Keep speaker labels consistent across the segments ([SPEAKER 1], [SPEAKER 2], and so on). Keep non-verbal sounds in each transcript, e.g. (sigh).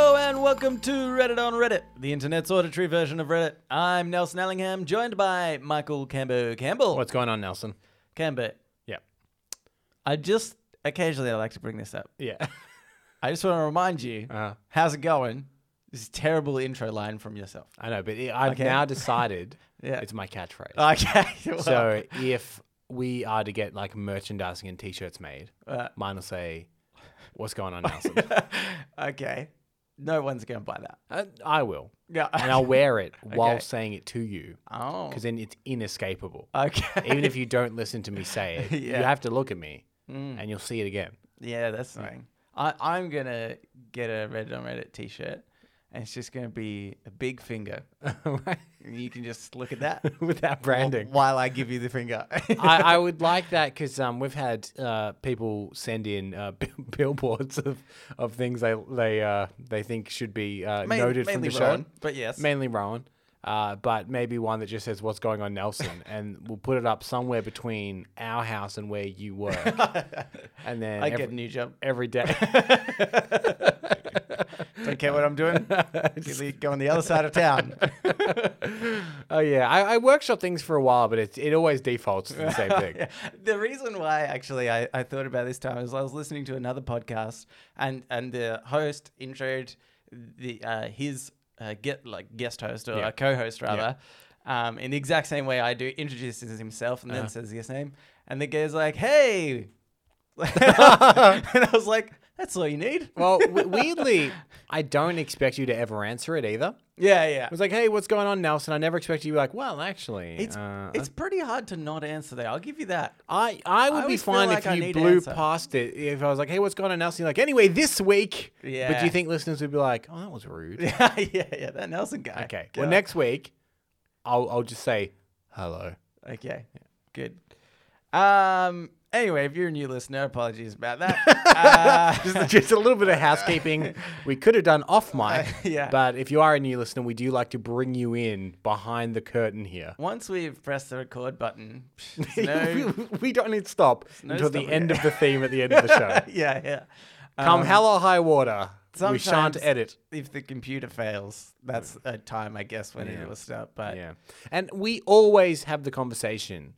[SPEAKER 1] Welcome to Reddit on Reddit, the internet's auditory version of Reddit. I'm Nelson Ellingham, joined by Michael Cambo Campbell.
[SPEAKER 2] What's going on, Nelson?
[SPEAKER 1] Cambo,
[SPEAKER 2] Yeah.
[SPEAKER 1] I just occasionally I like to bring this up.
[SPEAKER 2] Yeah. (laughs)
[SPEAKER 1] I just want to remind you,
[SPEAKER 2] Uh,
[SPEAKER 1] how's it going? This is terrible intro line from yourself. (laughs)
[SPEAKER 2] I know, but I've
[SPEAKER 1] Okay. (laughs)
[SPEAKER 2] now decided
[SPEAKER 1] Yeah.
[SPEAKER 2] it's my catchphrase.
[SPEAKER 1] Okay. well,
[SPEAKER 2] so if we are to get like merchandising and t-shirts made,
[SPEAKER 1] Uh.
[SPEAKER 2] mine will say, "What's
[SPEAKER 1] (laughs)
[SPEAKER 2] going on, Nelson?"
[SPEAKER 1] (laughs) okay. No one's going to buy that.
[SPEAKER 2] uh, I will,
[SPEAKER 1] Yeah.
[SPEAKER 2] and I'll wear it while
[SPEAKER 1] Okay.
[SPEAKER 2] saying it to you
[SPEAKER 1] (laughs) oh.
[SPEAKER 2] because then it's inescapable.
[SPEAKER 1] Okay.
[SPEAKER 2] Even if you don't listen to me say
[SPEAKER 1] (laughs)
[SPEAKER 2] it,
[SPEAKER 1] Yeah. Mm.
[SPEAKER 2] you have to look at me, and you'll see it again.
[SPEAKER 1] (laughs) (laughs) Yeah, that's annoying. I, I'm gonna get a Reddit on Reddit T-shirt, and it's just gonna be a big finger. And you can just look at that
[SPEAKER 2] Without (laughs) branding.
[SPEAKER 1] while I give you the finger.
[SPEAKER 2] (laughs)
[SPEAKER 1] (laughs)
[SPEAKER 2] I, I would like that because um, we've had uh, people send in uh, (laughs) bill- billboards of, of things they they uh, they think should be uh,
[SPEAKER 1] Main-
[SPEAKER 2] noted from
[SPEAKER 1] mainly
[SPEAKER 2] the show.
[SPEAKER 1] Rowan, but yes.
[SPEAKER 2] mainly Rowan, uh, but maybe one that just says "What's going on, Nelson," (laughs) and we'll put it up somewhere between our house and where
[SPEAKER 1] (laughs)
[SPEAKER 2] you work, and then
[SPEAKER 1] I
[SPEAKER 2] every,
[SPEAKER 1] get a new
[SPEAKER 2] (laughs)
[SPEAKER 1] job.
[SPEAKER 2] every day.
[SPEAKER 1] Don't care what I'm
[SPEAKER 2] (laughs)
[SPEAKER 1] doing. Simply go on the other side of town.
[SPEAKER 2] oh yeah, I, I workshop things for a while, but it it always defaults to the
[SPEAKER 1] (laughs)
[SPEAKER 2] same thing.
[SPEAKER 1] the reason why actually I, I thought about this time is I was listening to another podcast and and the host introed the uh, his uh, get like guest host or
[SPEAKER 2] Yeah.
[SPEAKER 1] a co-host rather um, in the exact same way I do introduces himself and
[SPEAKER 2] Uh-huh.
[SPEAKER 1] then says his name and the guy's like hey (laughs) and I was like that's all you need
[SPEAKER 2] Well, w- weirdly, I don't expect you to ever answer it either.
[SPEAKER 1] yeah yeah
[SPEAKER 2] I was like, hey, what's going on, Nelson? I never expected you to be like, well, actually,
[SPEAKER 1] it's
[SPEAKER 2] uh,
[SPEAKER 1] it's pretty hard to not answer that I'll give you that
[SPEAKER 2] (laughs)
[SPEAKER 1] (laughs)
[SPEAKER 2] I, I would be
[SPEAKER 1] always feel
[SPEAKER 2] fine
[SPEAKER 1] like
[SPEAKER 2] if
[SPEAKER 1] I
[SPEAKER 2] you
[SPEAKER 1] need to
[SPEAKER 2] blew
[SPEAKER 1] answer.
[SPEAKER 2] past it. If I was like, hey, what's going on, Nelson? You're like, anyway, this week. But do
[SPEAKER 1] Yeah.
[SPEAKER 2] you think listeners would be like, oh, that was
[SPEAKER 1] (laughs)
[SPEAKER 2] rude?
[SPEAKER 1] yeah yeah that Nelson guy
[SPEAKER 2] okay.
[SPEAKER 1] Go.
[SPEAKER 2] Well, next week, I'll, I'll just say hello.
[SPEAKER 1] Okay. Good. Um. Anyway, if you're a new listener, apologies about
[SPEAKER 2] (laughs)
[SPEAKER 1] that. uh, (laughs)
[SPEAKER 2] Just, just a little bit of housekeeping we could have done off mic.
[SPEAKER 1] yeah.
[SPEAKER 2] But if you are a new listener, we do like to bring you in behind the curtain here.
[SPEAKER 1] once we've pressed the record button,
[SPEAKER 2] (laughs)
[SPEAKER 1] there's (laughs) no,
[SPEAKER 2] We- we don't need to stop
[SPEAKER 1] no
[SPEAKER 2] until the
[SPEAKER 1] stopping
[SPEAKER 2] end
[SPEAKER 1] it.
[SPEAKER 2] of the theme at the
[SPEAKER 1] (laughs)
[SPEAKER 2] end of the show.
[SPEAKER 1] yeah, yeah.
[SPEAKER 2] Come
[SPEAKER 1] Um,
[SPEAKER 2] hell or high water, we
[SPEAKER 1] sometimes
[SPEAKER 2] shan't edit.
[SPEAKER 1] If the computer fails, that's a time, I guess, when
[SPEAKER 2] Yeah.
[SPEAKER 1] it will stop. But yeah,
[SPEAKER 2] Yeah. And we always have the conversation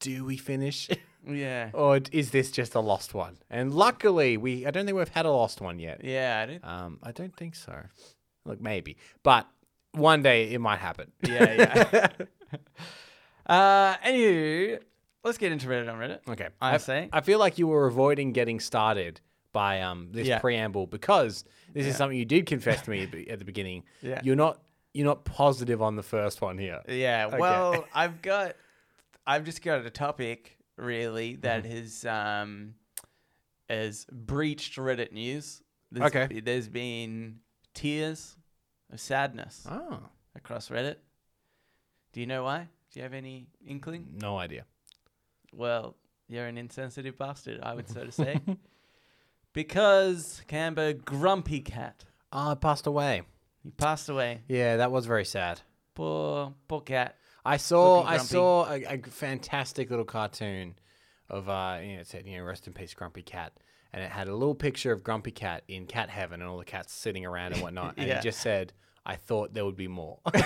[SPEAKER 2] do we finish? (laughs)
[SPEAKER 1] yeah,
[SPEAKER 2] or is this just a lost one? And luckily, we I don't think we've had a lost one yet.
[SPEAKER 1] I don't,
[SPEAKER 2] Um, I don't think so. Look, maybe. But one day it might happen.
[SPEAKER 1] yeah, yeah. uh, anywho, let's get into Reddit on Reddit.
[SPEAKER 2] (laughs) Okay.
[SPEAKER 1] I
[SPEAKER 2] f-
[SPEAKER 1] say.
[SPEAKER 2] I feel like you were avoiding getting started by um this
[SPEAKER 1] Yeah.
[SPEAKER 2] preamble because this is something you did confess to me at the- at the beginning.
[SPEAKER 1] (laughs) Yeah.
[SPEAKER 2] You're not you're not positive on the first one here. (laughs)
[SPEAKER 1] Yeah. Well, I've got, I've just got a topic really that
[SPEAKER 2] Mm-hmm.
[SPEAKER 1] has um, has breached Reddit news. There's,
[SPEAKER 2] Okay.
[SPEAKER 1] There's been tears of sadness
[SPEAKER 2] Oh.
[SPEAKER 1] across Reddit. Do you know why? Do you have any inkling?
[SPEAKER 2] No idea.
[SPEAKER 1] Well, you're an insensitive bastard, I would so to
[SPEAKER 2] (laughs)
[SPEAKER 1] say. because Camber Grumpy Cat,
[SPEAKER 2] Ah, it passed away.
[SPEAKER 1] he passed away.
[SPEAKER 2] Yeah, that was very sad.
[SPEAKER 1] Poor, poor cat.
[SPEAKER 2] I saw
[SPEAKER 1] Looking
[SPEAKER 2] I
[SPEAKER 1] grumpy.
[SPEAKER 2] saw a, a fantastic little cartoon of uh you know it said, you know, rest in peace Grumpy Cat and it had a little picture of Grumpy Cat in cat heaven and all the cats sitting around and whatnot. And
[SPEAKER 1] Yeah.
[SPEAKER 2] it just said, I thought there would be (laughs) more. like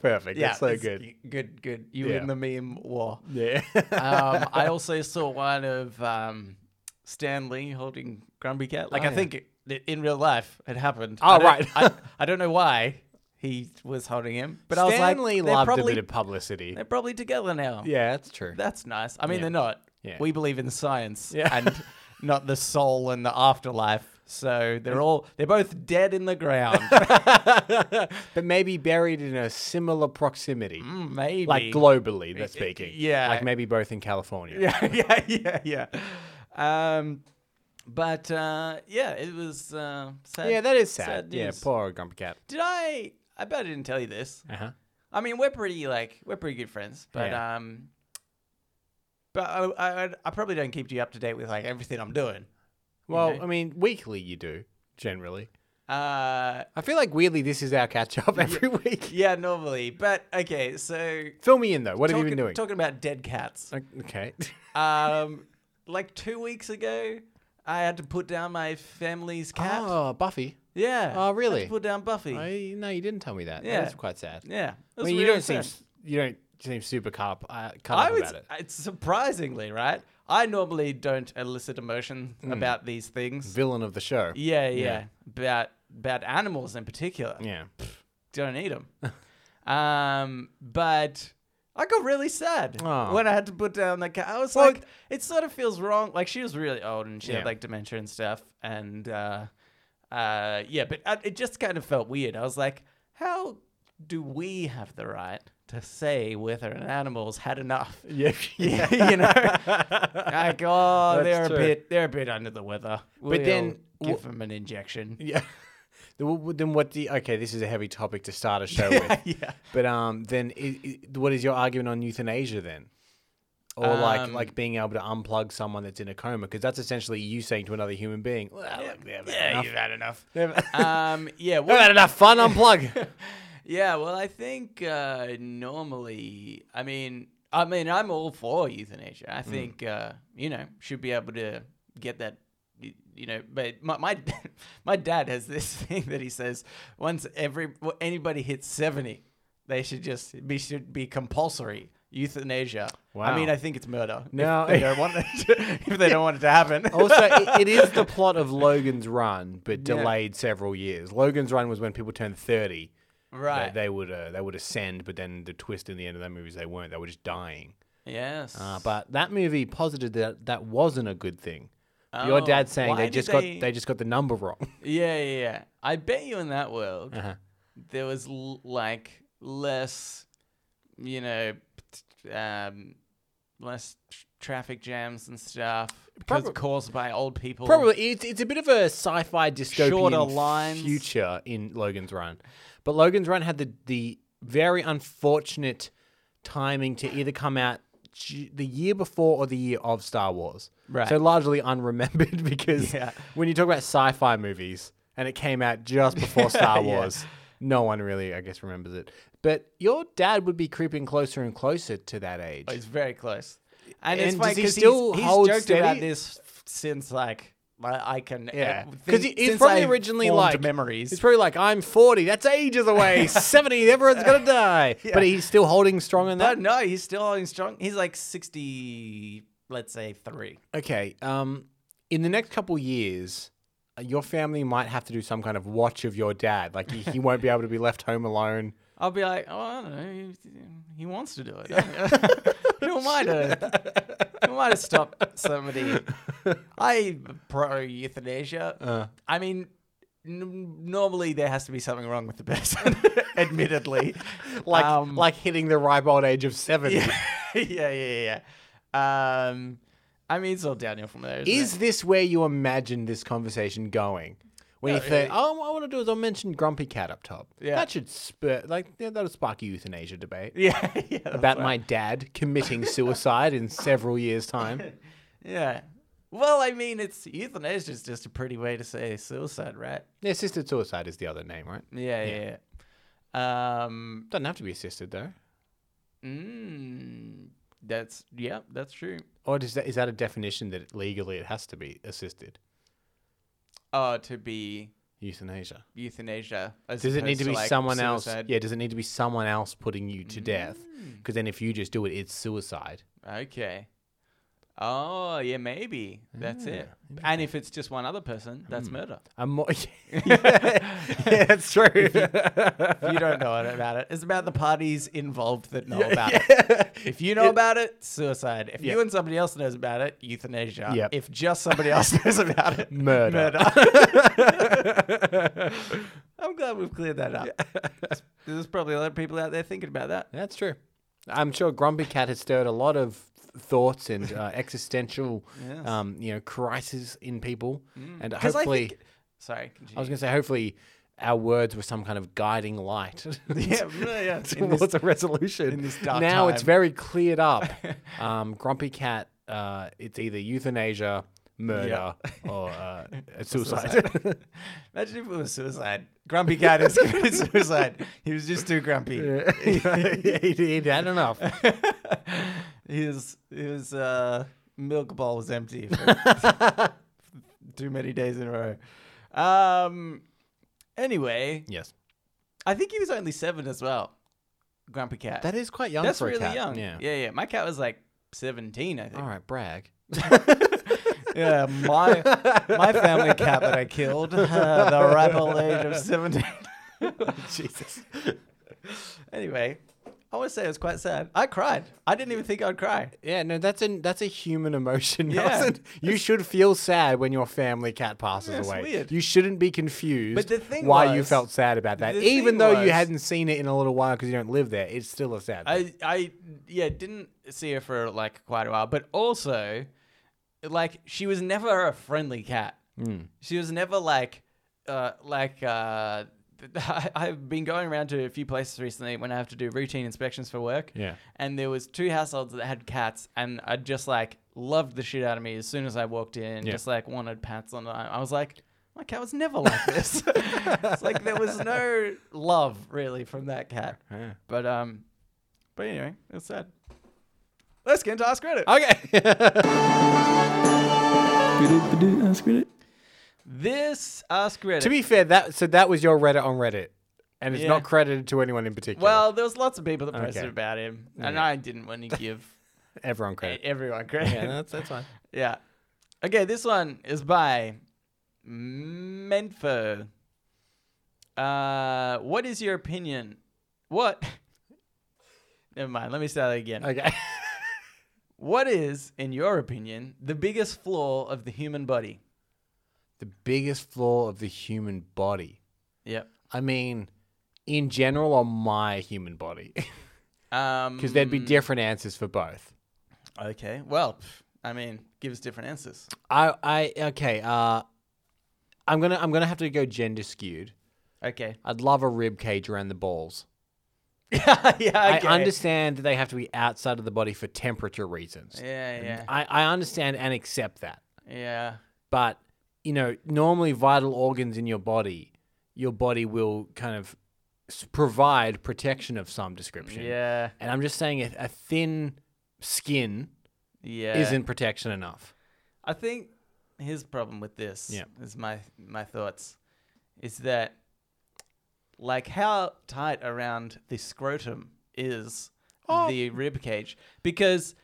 [SPEAKER 2] perfect. That's so
[SPEAKER 1] it's
[SPEAKER 2] good.
[SPEAKER 1] g- Good, good. You
[SPEAKER 2] Yeah.
[SPEAKER 1] win the meme war.
[SPEAKER 2] Yeah. (laughs)
[SPEAKER 1] um, I also saw one of um, Stan Lee holding Grumpy Cat. Like,
[SPEAKER 2] Oh,
[SPEAKER 1] I
[SPEAKER 2] yeah.
[SPEAKER 1] think it, it- in real life it happened.
[SPEAKER 2] Oh,
[SPEAKER 1] I don't-
[SPEAKER 2] right. (laughs)
[SPEAKER 1] I, I don't know why he was holding him, but I was like,
[SPEAKER 2] Stanley
[SPEAKER 1] they're
[SPEAKER 2] loved
[SPEAKER 1] probably,
[SPEAKER 2] a bit of publicity.
[SPEAKER 1] they're probably together now.
[SPEAKER 2] Yeah, that's true.
[SPEAKER 1] That's nice. I mean,
[SPEAKER 2] Yeah.
[SPEAKER 1] they're not.
[SPEAKER 2] Yeah.
[SPEAKER 1] We believe in science
[SPEAKER 2] Yeah. (laughs)
[SPEAKER 1] and not the soul and the afterlife. So they're all, they're both dead in the
[SPEAKER 2] (laughs)
[SPEAKER 1] ground.
[SPEAKER 2] but maybe buried in a similar proximity.
[SPEAKER 1] Hmm, Maybe.
[SPEAKER 2] Like globally, they're
[SPEAKER 1] y-
[SPEAKER 2] speaking.
[SPEAKER 1] eh, yeah.
[SPEAKER 2] Like maybe both in California.
[SPEAKER 1] (laughs) yeah, yeah, yeah, yeah. Um, but uh, yeah, it was uh, sad.
[SPEAKER 2] Yeah, that is sad. yeah,
[SPEAKER 1] news.
[SPEAKER 2] poor Grumpy Cat.
[SPEAKER 1] Did I? I bet I didn't tell you this.
[SPEAKER 2] Uh-huh.
[SPEAKER 1] I mean, we're pretty like we're pretty good friends, but
[SPEAKER 2] Yeah.
[SPEAKER 1] um, but I, I I probably don't keep you up to date with like everything I'm doing.
[SPEAKER 2] Well,
[SPEAKER 1] know?
[SPEAKER 2] I mean, weekly you do generally.
[SPEAKER 1] Uh,
[SPEAKER 2] I feel like weirdly this is our catch up every week.
[SPEAKER 1] yeah, normally, but okay. So
[SPEAKER 2] Fill me in though. What
[SPEAKER 1] talking,
[SPEAKER 2] have you been doing?
[SPEAKER 1] talking about dead cats.
[SPEAKER 2] okay.
[SPEAKER 1] Um, like two weeks ago, I had to put down my family's (laughs) cat.
[SPEAKER 2] Oh, Buffy.
[SPEAKER 1] yeah.
[SPEAKER 2] Oh,
[SPEAKER 1] I had to
[SPEAKER 2] really?
[SPEAKER 1] put down Buffy.
[SPEAKER 2] I, no, you didn't tell me that.
[SPEAKER 1] Yeah.
[SPEAKER 2] That's quite sad.
[SPEAKER 1] Yeah.
[SPEAKER 2] I mean, you don't seem s- you don't seem super caught up, uh, caught
[SPEAKER 1] I
[SPEAKER 2] up
[SPEAKER 1] would.
[SPEAKER 2] about it.
[SPEAKER 1] It's surprisingly right. I normally don't elicit emotion
[SPEAKER 2] Hmm.
[SPEAKER 1] about these things.
[SPEAKER 2] Villain of the show.
[SPEAKER 1] Yeah, yeah, About about animals in particular.
[SPEAKER 2] Yeah.
[SPEAKER 1] (laughs) Don't eat
[SPEAKER 2] (laughs)
[SPEAKER 1] them. um, but I got really sad
[SPEAKER 2] Aw.
[SPEAKER 1] when I had to put down the cat. I was
[SPEAKER 2] Oh. Well,
[SPEAKER 1] like, it sort of feels wrong. Like she was really old and she
[SPEAKER 2] Yeah.
[SPEAKER 1] had like dementia and stuff. And uh, uh, yeah, but I, it just kind of felt weird. I was like, how do we have the right to say whether an animal's had enough? (laughs)
[SPEAKER 2] Yeah.
[SPEAKER 1] you
[SPEAKER 2] (laughs)
[SPEAKER 1] know, like oh,
[SPEAKER 2] That's
[SPEAKER 1] they're
[SPEAKER 2] true.
[SPEAKER 1] a bit they're a bit under the weather. We'll
[SPEAKER 2] then
[SPEAKER 1] give them an injection.
[SPEAKER 2] yeah. (laughs) Then wh- Then what do you, okay? This is a heavy topic to start a show with.
[SPEAKER 1] (laughs) yeah.
[SPEAKER 2] But um, then i i what is your argument on euthanasia then, or like
[SPEAKER 1] Um,
[SPEAKER 2] like being able to unplug someone that's in a coma? Because that's essentially you saying to another human being, well, like, they've had enough.
[SPEAKER 1] you've had enough.
[SPEAKER 2] They've,
[SPEAKER 1] (laughs) Um, yeah,
[SPEAKER 2] (laughs) they've
[SPEAKER 1] well, (laughs)
[SPEAKER 2] had enough fun. Unplug.
[SPEAKER 1] yeah. Well, I think uh, normally, I mean, I mean, I'm all for euthanasia.
[SPEAKER 2] Mm.
[SPEAKER 1] I think uh, you know should be able to get that. y- You know, but my my, (laughs) my dad has this (laughs) thing that he says once every well, anybody hits seventy, they should just be should be compulsory euthanasia. I
[SPEAKER 2] Wow.
[SPEAKER 1] mean, I think it's murder.
[SPEAKER 2] No.
[SPEAKER 1] if they don't want it to- (laughs) if they don't want it to happen.
[SPEAKER 2] (laughs) also, it, it is the plot of Logan's Run, but
[SPEAKER 1] Yeah.
[SPEAKER 2] delayed several years. Logan's Run was when people turned thirty.
[SPEAKER 1] right?
[SPEAKER 2] They, they would uh, they would ascend, but then the twist in the end of that movie is they weren't. They were just dying.
[SPEAKER 1] yes.
[SPEAKER 2] Uh, but that movie posited that that wasn't a good thing. Your
[SPEAKER 1] Oh,
[SPEAKER 2] dad's saying
[SPEAKER 1] why
[SPEAKER 2] they
[SPEAKER 1] did
[SPEAKER 2] just got
[SPEAKER 1] they-
[SPEAKER 2] they just got the number wrong.
[SPEAKER 1] Yeah, yeah, yeah. I bet you in that world
[SPEAKER 2] Uh-huh.
[SPEAKER 1] there was l- like less, you know, t- um, less tr- traffic jams and stuff because
[SPEAKER 2] Probab-
[SPEAKER 1] caused by old people.
[SPEAKER 2] Probably it's it's a bit of a sci-fi dystopian
[SPEAKER 1] Shorter lines.
[SPEAKER 2] future in Logan's Run, but Logan's Run had the the very unfortunate timing to either come out ju- the year before or the year of Star Wars.
[SPEAKER 1] Right.
[SPEAKER 2] So largely unremembered (laughs) because
[SPEAKER 1] Yeah.
[SPEAKER 2] when you talk about sci-fi movies and it came out
[SPEAKER 1] (laughs)
[SPEAKER 2] just before Star
[SPEAKER 1] Yeah.
[SPEAKER 2] Wars, no one really I guess remembers it. But your dad would be creeping closer and closer to that age.
[SPEAKER 1] Oh, He's very close. And, it's
[SPEAKER 2] And
[SPEAKER 1] funny
[SPEAKER 2] does he
[SPEAKER 1] 'cause
[SPEAKER 2] still
[SPEAKER 1] he's,
[SPEAKER 2] hold
[SPEAKER 1] he's joked about
[SPEAKER 2] steady?
[SPEAKER 1] this f- since like I, I can
[SPEAKER 2] Yeah.
[SPEAKER 1] uh,
[SPEAKER 2] 'Cause
[SPEAKER 1] think-
[SPEAKER 2] he- he's
[SPEAKER 1] since
[SPEAKER 2] probably
[SPEAKER 1] I
[SPEAKER 2] originally,
[SPEAKER 1] formed
[SPEAKER 2] like-
[SPEAKER 1] memories.
[SPEAKER 2] He's probably like, I'm 40. That's ages
[SPEAKER 1] (laughs)
[SPEAKER 2] away. 70. Everyone's going to die. But he's still holding strong on
[SPEAKER 1] but
[SPEAKER 2] that.
[SPEAKER 1] no, he's still holding strong. He's like sixty, let's say three.
[SPEAKER 2] Okay. Um, in the next couple years, uh, your family might have to do some kind of watch of your dad. Like, he, he won't be able to be left home
[SPEAKER 1] (laughs)
[SPEAKER 2] alone.
[SPEAKER 1] I'll be like, oh, I don't know. He, he wants to do it. (laughs)
[SPEAKER 2] (laughs)
[SPEAKER 1] Who am I to? (laughs) Who am I to stop
[SPEAKER 2] (laughs)
[SPEAKER 1] somebody? I pro euthanasia.
[SPEAKER 2] Uh.
[SPEAKER 1] I mean, n- normally there has to be something wrong with the person. (laughs) admittedly,
[SPEAKER 2] (laughs) Like,
[SPEAKER 1] Um,
[SPEAKER 2] like hitting the ripe old age of 70.
[SPEAKER 1] yeah, (laughs) yeah, yeah, yeah. Um, I mean, it's all downhill from there. Isn't it?
[SPEAKER 2] Is this where you imagine this conversation going? When you
[SPEAKER 1] Yeah,
[SPEAKER 2] think,
[SPEAKER 1] it-
[SPEAKER 2] oh, what I want to do is I'll mention Grumpy Cat up top.
[SPEAKER 1] Yeah.
[SPEAKER 2] That should spur, like, yeah, that'll spark a euthanasia debate.
[SPEAKER 1] (laughs) yeah, yeah, that's
[SPEAKER 2] About
[SPEAKER 1] right.
[SPEAKER 2] my dad committing suicide in several
[SPEAKER 1] (laughs)
[SPEAKER 2] years' time.
[SPEAKER 1] yeah. Well, I mean, it's euthanasia is just a pretty way to say suicide, right?
[SPEAKER 2] Yeah, assisted suicide is the other name, right?
[SPEAKER 1] Yeah, yeah. yeah. Um,
[SPEAKER 2] Doesn't have to be assisted though.
[SPEAKER 1] Mm, that's yeah, that's true.
[SPEAKER 2] Or does that is that a definition that legally it has to be assisted
[SPEAKER 1] Oh, to be
[SPEAKER 2] euthanasia?
[SPEAKER 1] euthanasia. as
[SPEAKER 2] Does it need
[SPEAKER 1] opposed
[SPEAKER 2] to be
[SPEAKER 1] like,
[SPEAKER 2] someone else?
[SPEAKER 1] suicide? Mm.
[SPEAKER 2] Yeah, does it need to be someone else putting you to death? 'Cause death? Because then if you just do it, it's suicide.
[SPEAKER 1] Okay. Oh yeah, maybe that's it. And if it's just one other person, that's murder. (laughs)
[SPEAKER 2] I'm more, Hmm. (laughs) yeah, yeah, that's true.
[SPEAKER 1] If you don't know (laughs) it about it. It's about the parties involved that know about it.
[SPEAKER 2] yeah.
[SPEAKER 1] If you know about it, suicide. If
[SPEAKER 2] Yeah.
[SPEAKER 1] you and somebody else knows about it, euthanasia.
[SPEAKER 2] Yep.
[SPEAKER 1] If just somebody
[SPEAKER 2] (laughs)
[SPEAKER 1] else knows about it,
[SPEAKER 2] Murder. (laughs)
[SPEAKER 1] I'm glad we've cleared that up. There's probably a lot of people out there thinking about that.
[SPEAKER 2] That's true. I'm sure Grumpy Cat has stirred a lot of thoughts and
[SPEAKER 1] (laughs)
[SPEAKER 2] uh, existential,
[SPEAKER 1] Yes. Mm.
[SPEAKER 2] um, you know, crises in people, and
[SPEAKER 1] 'Cause I
[SPEAKER 2] hopefully.
[SPEAKER 1] think- sorry.
[SPEAKER 2] I was going to say, hopefully, our words were some kind of guiding light
[SPEAKER 1] (laughs)
[SPEAKER 2] (laughs)
[SPEAKER 1] yeah, no, yeah. In
[SPEAKER 2] towards
[SPEAKER 1] this-
[SPEAKER 2] a resolution.
[SPEAKER 1] in this dark
[SPEAKER 2] now it's
[SPEAKER 1] time.
[SPEAKER 2] very cleared up.
[SPEAKER 1] (laughs)
[SPEAKER 2] um, Grumpy Cat, uh, it's either euthanasia, murder, or uh,
[SPEAKER 1] (laughs)
[SPEAKER 2] suicide. (laughs)
[SPEAKER 1] imagine if it was suicide. Grumpy cat (laughs) has committed suicide. He was just too grumpy.
[SPEAKER 2] (laughs) he, he had
[SPEAKER 1] (laughs)
[SPEAKER 2] enough. (laughs)
[SPEAKER 1] his his uh, milk bowl was empty for too many days in a row. Um, anyway,
[SPEAKER 2] Yes.
[SPEAKER 1] I think he was only seven as well. Grumpy Cat.
[SPEAKER 2] That is quite young
[SPEAKER 1] That's
[SPEAKER 2] for a
[SPEAKER 1] really
[SPEAKER 2] cat.
[SPEAKER 1] young.
[SPEAKER 2] Yeah.
[SPEAKER 1] yeah, My cat was like seventeen, I
[SPEAKER 2] All
[SPEAKER 1] think.
[SPEAKER 2] right, brag. Oh. (laughs)
[SPEAKER 1] (laughs) yeah, my my (laughs) family cat that I killed, uh, the rival age of seventeen.
[SPEAKER 2] Jesus.
[SPEAKER 1] anyway, I want to say it was quite sad. I cried. I didn't even think I'd cry.
[SPEAKER 2] Yeah, no, that's a that's a human emotion,
[SPEAKER 1] Yeah.
[SPEAKER 2] Nelson. You should feel sad when your family cat passes
[SPEAKER 1] Yeah, it's
[SPEAKER 2] away.
[SPEAKER 1] weird.
[SPEAKER 2] You shouldn't be confused
[SPEAKER 1] But the thing
[SPEAKER 2] why you
[SPEAKER 1] was-
[SPEAKER 2] felt sad about that.
[SPEAKER 1] the
[SPEAKER 2] Even
[SPEAKER 1] thing
[SPEAKER 2] though you
[SPEAKER 1] was-
[SPEAKER 2] hadn't seen it in a little while because you don't live there, it's still a sad thing.
[SPEAKER 1] I I yeah didn't see her for like quite a while, but also, like she was never a friendly cat.
[SPEAKER 2] Hmm.
[SPEAKER 1] She was never like, uh, like uh, (laughs) I, I've been going around to a few places recently when I have to do routine inspections for work.
[SPEAKER 2] Yeah.
[SPEAKER 1] and there was two households that had cats, and I just like loved the shit out of me as soon as I walked in.
[SPEAKER 2] Yeah.
[SPEAKER 1] Just like wanted pats on. the- I was like. My cat was never like this. (laughs) it's like there was no love really from that cat. (laughs)
[SPEAKER 2] Yeah.
[SPEAKER 1] But um, but anyway, it's sad. Let's get into Ask Reddit.
[SPEAKER 2] Okay.
[SPEAKER 1] This Ask Reddit.
[SPEAKER 2] (laughs) to be fair, that so that was your Reddit on Reddit, and it's
[SPEAKER 1] Yeah.
[SPEAKER 2] not credited to anyone in particular.
[SPEAKER 1] well, there was lots of people that posted
[SPEAKER 2] Okay.
[SPEAKER 1] about him, and
[SPEAKER 2] Yeah.
[SPEAKER 1] I didn't want to give
[SPEAKER 2] (laughs) everyone
[SPEAKER 1] e-
[SPEAKER 2] credit.
[SPEAKER 1] everyone credit.
[SPEAKER 2] (laughs)
[SPEAKER 1] (laughs)
[SPEAKER 2] Yeah,
[SPEAKER 1] Yeah,
[SPEAKER 2] that's that's fine.
[SPEAKER 1] Okay, this one is by Menfo. Uh, what is your opinion? What? (laughs) Never mind. Let me start that again.
[SPEAKER 2] Okay. (laughs)
[SPEAKER 1] What is, in your opinion, the biggest flaw of the human body?
[SPEAKER 2] the biggest flaw of the human body.
[SPEAKER 1] Yep.
[SPEAKER 2] I mean, in general, on my human body, (laughs)
[SPEAKER 1] Um,
[SPEAKER 2] because there'd be different answers for both.
[SPEAKER 1] Okay. Well, pff, I mean, give us different answers.
[SPEAKER 2] I, I, okay. Uh, I'm gonna, I'm gonna have to go gender skewed.
[SPEAKER 1] Okay.
[SPEAKER 2] I'd love a rib cage around the balls.
[SPEAKER 1] (laughs) yeah. Okay.
[SPEAKER 2] I understand that they have to be outside of the body for temperature reasons.
[SPEAKER 1] Yeah. Yeah.
[SPEAKER 2] I, I understand and accept that.
[SPEAKER 1] Yeah.
[SPEAKER 2] but you know normally vital organs in your body your body will kind of s- provide protection of some description
[SPEAKER 1] Yeah.
[SPEAKER 2] and i'm just saying if a thin skin
[SPEAKER 1] Yeah.
[SPEAKER 2] isn't protection enough
[SPEAKER 1] I think his problem with this
[SPEAKER 2] Yeah.
[SPEAKER 1] is my my thoughts is that like how tight around the scrotum is
[SPEAKER 2] Oh.
[SPEAKER 1] the rib cage because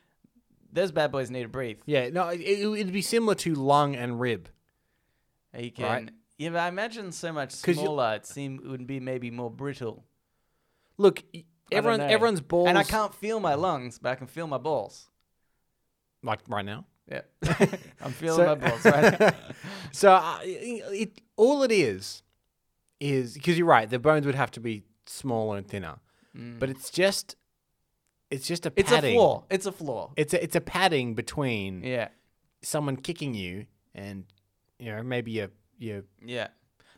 [SPEAKER 1] those bad boys need to breathe.
[SPEAKER 2] yeah no it, it, it'd be similar to lung and rib
[SPEAKER 1] You can
[SPEAKER 2] Right.
[SPEAKER 1] yeah, but I imagine so much
[SPEAKER 2] 'Cause you-
[SPEAKER 1] smaller. It seem it would be maybe more brittle.
[SPEAKER 2] look y-
[SPEAKER 1] I don't
[SPEAKER 2] everyone
[SPEAKER 1] know.
[SPEAKER 2] everyone's balls
[SPEAKER 1] And I can't feel my lungs, but I can feel my balls.
[SPEAKER 2] like right now (laughs)
[SPEAKER 1] Yeah. I'm feeling
[SPEAKER 2] So-
[SPEAKER 1] my balls right
[SPEAKER 2] (laughs)
[SPEAKER 1] now.
[SPEAKER 2] so uh, I it, all it is is because you're right the bones would have to be smaller and thinner but it's just it's just a
[SPEAKER 1] Mm. It's
[SPEAKER 2] padding.
[SPEAKER 1] a flaw. It's a flaw.
[SPEAKER 2] It's a, it's a padding between
[SPEAKER 1] yeah.
[SPEAKER 2] someone kicking you and you know maybe your
[SPEAKER 1] (laughs)
[SPEAKER 2] your
[SPEAKER 1] Yeah.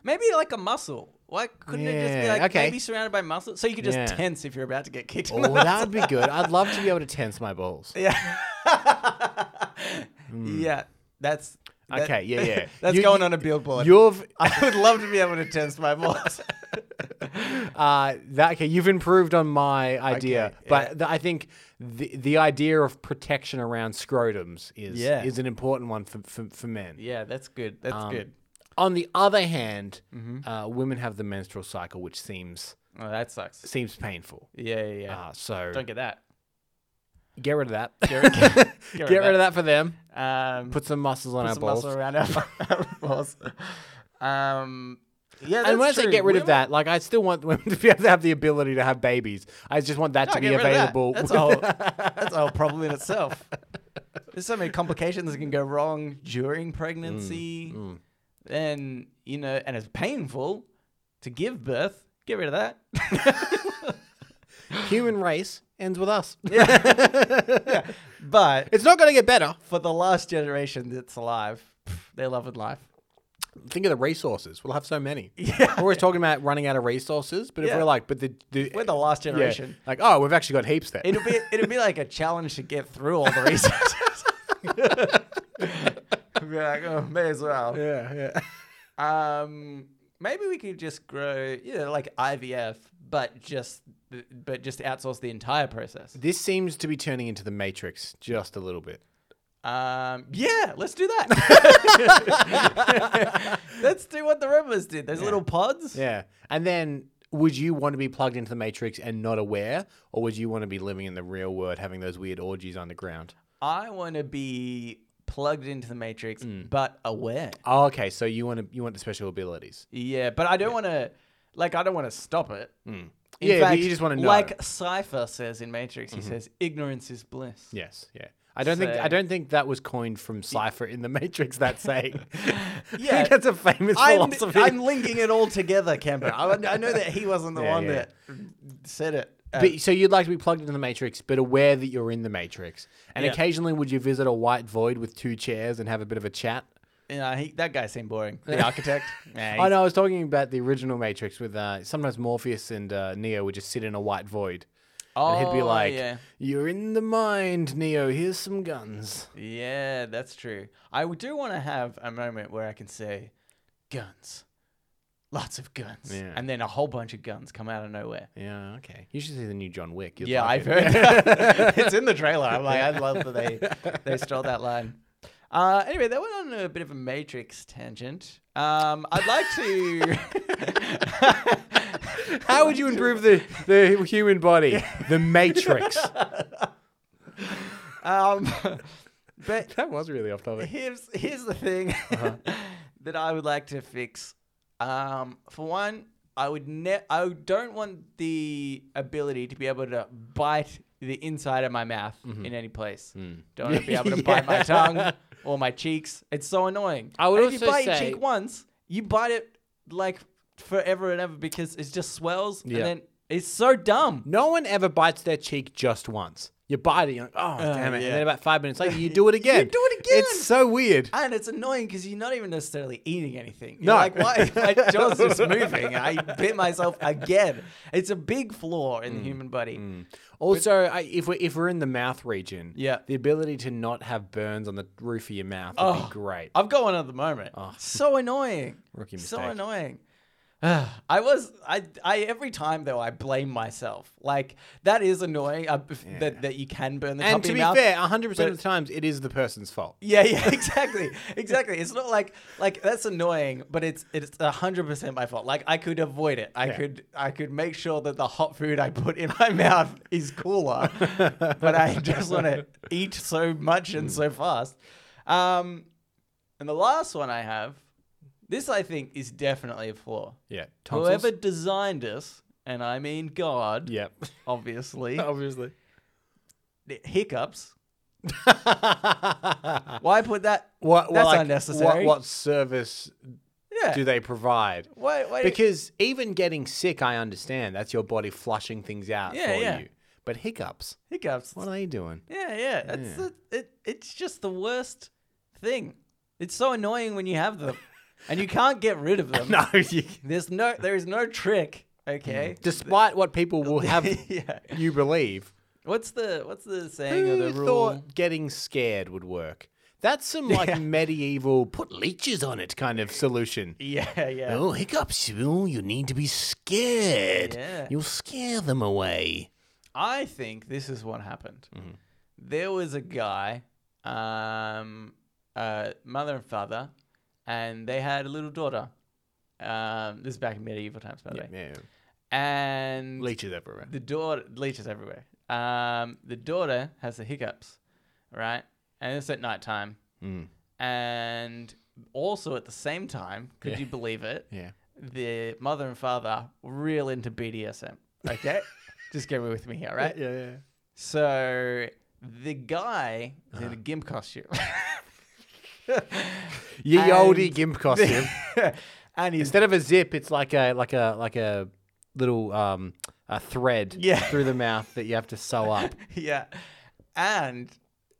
[SPEAKER 1] Maybe like a muscle. Why couldn't it just be
[SPEAKER 2] Yeah,
[SPEAKER 1] like
[SPEAKER 2] okay.
[SPEAKER 1] maybe surrounded by muscle? So you could just
[SPEAKER 2] Yeah.
[SPEAKER 1] tense if you're about to get kicked. in
[SPEAKER 2] oh
[SPEAKER 1] the
[SPEAKER 2] that would be good. I'd love to be able to tense my balls.
[SPEAKER 1] (laughs) Yeah. Yeah. That's that-
[SPEAKER 2] Hmm. Okay, yeah, yeah.
[SPEAKER 1] (laughs) that's
[SPEAKER 2] You-
[SPEAKER 1] going
[SPEAKER 2] you-
[SPEAKER 1] on a billboard.
[SPEAKER 2] You've
[SPEAKER 1] I (laughs) would love to be able to tense my balls.
[SPEAKER 2] uh, that okay. You've improved on my idea,
[SPEAKER 1] Okay,
[SPEAKER 2] but the, I think the the idea of protection around scrotums is
[SPEAKER 1] Yeah.
[SPEAKER 2] is an important one for for, for men.
[SPEAKER 1] (laughs) yeah, that's good. That's
[SPEAKER 2] Um,
[SPEAKER 1] good. Mm-hmm.
[SPEAKER 2] On the other hand, uh, women have the menstrual cycle, which seems
[SPEAKER 1] Oh, that sucks.
[SPEAKER 2] seems painful.
[SPEAKER 1] Yeah, yeah, yeah.
[SPEAKER 2] Uh, so
[SPEAKER 1] Don't get that.
[SPEAKER 2] get rid of that.
[SPEAKER 1] (laughs) Get rid- get
[SPEAKER 2] (laughs) Get rid of that for them.
[SPEAKER 1] Um,
[SPEAKER 2] Put some muscles on
[SPEAKER 1] put
[SPEAKER 2] our
[SPEAKER 1] some
[SPEAKER 2] balls.
[SPEAKER 1] muscle around our, (laughs) our balls. Um, yeah,
[SPEAKER 2] and when I
[SPEAKER 1] that's
[SPEAKER 2] say
[SPEAKER 1] true.
[SPEAKER 2] get rid
[SPEAKER 1] Women-
[SPEAKER 2] of that, like I still want (laughs) women to be able to have the ability to have babies. I just want that
[SPEAKER 1] No,
[SPEAKER 2] to be
[SPEAKER 1] get rid of that.
[SPEAKER 2] available.
[SPEAKER 1] That's
[SPEAKER 2] with- (laughs)
[SPEAKER 1] a whole that's a whole problem in itself. There's so many complications that can go wrong during
[SPEAKER 2] Mm,
[SPEAKER 1] pregnancy, and you know, and it's painful to give birth. Get rid of that. (laughs)
[SPEAKER 2] Human race ends with us.
[SPEAKER 1] But
[SPEAKER 2] It's not going to get better.
[SPEAKER 1] for the last generation that's alive, pff, they're loving life.
[SPEAKER 2] Think of the resources. We'll have so many.
[SPEAKER 1] Yeah.
[SPEAKER 2] We're always talking about running out of resources, but if
[SPEAKER 1] Yeah.
[SPEAKER 2] we're like, but the, the
[SPEAKER 1] We're the last
[SPEAKER 2] yeah,
[SPEAKER 1] generation.
[SPEAKER 2] like, oh, we've actually got heaps there.
[SPEAKER 1] It'll be it'll be like a challenge to get through all the resources. (laughs) be like, oh, may as well.
[SPEAKER 2] (laughs) yeah, yeah.
[SPEAKER 1] Um, maybe we could just grow, you know, like IVF, but just but just outsource the entire process.
[SPEAKER 2] This seems to be turning into the Matrix just a little bit.
[SPEAKER 1] Um, yeah, let's do that. (laughs) let's do what the Rebels did. Those little pods.
[SPEAKER 2] Yeah. And then would you want to be plugged into the matrix and not aware or would you want to be living in the real world having those weird orgies underground?
[SPEAKER 1] I want to be plugged into the Matrix,
[SPEAKER 2] Mm.
[SPEAKER 1] but aware.
[SPEAKER 2] Oh, okay, so you want to you want the special abilities.
[SPEAKER 1] Yeah, but I don't want to. Like, I don't want to stop it. In
[SPEAKER 2] Hmm. Yeah, but you just wanna know.
[SPEAKER 1] Like Cipher says in Matrix, he says, "Ignorance is bliss."
[SPEAKER 2] Yes, yeah. I don't think I
[SPEAKER 1] So-
[SPEAKER 2] don't think that was coined from Cipher in the Matrix. That
[SPEAKER 1] (laughs)
[SPEAKER 2] saying, (laughs) I
[SPEAKER 1] Yeah.
[SPEAKER 2] think that's a famous
[SPEAKER 1] I'm,
[SPEAKER 2] philosophy.
[SPEAKER 1] I'm linking it all together, Kemper. I, I know that he wasn't the
[SPEAKER 2] Yeah,
[SPEAKER 1] one
[SPEAKER 2] yeah.
[SPEAKER 1] that said it. Uh,
[SPEAKER 2] But, so you'd like to be plugged into the matrix, but aware that you're in the matrix. And
[SPEAKER 1] Yeah.
[SPEAKER 2] occasionally, would you visit a white void with two chairs and have a bit of a chat?
[SPEAKER 1] you know, he, that guy seemed boring. The
[SPEAKER 2] (laughs)
[SPEAKER 1] architect. Nah,
[SPEAKER 2] I
[SPEAKER 1] he's-
[SPEAKER 2] know. I was talking about the original Matrix with uh, sometimes Morpheus and uh, Neo would just sit in a white void, and he'd be
[SPEAKER 1] Oh,
[SPEAKER 2] like,
[SPEAKER 1] yeah.
[SPEAKER 2] "You're in the mind, Neo. Here's some guns."
[SPEAKER 1] Yeah, that's true. I w- do want to have a moment where I can say, guns. Lots of guns.
[SPEAKER 2] Yeah.
[SPEAKER 1] And then a whole bunch of guns come out of nowhere.
[SPEAKER 2] Yeah. Okay. You should see the new John Wick. You'd
[SPEAKER 1] yeah,
[SPEAKER 2] like
[SPEAKER 1] I've
[SPEAKER 2] it.
[SPEAKER 1] heard that. it's in the trailer. I'm like, I love that they, they stole that line. Uh, anyway, that went on a bit of a Matrix tangent. Um, I'd like to. (laughs)
[SPEAKER 2] (laughs) How would you improve the, the human body? The Matrix.
[SPEAKER 1] um, but
[SPEAKER 2] that was really off topic.
[SPEAKER 1] here's here's the thing
[SPEAKER 2] Uh-huh.
[SPEAKER 1] (laughs) that I would like to fix. Um, for one, I would ne- I don't want the ability to be able to bite the inside of my mouth in any place. Don't want to be able to
[SPEAKER 2] (laughs)
[SPEAKER 1] bite my
[SPEAKER 2] Mm-hmm. Hmm. Yeah.
[SPEAKER 1] tongue or my cheeks. It's so annoying.
[SPEAKER 2] I would
[SPEAKER 1] And if you
[SPEAKER 2] also
[SPEAKER 1] bite
[SPEAKER 2] say-
[SPEAKER 1] your cheek once, you bite it like forever and ever because it just swells
[SPEAKER 2] Yeah.
[SPEAKER 1] and then it's so dumb.
[SPEAKER 2] No one ever bites their cheek just once. You bite it, you're like, oh, damn it.
[SPEAKER 1] yeah.
[SPEAKER 2] And then about five minutes
[SPEAKER 1] (laughs)
[SPEAKER 2] later, you do it again.
[SPEAKER 1] do it again. Uh,
[SPEAKER 2] It's so weird.
[SPEAKER 1] And it's annoying because you're not even necessarily eating anything. You're
[SPEAKER 2] No.
[SPEAKER 1] like,
[SPEAKER 2] (laughs)
[SPEAKER 1] why? My jaw's just moving. I bit myself again. It's a big flaw
[SPEAKER 2] Mm.
[SPEAKER 1] in the human body.
[SPEAKER 2] Also, I, if, we're, if we're in the mouth region,
[SPEAKER 1] Yeah.
[SPEAKER 2] the ability to not have burns on the roof of your mouth would
[SPEAKER 1] Oh.
[SPEAKER 2] be great.
[SPEAKER 1] I've got one at the moment. So annoying.
[SPEAKER 2] Rookie
[SPEAKER 1] So
[SPEAKER 2] Ah. mistake.
[SPEAKER 1] annoying. (sighs) I was I I every time though I blame myself. Like that is annoying uh, if- that that you can burn the top
[SPEAKER 2] and to
[SPEAKER 1] of
[SPEAKER 2] be
[SPEAKER 1] your mouth.
[SPEAKER 2] fair, 100%
[SPEAKER 1] but-
[SPEAKER 2] of the times, it is the person's fault.
[SPEAKER 1] Yeah, yeah, exactly, exactly. It's not like like that's annoying, but it's it's hundred percent my fault. Like I could avoid it. I
[SPEAKER 2] Yeah.
[SPEAKER 1] could I could make sure that the hot food I put in my (laughs) mouth is
[SPEAKER 2] (laughs)
[SPEAKER 1] cooler, (laughs) but I just want to eat so much and so fast. Um, and the last one I have, this I think is definitely a flaw.
[SPEAKER 2] Yeah. Tonsils?
[SPEAKER 1] Whoever designed us, and I mean God,
[SPEAKER 2] Yep.
[SPEAKER 1] (laughs) obviously,
[SPEAKER 2] (laughs) Obviously.
[SPEAKER 1] hiccups.
[SPEAKER 2] what,
[SPEAKER 1] Why put that?
[SPEAKER 2] what,
[SPEAKER 1] That's
[SPEAKER 2] like,
[SPEAKER 1] unnecessary.
[SPEAKER 2] What, what service
[SPEAKER 1] Yeah.
[SPEAKER 2] do they provide?
[SPEAKER 1] why, why,
[SPEAKER 2] Because even getting sick, I understand. That's your body flushing things out
[SPEAKER 1] Yeah,
[SPEAKER 2] for
[SPEAKER 1] yeah.
[SPEAKER 2] you. But hiccups,
[SPEAKER 1] hiccups.
[SPEAKER 2] what are
[SPEAKER 1] (laughs)
[SPEAKER 2] they doing?
[SPEAKER 1] Yeah, yeah. That's the- it. It's just the worst thing. It's so annoying when you have
[SPEAKER 2] (laughs)
[SPEAKER 1] them, and you can't get rid of them.
[SPEAKER 2] No, (laughs) you,
[SPEAKER 1] There's no. There is no trick. Okay.
[SPEAKER 2] despite what people
[SPEAKER 1] (laughs)
[SPEAKER 2] will have
[SPEAKER 1] yeah. (laughs)
[SPEAKER 2] you believe,
[SPEAKER 1] What's the What's the saying
[SPEAKER 2] who
[SPEAKER 1] or the rule?
[SPEAKER 2] thought getting scared would work? That's some like
[SPEAKER 1] Yeah. (laughs)
[SPEAKER 2] medieval put leeches on it kind of solution.
[SPEAKER 1] Yeah, yeah.
[SPEAKER 2] Oh, hiccups! Oh, you need to be scared.
[SPEAKER 1] Yeah.
[SPEAKER 2] You'll scare them away.
[SPEAKER 1] I think this is what happened.
[SPEAKER 2] Mm-hmm.
[SPEAKER 1] There was a guy, um, uh, mother and father, and they had a little daughter. Um, this is back in medieval times, by the way.
[SPEAKER 2] Yeah,
[SPEAKER 1] And
[SPEAKER 2] leeches everywhere.
[SPEAKER 1] the daughter leeches everywhere. Um, the daughter has the hiccups, right? And it's at night time.
[SPEAKER 2] Mm,
[SPEAKER 1] And also at the same time, could you believe it?
[SPEAKER 2] Yeah.
[SPEAKER 1] The mother and father were real into BDSM. Okay, just get with me here, right?
[SPEAKER 2] (laughs) Yeah, yeah.
[SPEAKER 1] So the guy is
[SPEAKER 2] Uh-huh.
[SPEAKER 1] in a gimp
[SPEAKER 2] (laughs)
[SPEAKER 1] costume. (laughs)
[SPEAKER 2] Ye
[SPEAKER 1] And-
[SPEAKER 2] olde gimp costume.
[SPEAKER 1] and he's
[SPEAKER 2] Instead of a zip, it's like a like a like a little um a thread
[SPEAKER 1] Yeah.
[SPEAKER 2] through the mouth that you have to
[SPEAKER 1] (laughs)
[SPEAKER 2] sew up.
[SPEAKER 1] yeah. And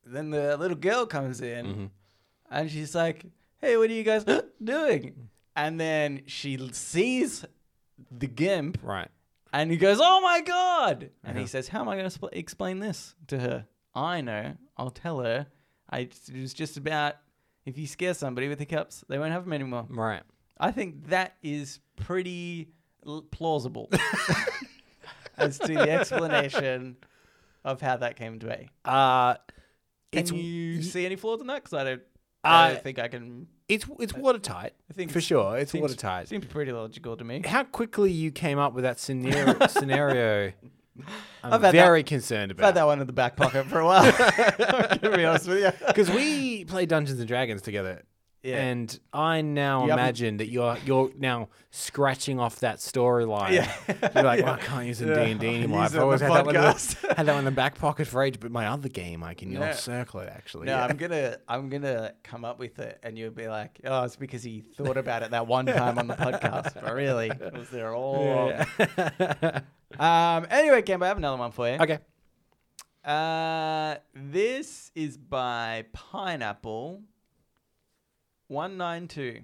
[SPEAKER 1] then the little girl comes in and she's like, hey, what are you guys (gasps) doing? And then she l- sees the gimp
[SPEAKER 2] Right.
[SPEAKER 1] and he goes, oh my God. And he says, how am I going to sp- explain this to her? I know. I'll tell her. I, it was just about if you scare somebody with hiccups, they won't have them anymore.
[SPEAKER 2] Right.
[SPEAKER 1] I think that is pretty l-
[SPEAKER 2] (laughs)
[SPEAKER 1] plausible as to the explanation of how that came to be.
[SPEAKER 2] Uh
[SPEAKER 1] Can
[SPEAKER 2] It's-
[SPEAKER 1] you see any flaws in that? Because I don't. I
[SPEAKER 2] Uh,
[SPEAKER 1] don't think I can.
[SPEAKER 2] It's it's watertight.
[SPEAKER 1] I think
[SPEAKER 2] for
[SPEAKER 1] it's-
[SPEAKER 2] sure. It's
[SPEAKER 1] seems-
[SPEAKER 2] watertight.
[SPEAKER 1] Seems pretty logical to me.
[SPEAKER 2] How quickly you came up with that scenario,
[SPEAKER 1] (laughs)
[SPEAKER 2] scenario I'm
[SPEAKER 1] I've had that-
[SPEAKER 2] very concerned
[SPEAKER 1] I've had
[SPEAKER 2] about.
[SPEAKER 1] that one in the back pocket for a while. (laughs) I'm gonna be honest with you.
[SPEAKER 2] Because we play Dungeons and Dragons together.
[SPEAKER 1] Yeah.
[SPEAKER 2] And I now
[SPEAKER 1] You haven't-
[SPEAKER 2] imagine that you're you're now scratching off that storyline.
[SPEAKER 1] (laughs) Yeah.
[SPEAKER 2] You're like,
[SPEAKER 1] Yeah.
[SPEAKER 2] well, I can't use it in
[SPEAKER 1] Yeah.
[SPEAKER 2] D and D
[SPEAKER 1] I'll
[SPEAKER 2] anymore.
[SPEAKER 1] use
[SPEAKER 2] I've
[SPEAKER 1] it on
[SPEAKER 2] always
[SPEAKER 1] the
[SPEAKER 2] had that, one in the,
[SPEAKER 1] podcast.
[SPEAKER 2] (laughs) had that one in the back pocket for age, but my other game I can
[SPEAKER 1] Yeah.
[SPEAKER 2] not circle it actually.
[SPEAKER 1] No,
[SPEAKER 2] Yeah.
[SPEAKER 1] I'm gonna I'm gonna come up with it, and you'll be like, "Oh, it's because he thought about it that
[SPEAKER 2] (laughs)
[SPEAKER 1] one time on the podcast." But really, it was there all. along.
[SPEAKER 2] Yeah.
[SPEAKER 1] (laughs) Um. Anyway, Cambo, I have another one for you.
[SPEAKER 2] okay.
[SPEAKER 1] Uh, this is by Pineapple. One nine two.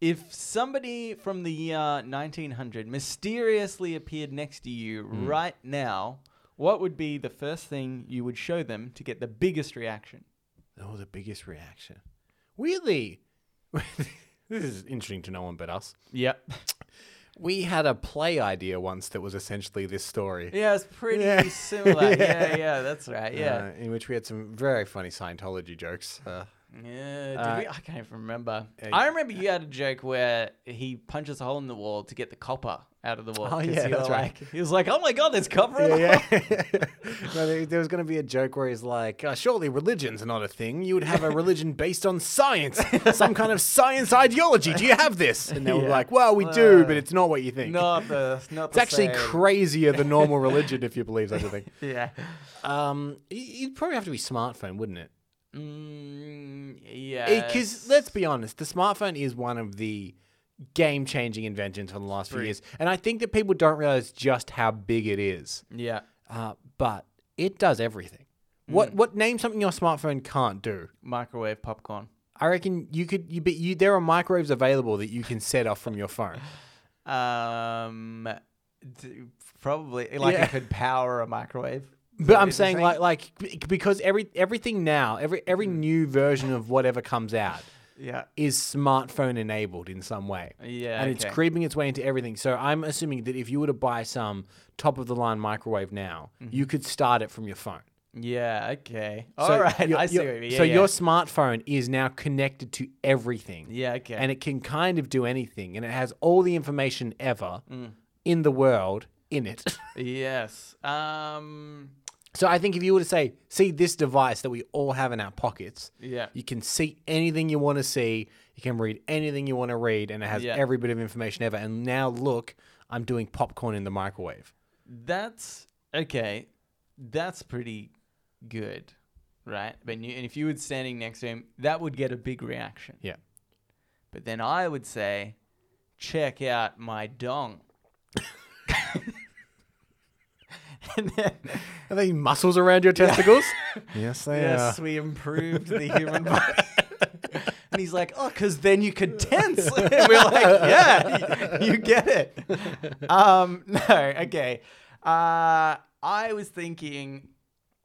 [SPEAKER 1] If somebody from the year nineteen hundred mysteriously appeared next to you
[SPEAKER 2] Hmm.
[SPEAKER 1] right now, what would be the first thing you would show them to get the biggest reaction?
[SPEAKER 2] Oh, the biggest reaction. Weirdly, (laughs) this is interesting to no one but us.
[SPEAKER 1] Yep.
[SPEAKER 2] We had a play idea once that was essentially this story.
[SPEAKER 1] Yeah, it's pretty
[SPEAKER 2] Yeah. (laughs)
[SPEAKER 1] similar. Yeah.
[SPEAKER 2] Yeah.
[SPEAKER 1] yeah, that's right. Yeah.
[SPEAKER 2] uh, in which we had some very funny Scientology jokes. Uh,
[SPEAKER 1] yeah, did
[SPEAKER 2] uh,
[SPEAKER 1] we? I can't even remember.
[SPEAKER 2] uh,
[SPEAKER 1] I remember you had a joke where he punches a hole in the wall to get the copper out of the wall.
[SPEAKER 2] Oh,
[SPEAKER 1] 'cause
[SPEAKER 2] yeah,
[SPEAKER 1] you were
[SPEAKER 2] that's right.
[SPEAKER 1] like- He was like, "Oh my god, there's copper (laughs) in the wall."
[SPEAKER 2] (laughs) no, there, there was going to be a joke where he's like, uh, surely religion's not a thing. You would have a religion based on science, some kind of science ideology. Do you have this? And they were
[SPEAKER 1] Yeah.
[SPEAKER 2] like, well, we do, but it's not what you think.
[SPEAKER 1] Not the, not
[SPEAKER 2] it's actually crazier than (laughs) normal religion if you believe such a thing. (laughs)
[SPEAKER 1] Yeah.
[SPEAKER 2] Um, y- you'd probably have to be smartphone, wouldn't it?
[SPEAKER 1] Mm,
[SPEAKER 2] Uh,
[SPEAKER 1] yeah.
[SPEAKER 2] Because let's be honest, the smartphone is one of the game-changing inventions from the last few
[SPEAKER 1] Free.
[SPEAKER 2] years, and I think that people don't realize just how big it is.
[SPEAKER 1] Yeah.
[SPEAKER 2] Uh, but it does everything. What
[SPEAKER 1] Mm.
[SPEAKER 2] what name something your smartphone can't do?
[SPEAKER 1] Microwave popcorn.
[SPEAKER 2] I reckon you could you but you there are microwaves available that you can set off from
[SPEAKER 1] (laughs)
[SPEAKER 2] your phone.
[SPEAKER 1] Um, d- probably like
[SPEAKER 2] Yeah.
[SPEAKER 1] it could power a microwave. Is
[SPEAKER 2] But
[SPEAKER 1] that
[SPEAKER 2] I'm
[SPEAKER 1] what you're
[SPEAKER 2] saying like like b- because every everything now every every
[SPEAKER 1] Mm.
[SPEAKER 2] new version of whatever comes out
[SPEAKER 1] yeah.
[SPEAKER 2] is smartphone enabled in some way.
[SPEAKER 1] Yeah.
[SPEAKER 2] and
[SPEAKER 1] okay.
[SPEAKER 2] it's creeping its way into everything. So I'm assuming that if you were to buy some top of the line microwave now, you could start it from your phone.
[SPEAKER 1] Yeah, okay.
[SPEAKER 2] so
[SPEAKER 1] Mm-hmm. All right,
[SPEAKER 2] your-
[SPEAKER 1] I see
[SPEAKER 2] your-
[SPEAKER 1] what you mean. Yeah,
[SPEAKER 2] so
[SPEAKER 1] yeah.
[SPEAKER 2] your smartphone is now connected to everything.
[SPEAKER 1] Yeah, okay.
[SPEAKER 2] And it can kind of do anything and it has all the information ever
[SPEAKER 1] Mm.
[SPEAKER 2] in the world in it. (laughs)
[SPEAKER 1] yes. Um
[SPEAKER 2] so I think if you were to say, see this device that we all have in our pockets,
[SPEAKER 1] yeah.
[SPEAKER 2] you can see anything you want to see. You can read anything you want to read, and it has
[SPEAKER 1] Yeah.
[SPEAKER 2] every bit of information ever. And now look, I'm doing popcorn in the microwave.
[SPEAKER 1] That's okay. That's pretty good. Right? But you, and if you were standing next to him, that would get a big reaction.
[SPEAKER 2] Yeah.
[SPEAKER 1] But then I would say, check out my dong. (laughs) and then
[SPEAKER 2] Are they muscles around
[SPEAKER 1] (laughs)
[SPEAKER 2] your testicles? yes, they
[SPEAKER 1] Yes, we improved the human body. (laughs) and he's like, oh, because then you could tense. (laughs) and we're like, yeah, you get it. Um, (laughs) no, okay. Uh, I was thinking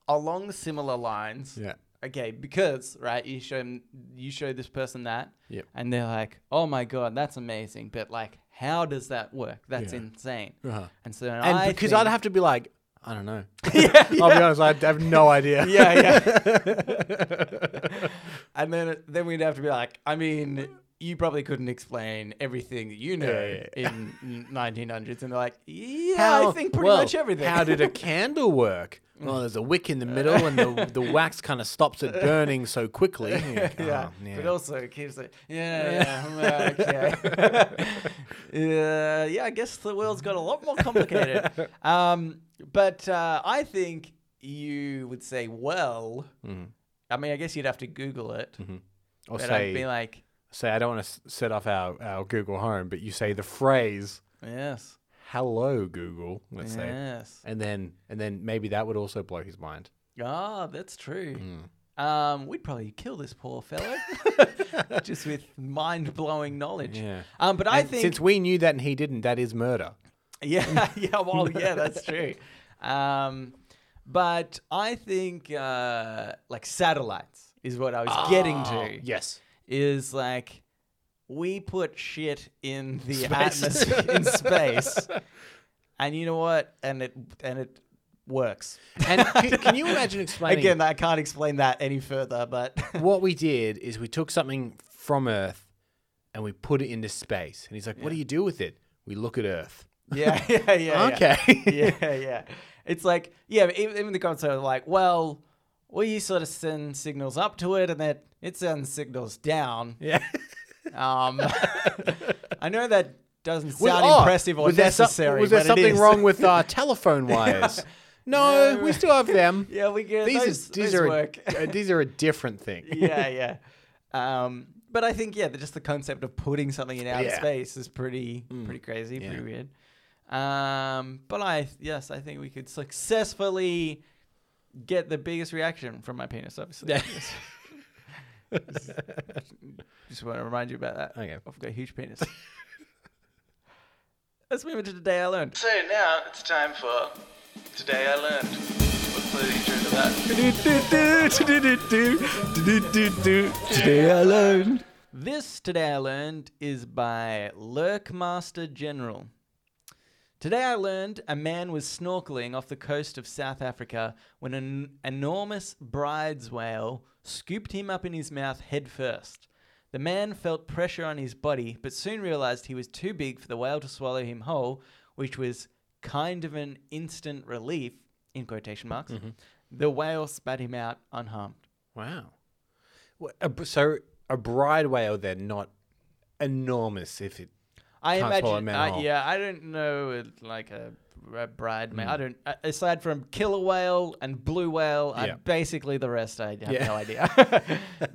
[SPEAKER 1] along similar lines.
[SPEAKER 2] Yeah.
[SPEAKER 1] Okay, because right, you show 'em- you show this person that,
[SPEAKER 2] Yep.
[SPEAKER 1] and they're like, "Oh my god, that's amazing!" But like, how does that work? That's
[SPEAKER 2] Yeah.
[SPEAKER 1] insane.
[SPEAKER 2] Uh-huh.
[SPEAKER 1] And so,
[SPEAKER 2] And
[SPEAKER 1] I
[SPEAKER 2] because
[SPEAKER 1] think,
[SPEAKER 2] I'd have to be like, I don't know.
[SPEAKER 1] (laughs) yeah,
[SPEAKER 2] (laughs) I'll be honest, I have no idea.
[SPEAKER 1] yeah, yeah. (laughs) and then then we'd have to be like, I mean, you probably couldn't explain everything that you know
[SPEAKER 2] Yeah,
[SPEAKER 1] in 1900s, and they're like, (laughs) yeah, I
[SPEAKER 2] How-
[SPEAKER 1] think pretty
[SPEAKER 2] well,
[SPEAKER 1] much everything.
[SPEAKER 2] How did
[SPEAKER 1] (laughs)
[SPEAKER 2] a candle work? Well, there's a wick in the middle, and the, the
[SPEAKER 1] (laughs)
[SPEAKER 2] wax kind of stops it burning so quickly. Yeah,
[SPEAKER 1] yeah,
[SPEAKER 2] oh,
[SPEAKER 1] but also it keeps it. Yeah, yeah,
[SPEAKER 2] (laughs)
[SPEAKER 1] okay. yeah, yeah. I guess the world's got a lot more complicated. um, but uh, I think you would say, well, I mean, I guess you'd have to Google it,
[SPEAKER 2] Mm-hmm. Or
[SPEAKER 1] but
[SPEAKER 2] say-
[SPEAKER 1] I'd be like,
[SPEAKER 2] say I don't want to set off our, our Google Home, but you say the phrase
[SPEAKER 1] yes.
[SPEAKER 2] "Hello Google," let's say,
[SPEAKER 1] Yes.
[SPEAKER 2] and then and then maybe that would also blow his mind.
[SPEAKER 1] Ah, that's true.
[SPEAKER 2] Hmm.
[SPEAKER 1] Um, we'd probably kill this poor
[SPEAKER 2] (laughs)
[SPEAKER 1] fellow just with mind blowing knowledge.
[SPEAKER 2] Yeah.
[SPEAKER 1] Um, but I
[SPEAKER 2] And
[SPEAKER 1] think
[SPEAKER 2] since we knew that and he didn't, that is murder.
[SPEAKER 1] (laughs) yeah,
[SPEAKER 2] (laughs)
[SPEAKER 1] yeah, well, yeah, that's true. Um, but I think uh, like satellites is what I was
[SPEAKER 2] Ah.
[SPEAKER 1] getting to.
[SPEAKER 2] Yes.
[SPEAKER 1] Is like we put shit in the
[SPEAKER 2] Space. (laughs)
[SPEAKER 1] atmosphere in space, and you know what? And it and it
[SPEAKER 2] (laughs)
[SPEAKER 1] works.
[SPEAKER 2] And can, can you
[SPEAKER 1] (laughs)
[SPEAKER 2] imagine explaining
[SPEAKER 1] Again, I can't explain that any further, but (laughs)
[SPEAKER 2] what we did is we took something from Earth and we put it into space. And he's like, "What do you do with it?" We look at Earth.
[SPEAKER 1] yeah, (laughs) yeah, yeah. yeah.
[SPEAKER 2] okay.
[SPEAKER 1] (laughs) yeah, yeah. It's like, yeah, but even, even the comments are like, well, we sort of send signals up to it and that it sends signals down.
[SPEAKER 2] (laughs) yeah.
[SPEAKER 1] Um, (laughs) I know that doesn't
[SPEAKER 2] Well,
[SPEAKER 1] sound
[SPEAKER 2] oh,
[SPEAKER 1] impressive or
[SPEAKER 2] was there so-
[SPEAKER 1] necessary.
[SPEAKER 2] was there
[SPEAKER 1] but it
[SPEAKER 2] something
[SPEAKER 1] is.
[SPEAKER 2] wrong with our
[SPEAKER 1] (laughs)
[SPEAKER 2] telephone wires? no,
[SPEAKER 1] No.
[SPEAKER 2] we still have them.
[SPEAKER 1] (laughs) (laughs) Yeah, we get
[SPEAKER 2] These,
[SPEAKER 1] these. Those, those
[SPEAKER 2] are- these are
[SPEAKER 1] work.
[SPEAKER 2] A, (laughs) uh, these are a different thing. (laughs)
[SPEAKER 1] yeah, yeah. Um, but I think yeah, the- just the concept of putting something in outer
[SPEAKER 2] Yeah. Mm.
[SPEAKER 1] space is pretty pretty crazy, pretty weird. Um, but I yes, I think we could successfully get the biggest reaction from my penis. Obviously,
[SPEAKER 2] Yeah.
[SPEAKER 1] (laughs) just want to remind you about that.
[SPEAKER 2] Okay.
[SPEAKER 1] I've got a huge penis. (laughs) Let's move into today I learned.
[SPEAKER 3] So now it's time for Today I Learned. What's the intro to that?
[SPEAKER 1] Today I learned. This Today I Learned is by Lurkmaster General. Today I learned a man was snorkeling off the coast of South Africa when an enormous bride's whale scooped him up in his mouth head first. The man felt pressure on his body, but soon realized he was too big for the whale to swallow him whole, which was kind of an instant relief, in quotation marks. The whale spat him out unharmed.
[SPEAKER 2] Wow. Wha- a br- So a bride whale, they're not enormous. If it,
[SPEAKER 1] I
[SPEAKER 2] Can't swallow
[SPEAKER 1] imagine,
[SPEAKER 2] men
[SPEAKER 1] I-
[SPEAKER 2] whole.
[SPEAKER 1] yeah, I don't know, uh, like a, a bride ma- I
[SPEAKER 2] Mm.
[SPEAKER 1] don't. a- Aside from killer whale and blue whale, I
[SPEAKER 2] Yeah.
[SPEAKER 1] basically the rest I have
[SPEAKER 2] Yeah.
[SPEAKER 1] no
[SPEAKER 2] (laughs)
[SPEAKER 1] idea.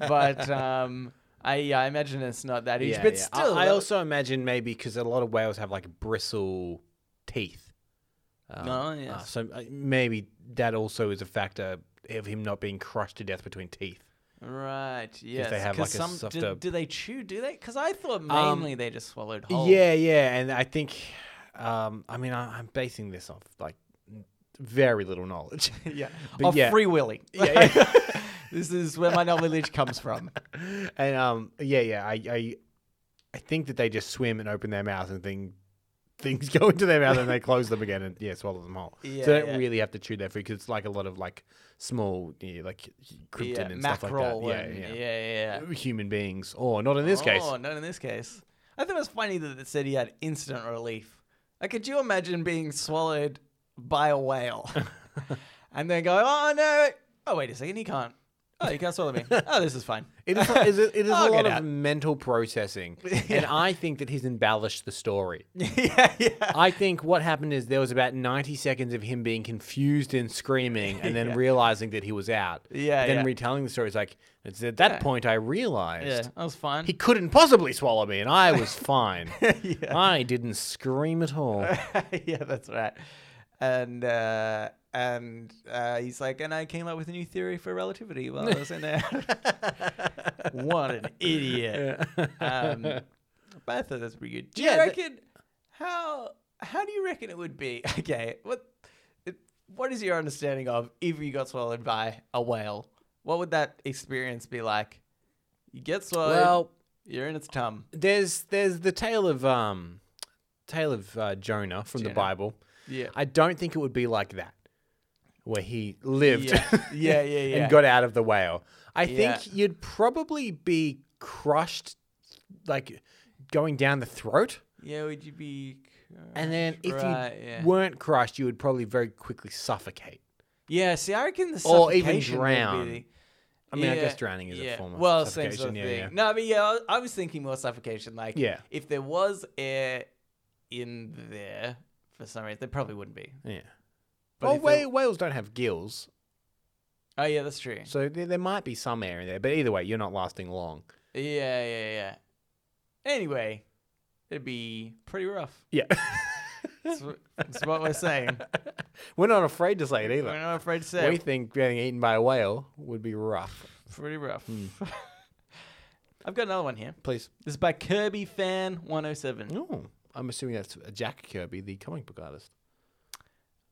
[SPEAKER 1] but um, I, yeah, I imagine it's not that huge.
[SPEAKER 2] yeah,
[SPEAKER 1] but
[SPEAKER 2] yeah. I-
[SPEAKER 1] still, uh,
[SPEAKER 2] I, also imagine maybe because a lot of whales have like bristle teeth. Um,
[SPEAKER 1] Oh,
[SPEAKER 2] uh,
[SPEAKER 1] yes.
[SPEAKER 2] so uh, maybe that also is a factor of him not being crushed to death between teeth.
[SPEAKER 1] right? Yes,
[SPEAKER 2] they have,
[SPEAKER 1] 'cause
[SPEAKER 2] like, a
[SPEAKER 1] some, do-
[SPEAKER 2] softer-
[SPEAKER 1] do, they chew? Do they? Because I thought mainly they just swallowed whole.
[SPEAKER 2] Yeah, yeah, and I think, um, I mean, I, I'm basing this off like n- very little knowledge.
[SPEAKER 1] (laughs)
[SPEAKER 2] (laughs)
[SPEAKER 1] yeah.
[SPEAKER 2] But
[SPEAKER 1] Of
[SPEAKER 2] yeah.
[SPEAKER 1] free willy.
[SPEAKER 2] (laughs) Yeah,
[SPEAKER 1] (laughs) this is where my knowledge comes from.
[SPEAKER 2] and um, yeah, yeah, I, I, I think that they just swim and open their mouth and thing, things (laughs) go into their mouth and they close them again and yeah, swallow them whole.
[SPEAKER 1] Yeah,
[SPEAKER 2] so they don't
[SPEAKER 1] yeah.
[SPEAKER 2] really have to chew their food because it's like a lot of like small, yeah, like krypton
[SPEAKER 1] yeah,
[SPEAKER 2] and stuff like that.
[SPEAKER 1] mackerel.
[SPEAKER 2] Yeah,
[SPEAKER 1] and-
[SPEAKER 2] yeah,
[SPEAKER 1] yeah, yeah.
[SPEAKER 2] Human beings, or not in this case.
[SPEAKER 1] Oh, not in this case. I thought it was funny that it said he had instant relief. Like, could you imagine being swallowed by a (laughs) whale and then going, oh, no. Oh, wait a second. He can't. Oh, you can't swallow (laughs) me. Oh, this is fine.
[SPEAKER 2] It is, it is, it is a
[SPEAKER 1] I'll
[SPEAKER 2] lot
[SPEAKER 1] get
[SPEAKER 2] of
[SPEAKER 1] out.
[SPEAKER 2] mental processing, and I think that he's embellished the story.
[SPEAKER 1] (laughs) yeah, yeah.
[SPEAKER 2] I think what happened is there was about 90 seconds of him being confused and screaming
[SPEAKER 1] (laughs)
[SPEAKER 2] and then realizing that he was out.
[SPEAKER 1] Yeah,
[SPEAKER 2] Then
[SPEAKER 1] yeah.
[SPEAKER 2] retelling the story. It's like, it's at that point I
[SPEAKER 1] Yeah,
[SPEAKER 2] realized
[SPEAKER 1] that was fine.
[SPEAKER 2] he couldn't possibly swallow me and I was
[SPEAKER 1] (laughs)
[SPEAKER 2] fine.
[SPEAKER 1] yeah.
[SPEAKER 2] I didn't scream
[SPEAKER 1] (laughs)
[SPEAKER 2] at all.
[SPEAKER 1] (laughs) yeah, that's right. And uh, and uh, he's like, and I came up with a new theory for relativity while I was in there. (laughs) what an (laughs) idiot! Um, but I thought that's pretty good. Do you
[SPEAKER 2] Yeah, that-
[SPEAKER 1] reckon how how do you reckon it would be? (laughs) Okay, what it- what is your understanding of if you got swallowed by a whale? What would that experience be like? You get swallowed.
[SPEAKER 2] well,
[SPEAKER 1] you're in its tum.
[SPEAKER 2] (laughs) there's there's the tale of um tale of uh, Jonah from the
[SPEAKER 1] Jonah.
[SPEAKER 2] Bible.
[SPEAKER 1] Yeah.
[SPEAKER 2] I don't think it would be like that where he lived. (laughs)
[SPEAKER 1] Yeah, yeah, yeah. yeah.
[SPEAKER 2] and got out of the whale. I
[SPEAKER 1] Yeah.
[SPEAKER 2] think you'd probably be crushed, like going down the throat.
[SPEAKER 1] Yeah, would you be?
[SPEAKER 2] And then if
[SPEAKER 1] Right,
[SPEAKER 2] you
[SPEAKER 1] yeah.
[SPEAKER 2] weren't crushed, you would probably very quickly suffocate.
[SPEAKER 1] yeah, see, I reckon the
[SPEAKER 2] Or even
[SPEAKER 1] suffocation would be
[SPEAKER 2] drown.
[SPEAKER 1] the-
[SPEAKER 2] I mean, I
[SPEAKER 1] Yeah,
[SPEAKER 2] guess drowning is
[SPEAKER 1] yeah.
[SPEAKER 2] a form of
[SPEAKER 1] well, same
[SPEAKER 2] suffocation.
[SPEAKER 1] sort of
[SPEAKER 2] yeah,
[SPEAKER 1] thing.
[SPEAKER 2] yeah.
[SPEAKER 1] No, but yeah, I was- I was thinking more suffocation. Like,
[SPEAKER 2] Yeah.
[SPEAKER 1] if there was air in there for some reason, there probably wouldn't be.
[SPEAKER 2] yeah.
[SPEAKER 1] But
[SPEAKER 2] well,
[SPEAKER 1] if there-
[SPEAKER 2] whale, whales don't have gills,
[SPEAKER 1] oh yeah, that's true.
[SPEAKER 2] so there, there might be some air in there. But either way, you're not lasting long.
[SPEAKER 1] Yeah, yeah, yeah. Anyway, it'd be pretty rough.
[SPEAKER 2] Yeah, (laughs)
[SPEAKER 1] That's, wh- that's what we're saying.
[SPEAKER 2] we're not afraid to say it
[SPEAKER 1] We're
[SPEAKER 2] either.
[SPEAKER 1] not afraid to say
[SPEAKER 2] We
[SPEAKER 1] it.
[SPEAKER 2] think getting eaten by a whale would be rough.
[SPEAKER 1] pretty rough.
[SPEAKER 2] Hmm.
[SPEAKER 1] (laughs) I've got another one here.
[SPEAKER 2] Please.
[SPEAKER 1] This is by Kirby Fan 107.
[SPEAKER 2] Oh, I'm assuming that's Jack Kirby, the comic book artist.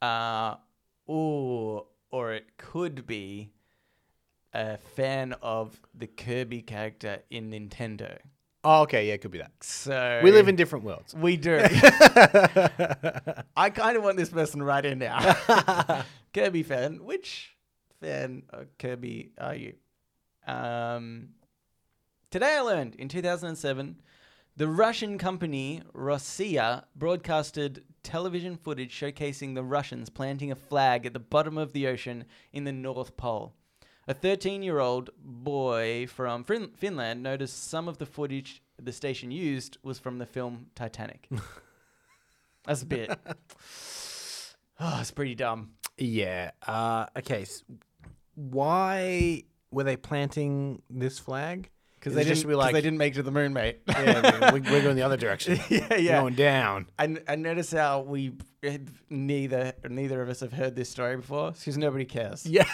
[SPEAKER 1] Uh, or or it could be a fan of the Kirby character in Nintendo.
[SPEAKER 2] Oh, okay, yeah, it could be that.
[SPEAKER 1] So
[SPEAKER 2] We live in different worlds.
[SPEAKER 1] we do. I kind of want this person right in now. (laughs) Kirby fan, which fan of Kirby are you? Um, today I learned in 2007, the Russian company Rossiya broadcasted television footage showcasing the Russians planting a flag at the bottom of the ocean in the North Pole. A 13 year old boy from Fin- Finland noticed some of the footage the station used was from the film Titanic. That's a bit.
[SPEAKER 2] (sighs)
[SPEAKER 1] Oh, it's pretty dumb.
[SPEAKER 2] (laughs) Yeah. Uh, okay. s why were they planting this flag? Because
[SPEAKER 1] They didn't, 'cause they didn't make it to the moon, mate.
[SPEAKER 2] (laughs) yeah, we- we're going the other (laughs) direction.
[SPEAKER 1] (laughs) yeah,
[SPEAKER 2] We're
[SPEAKER 1] yeah.
[SPEAKER 2] Going down.
[SPEAKER 1] I, I notice how we neither neither of us have heard this story before because nobody cares
[SPEAKER 2] (laughs) Yeah.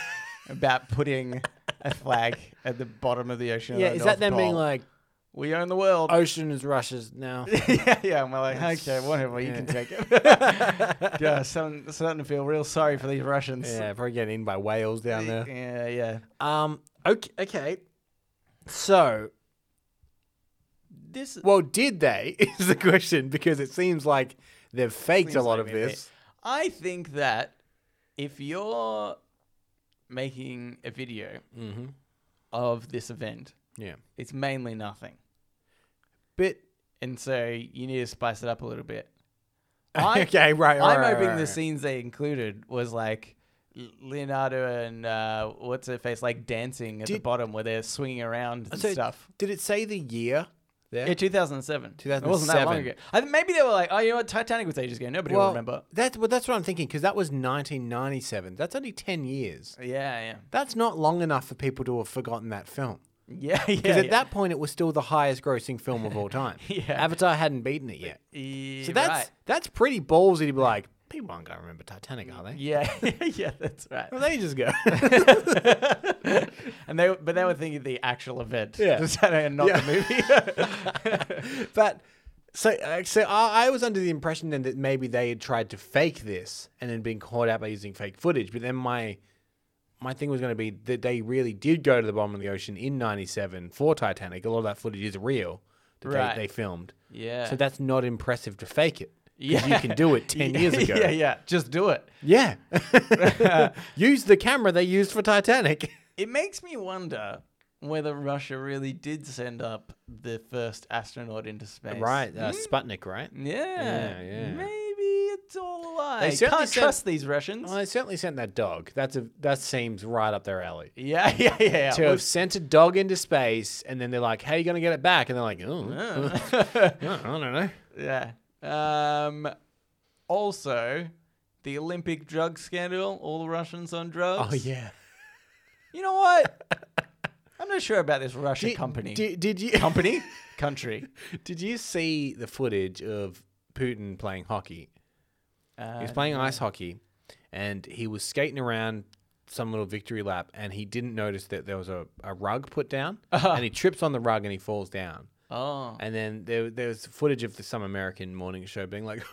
[SPEAKER 1] about putting a
[SPEAKER 2] (laughs)
[SPEAKER 1] flag at the bottom of the ocean. or
[SPEAKER 2] Yeah.
[SPEAKER 1] the
[SPEAKER 2] Is
[SPEAKER 1] North
[SPEAKER 2] that them being
[SPEAKER 1] Pole.
[SPEAKER 2] like, Oh,
[SPEAKER 1] we own the world?
[SPEAKER 2] ocean is Russia's now?
[SPEAKER 1] (laughs) yeah, yeah. And we're like, okay, whatever, you can take it.
[SPEAKER 2] (laughs)
[SPEAKER 1] yeah, starting, starting to feel real sorry for these Russians.
[SPEAKER 2] (laughs) yeah, probably getting in by whales down there. (laughs)
[SPEAKER 1] yeah, yeah.
[SPEAKER 2] Um. Okay. Okay. So,
[SPEAKER 1] This
[SPEAKER 2] well, did they? (laughs) Is the question because it seems like they've faked a
[SPEAKER 1] Seems
[SPEAKER 2] lot
[SPEAKER 1] like
[SPEAKER 2] of
[SPEAKER 1] they-
[SPEAKER 2] this.
[SPEAKER 1] I think that if you're making a video
[SPEAKER 2] Mm-hmm.
[SPEAKER 1] of this event,
[SPEAKER 2] Yeah.
[SPEAKER 1] it's mainly nothing.
[SPEAKER 2] (laughs) But
[SPEAKER 1] And so you need to spice it up a little bit. I-
[SPEAKER 2] (laughs) okay, right. right,
[SPEAKER 1] I'm
[SPEAKER 2] right,
[SPEAKER 1] hoping
[SPEAKER 2] right,
[SPEAKER 1] the
[SPEAKER 2] right.
[SPEAKER 1] scenes they included was like L- Leonardo and uh, what's her face like dancing at the
[SPEAKER 2] Did-
[SPEAKER 1] bottom where they're swinging around and
[SPEAKER 2] So, uh,
[SPEAKER 1] stuff.
[SPEAKER 2] Did it say the year? There.
[SPEAKER 1] Yeah, 2007. It wasn't that long
[SPEAKER 2] 2007.
[SPEAKER 1] ago. I think maybe they were like, oh, you know what? Titanic was ages ago. Nobody will
[SPEAKER 2] well,
[SPEAKER 1] remember.
[SPEAKER 2] That's well, that's what I'm thinking because that was 1997. That's only 10 years.
[SPEAKER 1] Yeah,
[SPEAKER 2] That's not long enough for people to have forgotten that film.
[SPEAKER 1] yeah. (laughs) Yeah, yeah.
[SPEAKER 2] Because at
[SPEAKER 1] yeah.
[SPEAKER 2] that point, it was still the highest-grossing film of (laughs) all time.
[SPEAKER 1] Yeah.
[SPEAKER 2] Avatar hadn't beaten it yet.
[SPEAKER 1] Yeah,
[SPEAKER 2] So that's
[SPEAKER 1] right. (laughs)
[SPEAKER 2] that's pretty ballsy to be like, people aren't gonna remember Titanic, are they?
[SPEAKER 1] Yeah, (laughs) yeah, that's
[SPEAKER 2] (laughs)
[SPEAKER 1] right.
[SPEAKER 2] Well, they just go.
[SPEAKER 1] and they, but they were thinking the actual event,
[SPEAKER 2] Yeah.
[SPEAKER 1] (laughs) The Saturday and not
[SPEAKER 2] Yeah.
[SPEAKER 1] the
[SPEAKER 2] (laughs)
[SPEAKER 1] movie.
[SPEAKER 2] but so uh, so I, I was under the impression then that maybe they had tried to fake this and then been caught out by using fake footage. But then my my thing was going to be that they really did go to the bottom of the ocean in '97 for Titanic. A lot of that footage is real that
[SPEAKER 1] Right.
[SPEAKER 2] they, they filmed.
[SPEAKER 1] yeah,
[SPEAKER 2] So that's not impressive to fake it. 'Cause
[SPEAKER 1] yeah.
[SPEAKER 2] You can do
[SPEAKER 1] (laughs)
[SPEAKER 2] it 10 years ago.
[SPEAKER 1] Yeah, yeah, just do it.
[SPEAKER 2] Yeah. (laughs) Use the camera they used for Titanic.
[SPEAKER 1] It makes me wonder whether Russia really did send up the first astronaut into space.
[SPEAKER 2] Right. Uh, Sputnik, right?
[SPEAKER 1] Yeah.
[SPEAKER 2] Yeah, yeah.
[SPEAKER 1] Maybe it's all a lie.
[SPEAKER 2] They
[SPEAKER 1] They
[SPEAKER 2] certainly
[SPEAKER 1] can't
[SPEAKER 2] sent-
[SPEAKER 1] trust these Russians.
[SPEAKER 2] Well, they certainly sent that dog. That's a that seems right up their alley.
[SPEAKER 1] yeah, (laughs) yeah, yeah. yeah.
[SPEAKER 2] to have sent a dog into space and then they're like, "How are you gonna get it back?" And they're like,
[SPEAKER 1] (laughs)
[SPEAKER 2] "Oh, (laughs)
[SPEAKER 1] Well,
[SPEAKER 2] I don't know."
[SPEAKER 1] Yeah. Um, also, the Olympic drug scandal, all the Russians on drugs.
[SPEAKER 2] Oh yeah,
[SPEAKER 1] You know what?
[SPEAKER 2] (laughs)
[SPEAKER 1] I'm not sure about this Russia company.
[SPEAKER 2] Did, did you
[SPEAKER 1] company? Country.
[SPEAKER 2] (laughs) Did you see the footage of Putin playing hockey? He
[SPEAKER 1] Uh,
[SPEAKER 2] was playing ice hockey, and he was skating around some little victory lap, and he didn't notice that there was a, a rug put down, and he trips on the rug and he falls down.
[SPEAKER 1] oh.
[SPEAKER 2] And then there, there was footage of the, some American morning show being like, (laughs)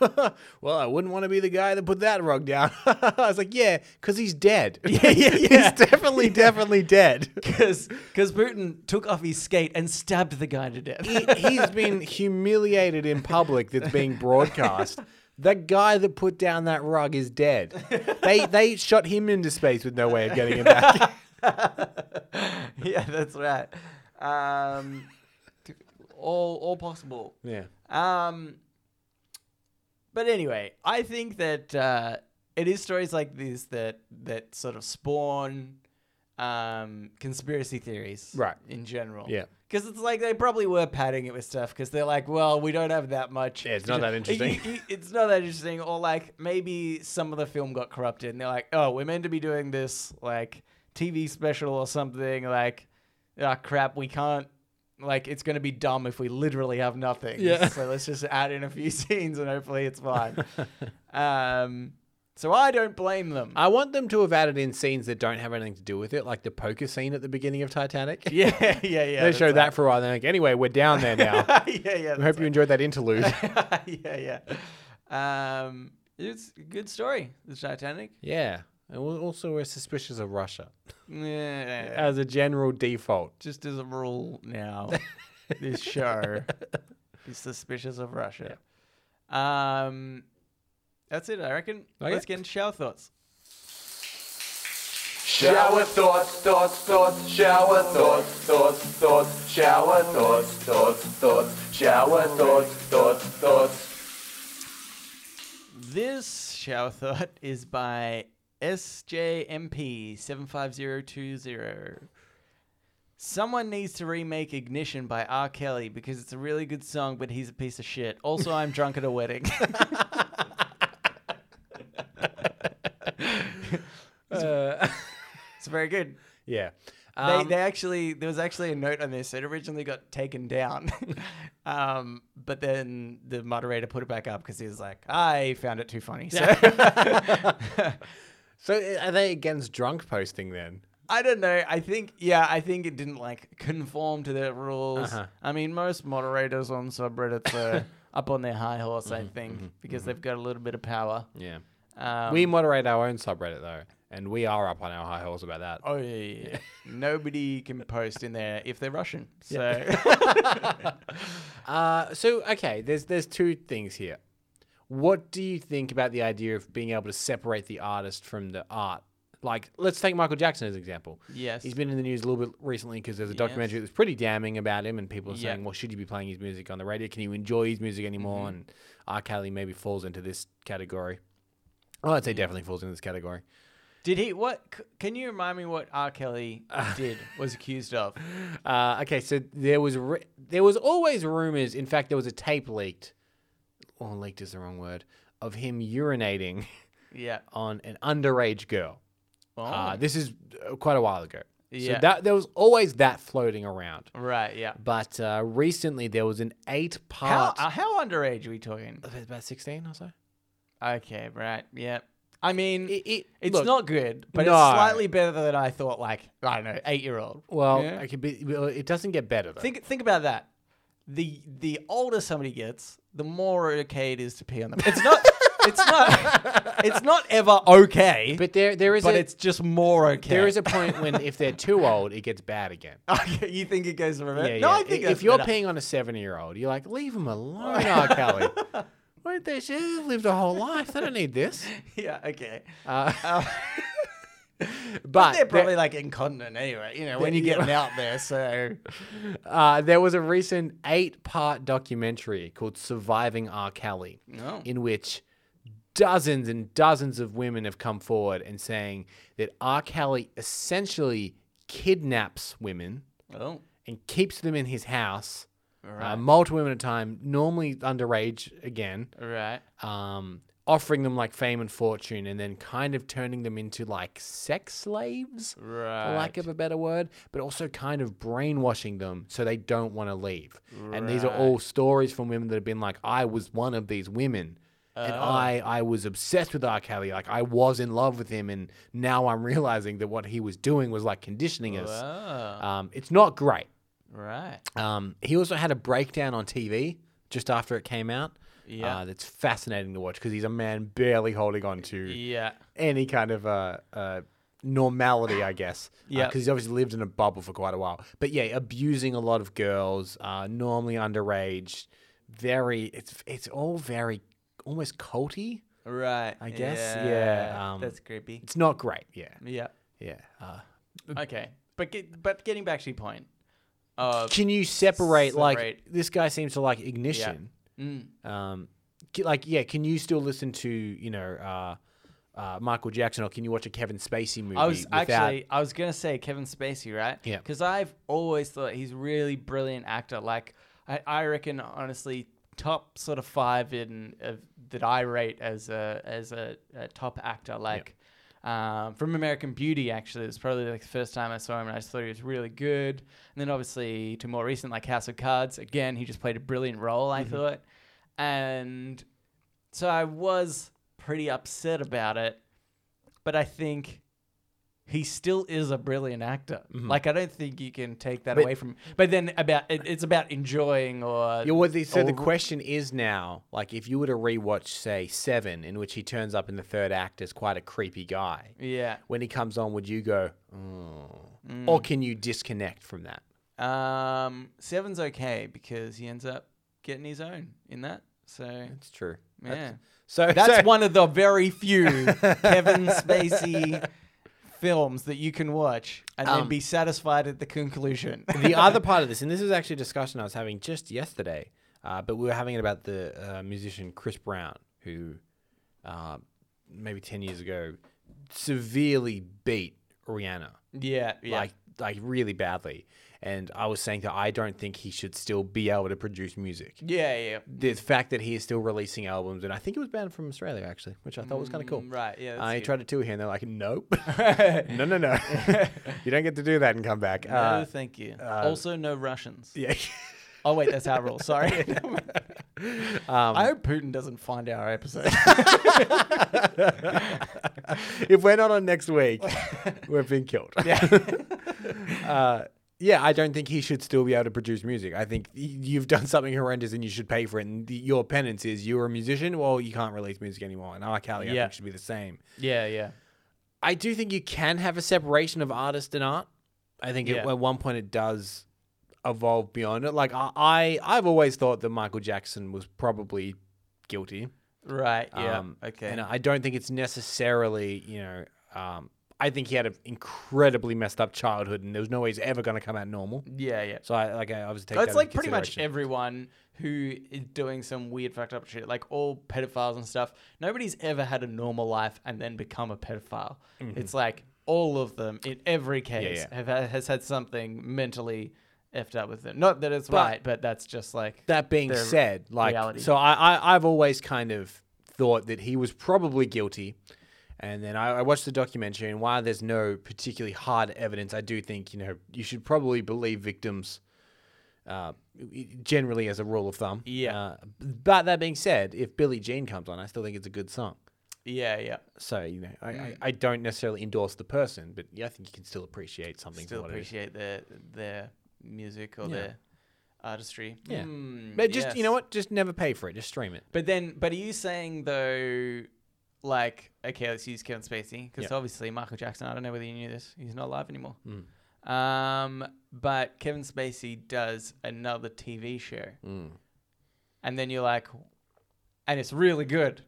[SPEAKER 2] "Well, I wouldn't want to be the guy that put that rug down." (laughs) I was like, "Yeah, because he's (laughs) dead.
[SPEAKER 1] Yeah, yeah, yeah.
[SPEAKER 2] he's (laughs) definitely, definitely dead.
[SPEAKER 1] Because Putin took off his skate and stabbed the guy to death.
[SPEAKER 2] he, he's been humiliated in public. That's being broadcast. The guy that put down that rug is dead. They they shot him into space with no way of getting him back.
[SPEAKER 1] (laughs) yeah, that's right. Um, all, all possible.
[SPEAKER 2] (laughs) yeah,
[SPEAKER 1] Um, but anyway, I think that uh, it is stories like these that that sort of spawn um, conspiracy theories,
[SPEAKER 2] Right.
[SPEAKER 1] In general,
[SPEAKER 2] Yeah.
[SPEAKER 1] Because it's like they probably were padding it with stuff because they're like, well, we don't have that much.
[SPEAKER 2] Yeah, it's not that interesting.
[SPEAKER 1] (laughs) You- you- it's not that interesting. Or like maybe some of the film got corrupted and they're like, oh, we're meant to be doing this like TV special or something. Like, ah, crap, we can't. Like, it's going to be dumb if we literally have nothing. (laughs)
[SPEAKER 2] Yeah.
[SPEAKER 1] So let's just add in a few (laughs) scenes and hopefully it's
[SPEAKER 2] (laughs)
[SPEAKER 1] fine. um, so I don't blame them.
[SPEAKER 2] I want them to have added in scenes that don't have anything to do with it, like the poker scene at the beginning of Titanic.
[SPEAKER 1] (laughs) yeah, yeah, yeah.
[SPEAKER 2] they
[SPEAKER 1] that's
[SPEAKER 2] showed that
[SPEAKER 1] right.
[SPEAKER 2] for a while. They're like, anyway, we're down there (laughs) now.
[SPEAKER 1] (laughs) yeah, yeah.
[SPEAKER 2] I hope you enjoyed that interlude.
[SPEAKER 1] (laughs) yeah, yeah. Um, it's a good story, the Titanic.
[SPEAKER 2] (laughs) yeah. And we're also, we're suspicious of Russia
[SPEAKER 1] Yeah.
[SPEAKER 2] as a general default. (laughs)
[SPEAKER 1] Just as a rule now. this show is suspicious of Russia. Um, that's it, I reckon.
[SPEAKER 2] Okay.
[SPEAKER 1] Let's get into shower thoughts.
[SPEAKER 4] Shower thoughts, thoughts, thoughts, shower thoughts, thoughts, thoughts, shower thoughts, thoughts, thoughts, shower thoughts, thoughts, thoughts.
[SPEAKER 1] This shower thought (laughs) is by SJMP75020. Someone needs to remake Ignition by R. Kelly because it's a really good song, but he's a piece of shit. (laughs) Also, I'm drunk at a wedding.
[SPEAKER 2] Uh, (laughs)
[SPEAKER 1] it's very good.
[SPEAKER 2] yeah.
[SPEAKER 1] (laughs) They,
[SPEAKER 2] Um,
[SPEAKER 1] they actually there was actually a note on this. It originally got taken (laughs) down, um, but then the moderator put it back up because he was like, "I found it too (laughs) funny." So
[SPEAKER 2] (laughs) so uh, are they against drunk posting then?
[SPEAKER 1] I don't know. I think yeah, I think it didn't like conform to the rules.
[SPEAKER 2] Uh-huh.
[SPEAKER 1] I mean, most moderators on subreddits
[SPEAKER 2] (laughs)
[SPEAKER 1] are up on their high horse,
[SPEAKER 2] Mm-hmm,
[SPEAKER 1] I think, because they've got a little bit of power.
[SPEAKER 2] Yeah.
[SPEAKER 1] Um,
[SPEAKER 2] we moderate our own subreddit though, and we are up on our high horse about that.
[SPEAKER 1] oh yeah, yeah, yeah. (laughs) nobody can post in there if they're Russian. So
[SPEAKER 2] (laughs)
[SPEAKER 1] (laughs)
[SPEAKER 2] Uh, so okay, there's there's two things here. What do you think about the idea of being able to separate the artist from the art? Like, let's take Michael Jackson as an example.
[SPEAKER 1] yes,
[SPEAKER 2] He's been in the news a little bit recently because there's a
[SPEAKER 1] Yes.
[SPEAKER 2] documentary that's pretty damning about him, and people are
[SPEAKER 1] Yeah.
[SPEAKER 2] saying, "Well, should you be playing his music on the radio? Can you enjoy his music anymore?"
[SPEAKER 1] Mm-hmm.
[SPEAKER 2] And R. Kelly maybe falls into this category. Oh, I'd say definitely falls into this category.
[SPEAKER 1] Did he? What? c- Can you remind me what R.
[SPEAKER 2] (laughs)
[SPEAKER 1] Kelly did was accused of?
[SPEAKER 2] Uh, okay, so there was ri there was always rumors. In fact, there was a tape leaked. Oh, leaked is the wrong word. Of him urinating (laughs)
[SPEAKER 1] Yeah.
[SPEAKER 2] on an underage girl.
[SPEAKER 1] Oh,
[SPEAKER 2] Uh, this is uh, quite a while ago.
[SPEAKER 1] Yeah.
[SPEAKER 2] So that there was always that floating around.
[SPEAKER 1] right. Yeah.
[SPEAKER 2] But uh, recently there was an eight
[SPEAKER 1] How
[SPEAKER 2] part.
[SPEAKER 1] uh, how underage are we talking?
[SPEAKER 2] about 16 or so?
[SPEAKER 1] Okay. Right. Yeah. I mean,
[SPEAKER 2] It, it,
[SPEAKER 1] it's
[SPEAKER 2] look,
[SPEAKER 1] not good, but
[SPEAKER 2] No.
[SPEAKER 1] it's slightly better than I thought. Like I don't know, eight year old.
[SPEAKER 2] Well,
[SPEAKER 1] Yeah.
[SPEAKER 2] it, could be, well, it doesn't get better, though.
[SPEAKER 1] Think (laughs) think about that. The the older somebody gets, the more okay it is to pee on them. It's
[SPEAKER 2] (laughs)
[SPEAKER 1] not. it's not. It's not ever okay. But,
[SPEAKER 2] but there, there is a,
[SPEAKER 1] it's just more okay.
[SPEAKER 2] there is a point when if they're too old, it gets bad again.
[SPEAKER 1] (laughs) Okay, you think it goes from
[SPEAKER 2] Yeah,
[SPEAKER 1] there?
[SPEAKER 2] yeah.
[SPEAKER 1] No, I think
[SPEAKER 2] if
[SPEAKER 1] that's
[SPEAKER 2] you're
[SPEAKER 1] better.
[SPEAKER 2] peeing on a seven-year-old, you're like, leave him alone, R.
[SPEAKER 1] (laughs)
[SPEAKER 2] Kelly. Wait, they she's lived a whole life. They don't need this.
[SPEAKER 1] (laughs) Yeah.
[SPEAKER 2] (laughs)
[SPEAKER 1] Okay.
[SPEAKER 2] Uh,
[SPEAKER 1] Um, (laughs) they're
[SPEAKER 2] but there-
[SPEAKER 1] probably like incontinent anyway, you know, when
[SPEAKER 2] They-
[SPEAKER 1] you're getting
[SPEAKER 2] (laughs)
[SPEAKER 1] out there. So,
[SPEAKER 2] Uh, there was a recent eight part documentary called Surviving R. Kelly,
[SPEAKER 1] no.
[SPEAKER 2] in which dozens and dozens of women have come forward and saying that R. Kelly essentially kidnaps women
[SPEAKER 1] Oh,
[SPEAKER 2] and keeps them in his house,
[SPEAKER 1] right.
[SPEAKER 2] uh, multiple women at a time, normally underage again,
[SPEAKER 1] right.
[SPEAKER 2] um, offering them like fame and fortune and then kind of turning them into like sex slaves for
[SPEAKER 1] Right.
[SPEAKER 2] lack of a better word, but also kind of brainwashing them so they don't want to leave. And these are all stories from women that have been like, I was one of these women. And I, I was obsessed with R. Kelly. Like, I was in love with him. And now I'm realizing that what he was doing was like conditioning us.
[SPEAKER 1] oh,
[SPEAKER 2] Um, it's not great.
[SPEAKER 1] right.
[SPEAKER 2] Um, he also had a breakdown on TV just after it came out.
[SPEAKER 1] Yeah.
[SPEAKER 2] Uh, that's fascinating to watch because he's a man barely holding on to
[SPEAKER 1] Yeah.
[SPEAKER 2] any kind of uh, uh, normality, I guess.
[SPEAKER 1] Yeah.
[SPEAKER 2] Because he's obviously lived in a bubble for quite a while. But yeah, abusing a lot of girls, uh, normally underage, very. It's it's all very almost culty.
[SPEAKER 1] Right. I
[SPEAKER 2] guess, yeah, um,
[SPEAKER 1] That's creepy.
[SPEAKER 2] It's not great. Yeah.
[SPEAKER 1] Yeah.
[SPEAKER 2] Yeah. Uh,
[SPEAKER 1] Okay. But get, but getting back to your point. Uh,
[SPEAKER 2] can you separate, like
[SPEAKER 1] Separate.
[SPEAKER 2] this guy seems to like ignition?
[SPEAKER 1] mm,
[SPEAKER 2] Um, c- like yeah, can you still listen to you know uh, uh, Michael Jackson or can you watch a Kevin Spacey movie?
[SPEAKER 1] I was
[SPEAKER 2] without-
[SPEAKER 1] actually I was gonna say Kevin Spacey, right?
[SPEAKER 2] Yeah.
[SPEAKER 1] Because I've always thought he's a really brilliant actor. Like I, I reckon honestly, top sort of five in of, that I rate as a as a, a top actor. Like um, from American Beauty, actually, it was probably like the first time I saw him, and I just thought he was really good. And then obviously to more recent, like House of Cards, again he just played a brilliant role.
[SPEAKER 2] Mm-hmm.
[SPEAKER 1] I thought, and so I was pretty upset about it, but I think he still is a brilliant actor. Like I don't think you can take that
[SPEAKER 2] Mm-hmm. But-
[SPEAKER 1] away from. But then about it, it's about enjoying or
[SPEAKER 2] Yeah, well, the, so the
[SPEAKER 1] Or-
[SPEAKER 2] question is now, like, if you were to rewatch, say, Seven, in which he turns up in the third act as quite a creepy guy,
[SPEAKER 1] yeah. Mm.
[SPEAKER 2] when he comes on, would you go, oh. or can you disconnect from that?
[SPEAKER 1] Um, seven's okay because he ends up getting his own in that. So
[SPEAKER 2] That's true.
[SPEAKER 1] yeah,
[SPEAKER 2] So (laughs)
[SPEAKER 1] that's
[SPEAKER 2] so-
[SPEAKER 1] one of the very
[SPEAKER 2] (laughs)
[SPEAKER 1] few Kevin Spacey films that you can watch and then
[SPEAKER 2] Um,
[SPEAKER 1] be satisfied at the conclusion.
[SPEAKER 2] the other part of this, and this is actually a discussion I was having just yesterday, uh, but we were having it about the uh, musician Chris Brown, who uh, maybe 10 years ago severely beat Rihanna,
[SPEAKER 1] (laughs) yeah, yeah,
[SPEAKER 2] like, like really badly. And I was saying that I don't think he should still be able to produce music.
[SPEAKER 1] yeah, yeah.
[SPEAKER 2] The fact that he is still releasing albums, and I think it was banned from Australia actually, which I thought was kind of cool.
[SPEAKER 1] Mm, Right, yeah.
[SPEAKER 2] I
[SPEAKER 1] that's
[SPEAKER 2] tried it too here, and they're
[SPEAKER 1] (laughs)
[SPEAKER 2] like, "Nope, (laughs)
[SPEAKER 1] good.
[SPEAKER 2] no,
[SPEAKER 1] (laughs)
[SPEAKER 2] no, no, you don't get to do that and come back."
[SPEAKER 1] no,
[SPEAKER 2] Uh,
[SPEAKER 1] thank you.
[SPEAKER 2] uh,
[SPEAKER 1] also, no Russians.
[SPEAKER 2] yeah,
[SPEAKER 1] Oh wait, that's our rule.
[SPEAKER 2] (laughs)
[SPEAKER 1] Sorry. (laughs)
[SPEAKER 2] um,
[SPEAKER 1] I hope Putin doesn't find our
[SPEAKER 2] (laughs)
[SPEAKER 1] episode.
[SPEAKER 2] if we're not on next week, we've
[SPEAKER 1] (laughs)
[SPEAKER 2] been killed. Yeah. (laughs) uh, yeah, I don't think he should still be able to produce music. I think y- you've done something horrendous and you should pay for it. And the, your penance is you're a musician. Well, you can't release music anymore. And R. Kelly, I
[SPEAKER 1] Yeah.
[SPEAKER 2] think, should be the same.
[SPEAKER 1] yeah, yeah.
[SPEAKER 2] I do think you can have a separation of artist and art. I think it,
[SPEAKER 1] Yeah.
[SPEAKER 2] at one point it does evolve beyond it. Like I, I, I've always thought that Michael Jackson was probably guilty.
[SPEAKER 1] Right. Yeah.
[SPEAKER 2] Um,
[SPEAKER 1] okay.
[SPEAKER 2] And I don't think it's necessarily, you know, um, I think he had an incredibly messed up childhood, and there was no way he's ever going to come out normal.
[SPEAKER 1] yeah. Yeah.
[SPEAKER 2] So I like I obviously take
[SPEAKER 1] It's
[SPEAKER 2] that into
[SPEAKER 1] like pretty much
[SPEAKER 2] consideration.
[SPEAKER 1] everyone who is doing some weird fucked up shit, like all pedophiles and stuff. Nobody's ever had a normal life and then become a pedophile. It's like all of them in every case
[SPEAKER 2] Mm-hmm. yeah.
[SPEAKER 1] have ha- has had something mentally effed up with them. Not that it's right, but that's just like
[SPEAKER 2] That being
[SPEAKER 1] their
[SPEAKER 2] said, like
[SPEAKER 1] reality.
[SPEAKER 2] so I, I I've always kind of thought that he was probably guilty. And then I, I watched the documentary, and while there's no particularly hard evidence, I do think you know you should probably believe victims, uh, generally as a rule of thumb.
[SPEAKER 1] Yeah.
[SPEAKER 2] Uh, but that being said, if Billie Jean comes on, I still think it's a good song.
[SPEAKER 1] yeah, yeah.
[SPEAKER 2] So you know, I, I, I don't necessarily endorse the person, but yeah, I think you can still appreciate something. for
[SPEAKER 1] Still
[SPEAKER 2] what it is.
[SPEAKER 1] appreciate their their music or
[SPEAKER 2] Yeah.
[SPEAKER 1] their artistry.
[SPEAKER 2] Yeah.
[SPEAKER 1] Mm,
[SPEAKER 2] But just you know
[SPEAKER 1] yes.
[SPEAKER 2] what, just never pay for it. Just stream it. (laughs)
[SPEAKER 1] But then, but are you saying though, like, okay, let's use Kevin Spacey because
[SPEAKER 2] Yeah.
[SPEAKER 1] obviously Michael Jackson. I don't know whether you knew this; he's not alive anymore.
[SPEAKER 2] Hmm.
[SPEAKER 1] Um, but Kevin Spacey does another TV show,
[SPEAKER 2] Hmm.
[SPEAKER 1] and then you're like, and it's really good.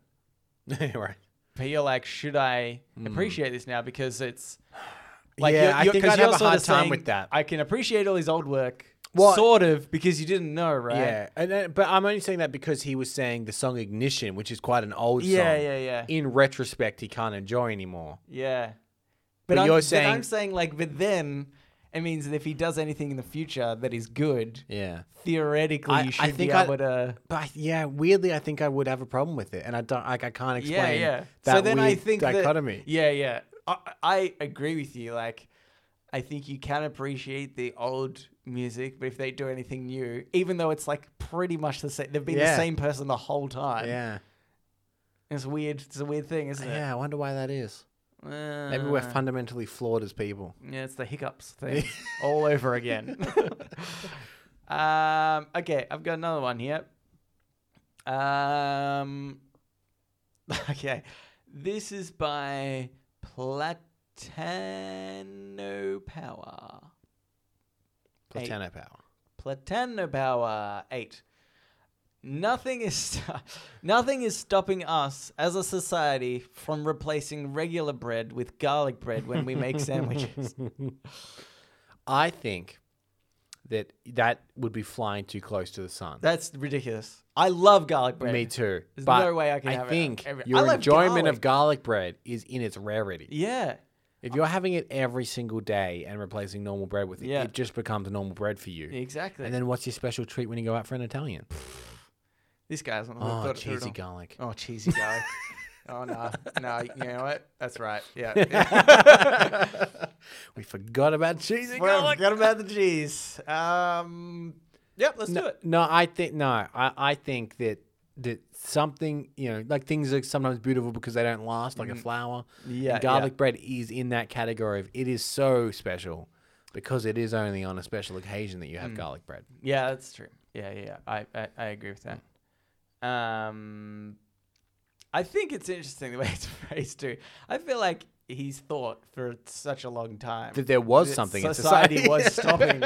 [SPEAKER 2] right.
[SPEAKER 1] But you're like, should I
[SPEAKER 2] Hmm.
[SPEAKER 1] appreciate this now because it's
[SPEAKER 2] Yeah,
[SPEAKER 1] you're-
[SPEAKER 2] I
[SPEAKER 1] you're-
[SPEAKER 2] think
[SPEAKER 1] 'cause
[SPEAKER 2] I'd
[SPEAKER 1] you're
[SPEAKER 2] have a
[SPEAKER 1] sorta
[SPEAKER 2] hard time
[SPEAKER 1] saying,
[SPEAKER 2] with that.
[SPEAKER 1] I can appreciate all his old work,
[SPEAKER 2] Well-
[SPEAKER 1] sort of, because you didn't know, right?
[SPEAKER 2] Yeah, and then, but I'm only saying that because he was saying the song "Ignition," which is quite an old
[SPEAKER 1] yeah,
[SPEAKER 2] song.
[SPEAKER 1] yeah, yeah.
[SPEAKER 2] In retrospect, he can't enjoy anymore.
[SPEAKER 1] Yeah.
[SPEAKER 2] But
[SPEAKER 1] I'm-
[SPEAKER 2] you're
[SPEAKER 1] I'm
[SPEAKER 2] saying-
[SPEAKER 1] saying like but then it means that if he does anything in the future that is good,
[SPEAKER 2] Yeah,
[SPEAKER 1] theoretically
[SPEAKER 2] I-
[SPEAKER 1] you
[SPEAKER 2] I
[SPEAKER 1] should
[SPEAKER 2] think
[SPEAKER 1] be
[SPEAKER 2] I-
[SPEAKER 1] able to
[SPEAKER 2] but I- yeah, weirdly, I think I would have a problem with it, and I don't like I can't
[SPEAKER 1] Yeah,
[SPEAKER 2] explain.
[SPEAKER 1] yeah.
[SPEAKER 2] That
[SPEAKER 1] so then I
[SPEAKER 2] weird
[SPEAKER 1] think that-
[SPEAKER 2] dichotomy.
[SPEAKER 1] yeah, yeah. I, I agree with you. Like I think you can appreciate the old music, but if they do anything new, even though it's like pretty much the same they've been
[SPEAKER 2] Yeah.
[SPEAKER 1] the same person the whole time.
[SPEAKER 2] yeah,
[SPEAKER 1] It's weird. It's a weird thing, isn't it? Uh.
[SPEAKER 2] yeah. I wonder why that is.
[SPEAKER 1] Yeah.
[SPEAKER 2] Maybe we're fundamentally flawed as people.
[SPEAKER 1] Yeah, it's the hiccups thing (laughs) all over again. (laughs) um, okay, I've got another one here. Um, (laughs) okay, this is by Platano Power. Hey.
[SPEAKER 2] Platano power.
[SPEAKER 1] Platano Power 8. Nothing is (laughs) st- nothing is stopping us as a society from replacing regular bread with garlic bread when we make sandwiches.
[SPEAKER 2] I think that that would be flying too close to the sun.
[SPEAKER 1] That's ridiculous. I love garlic bread.
[SPEAKER 2] Me too.
[SPEAKER 1] There's
[SPEAKER 2] but
[SPEAKER 1] no way I can
[SPEAKER 2] I
[SPEAKER 1] have it
[SPEAKER 2] think
[SPEAKER 1] every- I
[SPEAKER 2] your
[SPEAKER 1] love
[SPEAKER 2] enjoyment of garlic bread is in its rarity.
[SPEAKER 1] Yeah.
[SPEAKER 2] If you're having it every single day and replacing normal bread with it,
[SPEAKER 1] Yeah.
[SPEAKER 2] it just becomes normal bread for you.
[SPEAKER 1] Exactly.
[SPEAKER 2] And then what's your special treat when you go out for an Italian?
[SPEAKER 1] this guy's on the
[SPEAKER 2] Oh,
[SPEAKER 1] thought it through at
[SPEAKER 2] cheesy
[SPEAKER 1] all.
[SPEAKER 2] garlic.
[SPEAKER 1] Oh, cheesy garlic. oh no, no. You know what? That's right. Yeah.
[SPEAKER 2] (laughs) We forgot about cheesy
[SPEAKER 1] Well,
[SPEAKER 2] garlic.
[SPEAKER 1] forgot about the cheese. Um. Yep. Let's do
[SPEAKER 2] No,
[SPEAKER 1] it.
[SPEAKER 2] no, I think no. I, I think that that something you know, like things are sometimes beautiful because they don't last,
[SPEAKER 1] Mm.
[SPEAKER 2] like a flower.
[SPEAKER 1] Yeah, yeah.
[SPEAKER 2] and garlic bread is in that category of it is so special because it is only on a special occasion that you
[SPEAKER 1] Hmm.
[SPEAKER 2] have garlic bread.
[SPEAKER 1] Yeah, that's true. Yeah, yeah. yeah. I, I I agree with that. Um. I think it's interesting the way (laughs) it's phrased too. I feel like he's thought for such a long time
[SPEAKER 2] That there was
[SPEAKER 1] that
[SPEAKER 2] something in
[SPEAKER 1] society
[SPEAKER 2] (laughs) society.
[SPEAKER 1] was stopping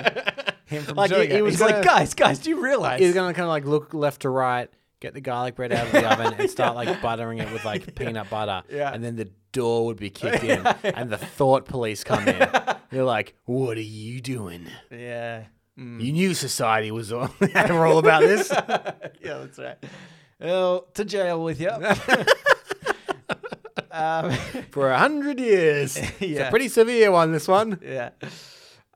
[SPEAKER 2] him from
[SPEAKER 1] Like
[SPEAKER 2] doing
[SPEAKER 1] he, he
[SPEAKER 2] it.
[SPEAKER 1] was
[SPEAKER 2] He's
[SPEAKER 1] like,
[SPEAKER 2] gonna-
[SPEAKER 1] guys, guys, do you realize?
[SPEAKER 2] He's gonna kind of like look left to right, get the garlic bread out of
[SPEAKER 1] (laughs)
[SPEAKER 2] the oven, and start like buttering it with like peanut butter.
[SPEAKER 1] Yeah.
[SPEAKER 2] And then the door would be
[SPEAKER 1] (laughs)
[SPEAKER 2] kicked in, and the thought police come in. They're like, "What are you doing?
[SPEAKER 1] yeah, (laughs) Mm.
[SPEAKER 2] You knew society was all, (laughs) were all about this."
[SPEAKER 1] (laughs) yeah, that's right. Well, to jail with you.
[SPEAKER 2] (laughs)
[SPEAKER 1] (laughs) um, (laughs)
[SPEAKER 2] for a hundred years. It's
[SPEAKER 1] Yeah.
[SPEAKER 2] a pretty severe one, this one.
[SPEAKER 1] yeah.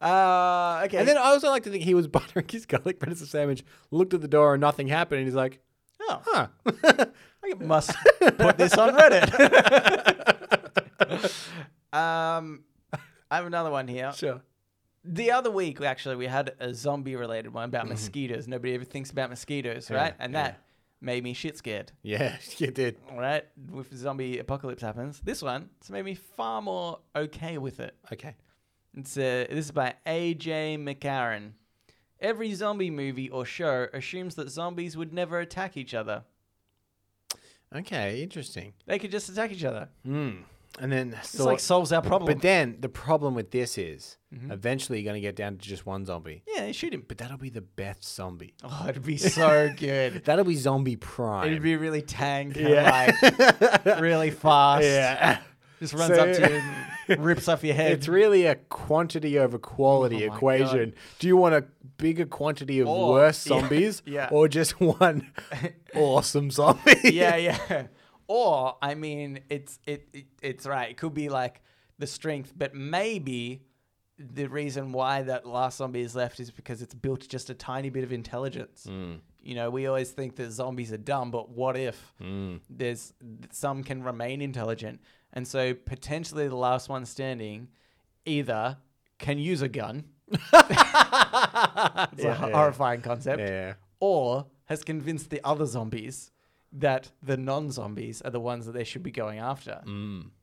[SPEAKER 1] Uh, okay.
[SPEAKER 2] And then I also like to think he was (laughs) buttering his garlic bread as a sandwich, looked at the door and nothing happened, and he's like,
[SPEAKER 1] oh,
[SPEAKER 2] huh. (laughs)
[SPEAKER 1] I must (laughs) put this on Reddit. (laughs) um, I have another one here.
[SPEAKER 2] sure.
[SPEAKER 1] The other week, actually, we had a zombie-related one about mosquitoes. Nobody ever thinks about mosquitoes, right? and that made me shit scared.
[SPEAKER 2] Yeah, (laughs) you did.
[SPEAKER 1] All right, if the zombie apocalypse happens, this one it's made me far more okay with it.
[SPEAKER 2] Okay.
[SPEAKER 1] It's uh, this is by AJ McCarron. Every zombie movie or show assumes that zombies would never attack each other.
[SPEAKER 2] Okay, interesting.
[SPEAKER 1] They could just attack each other.
[SPEAKER 2] Hmm. And then
[SPEAKER 1] It's like solves our problem.
[SPEAKER 2] But then the problem Mm-hmm. with this is eventually you're going to get down to just one zombie.
[SPEAKER 1] yeah, they shoot him.
[SPEAKER 2] But that'll be the best zombie.
[SPEAKER 1] Oh, it'd be so (laughs) good.
[SPEAKER 2] That'll be zombie prime.
[SPEAKER 1] It'd be really tank, yeah. like (laughs) really fast.
[SPEAKER 2] yeah.
[SPEAKER 1] Just runs
[SPEAKER 2] So-
[SPEAKER 1] up to you and rips (laughs) off your head.
[SPEAKER 2] (laughs) It's really a quantity over quality
[SPEAKER 1] Oh my
[SPEAKER 2] equation. Do you want a bigger quantity of
[SPEAKER 1] Or-
[SPEAKER 2] (laughs) worse
[SPEAKER 1] yeah,
[SPEAKER 2] zombies
[SPEAKER 1] yeah.
[SPEAKER 2] or just (laughs) one awesome zombie? (laughs)
[SPEAKER 1] yeah, yeah. Or I mean, it's it, it it's right. It could be like the strength, but maybe the reason why that last zombie is left is because it's built just a tiny bit of intelligence.
[SPEAKER 2] Hmm.
[SPEAKER 1] You know, we always think that zombies are dumb, but what if
[SPEAKER 2] Hmm.
[SPEAKER 1] there's some can remain intelligent, and so potentially the last one standing either can use a gun. (laughs) it's a
[SPEAKER 2] Yeah, yeah.
[SPEAKER 1] horrifying concept
[SPEAKER 2] Yeah.
[SPEAKER 1] or has convinced the other zombies that the non-zombies are the ones that they should be going after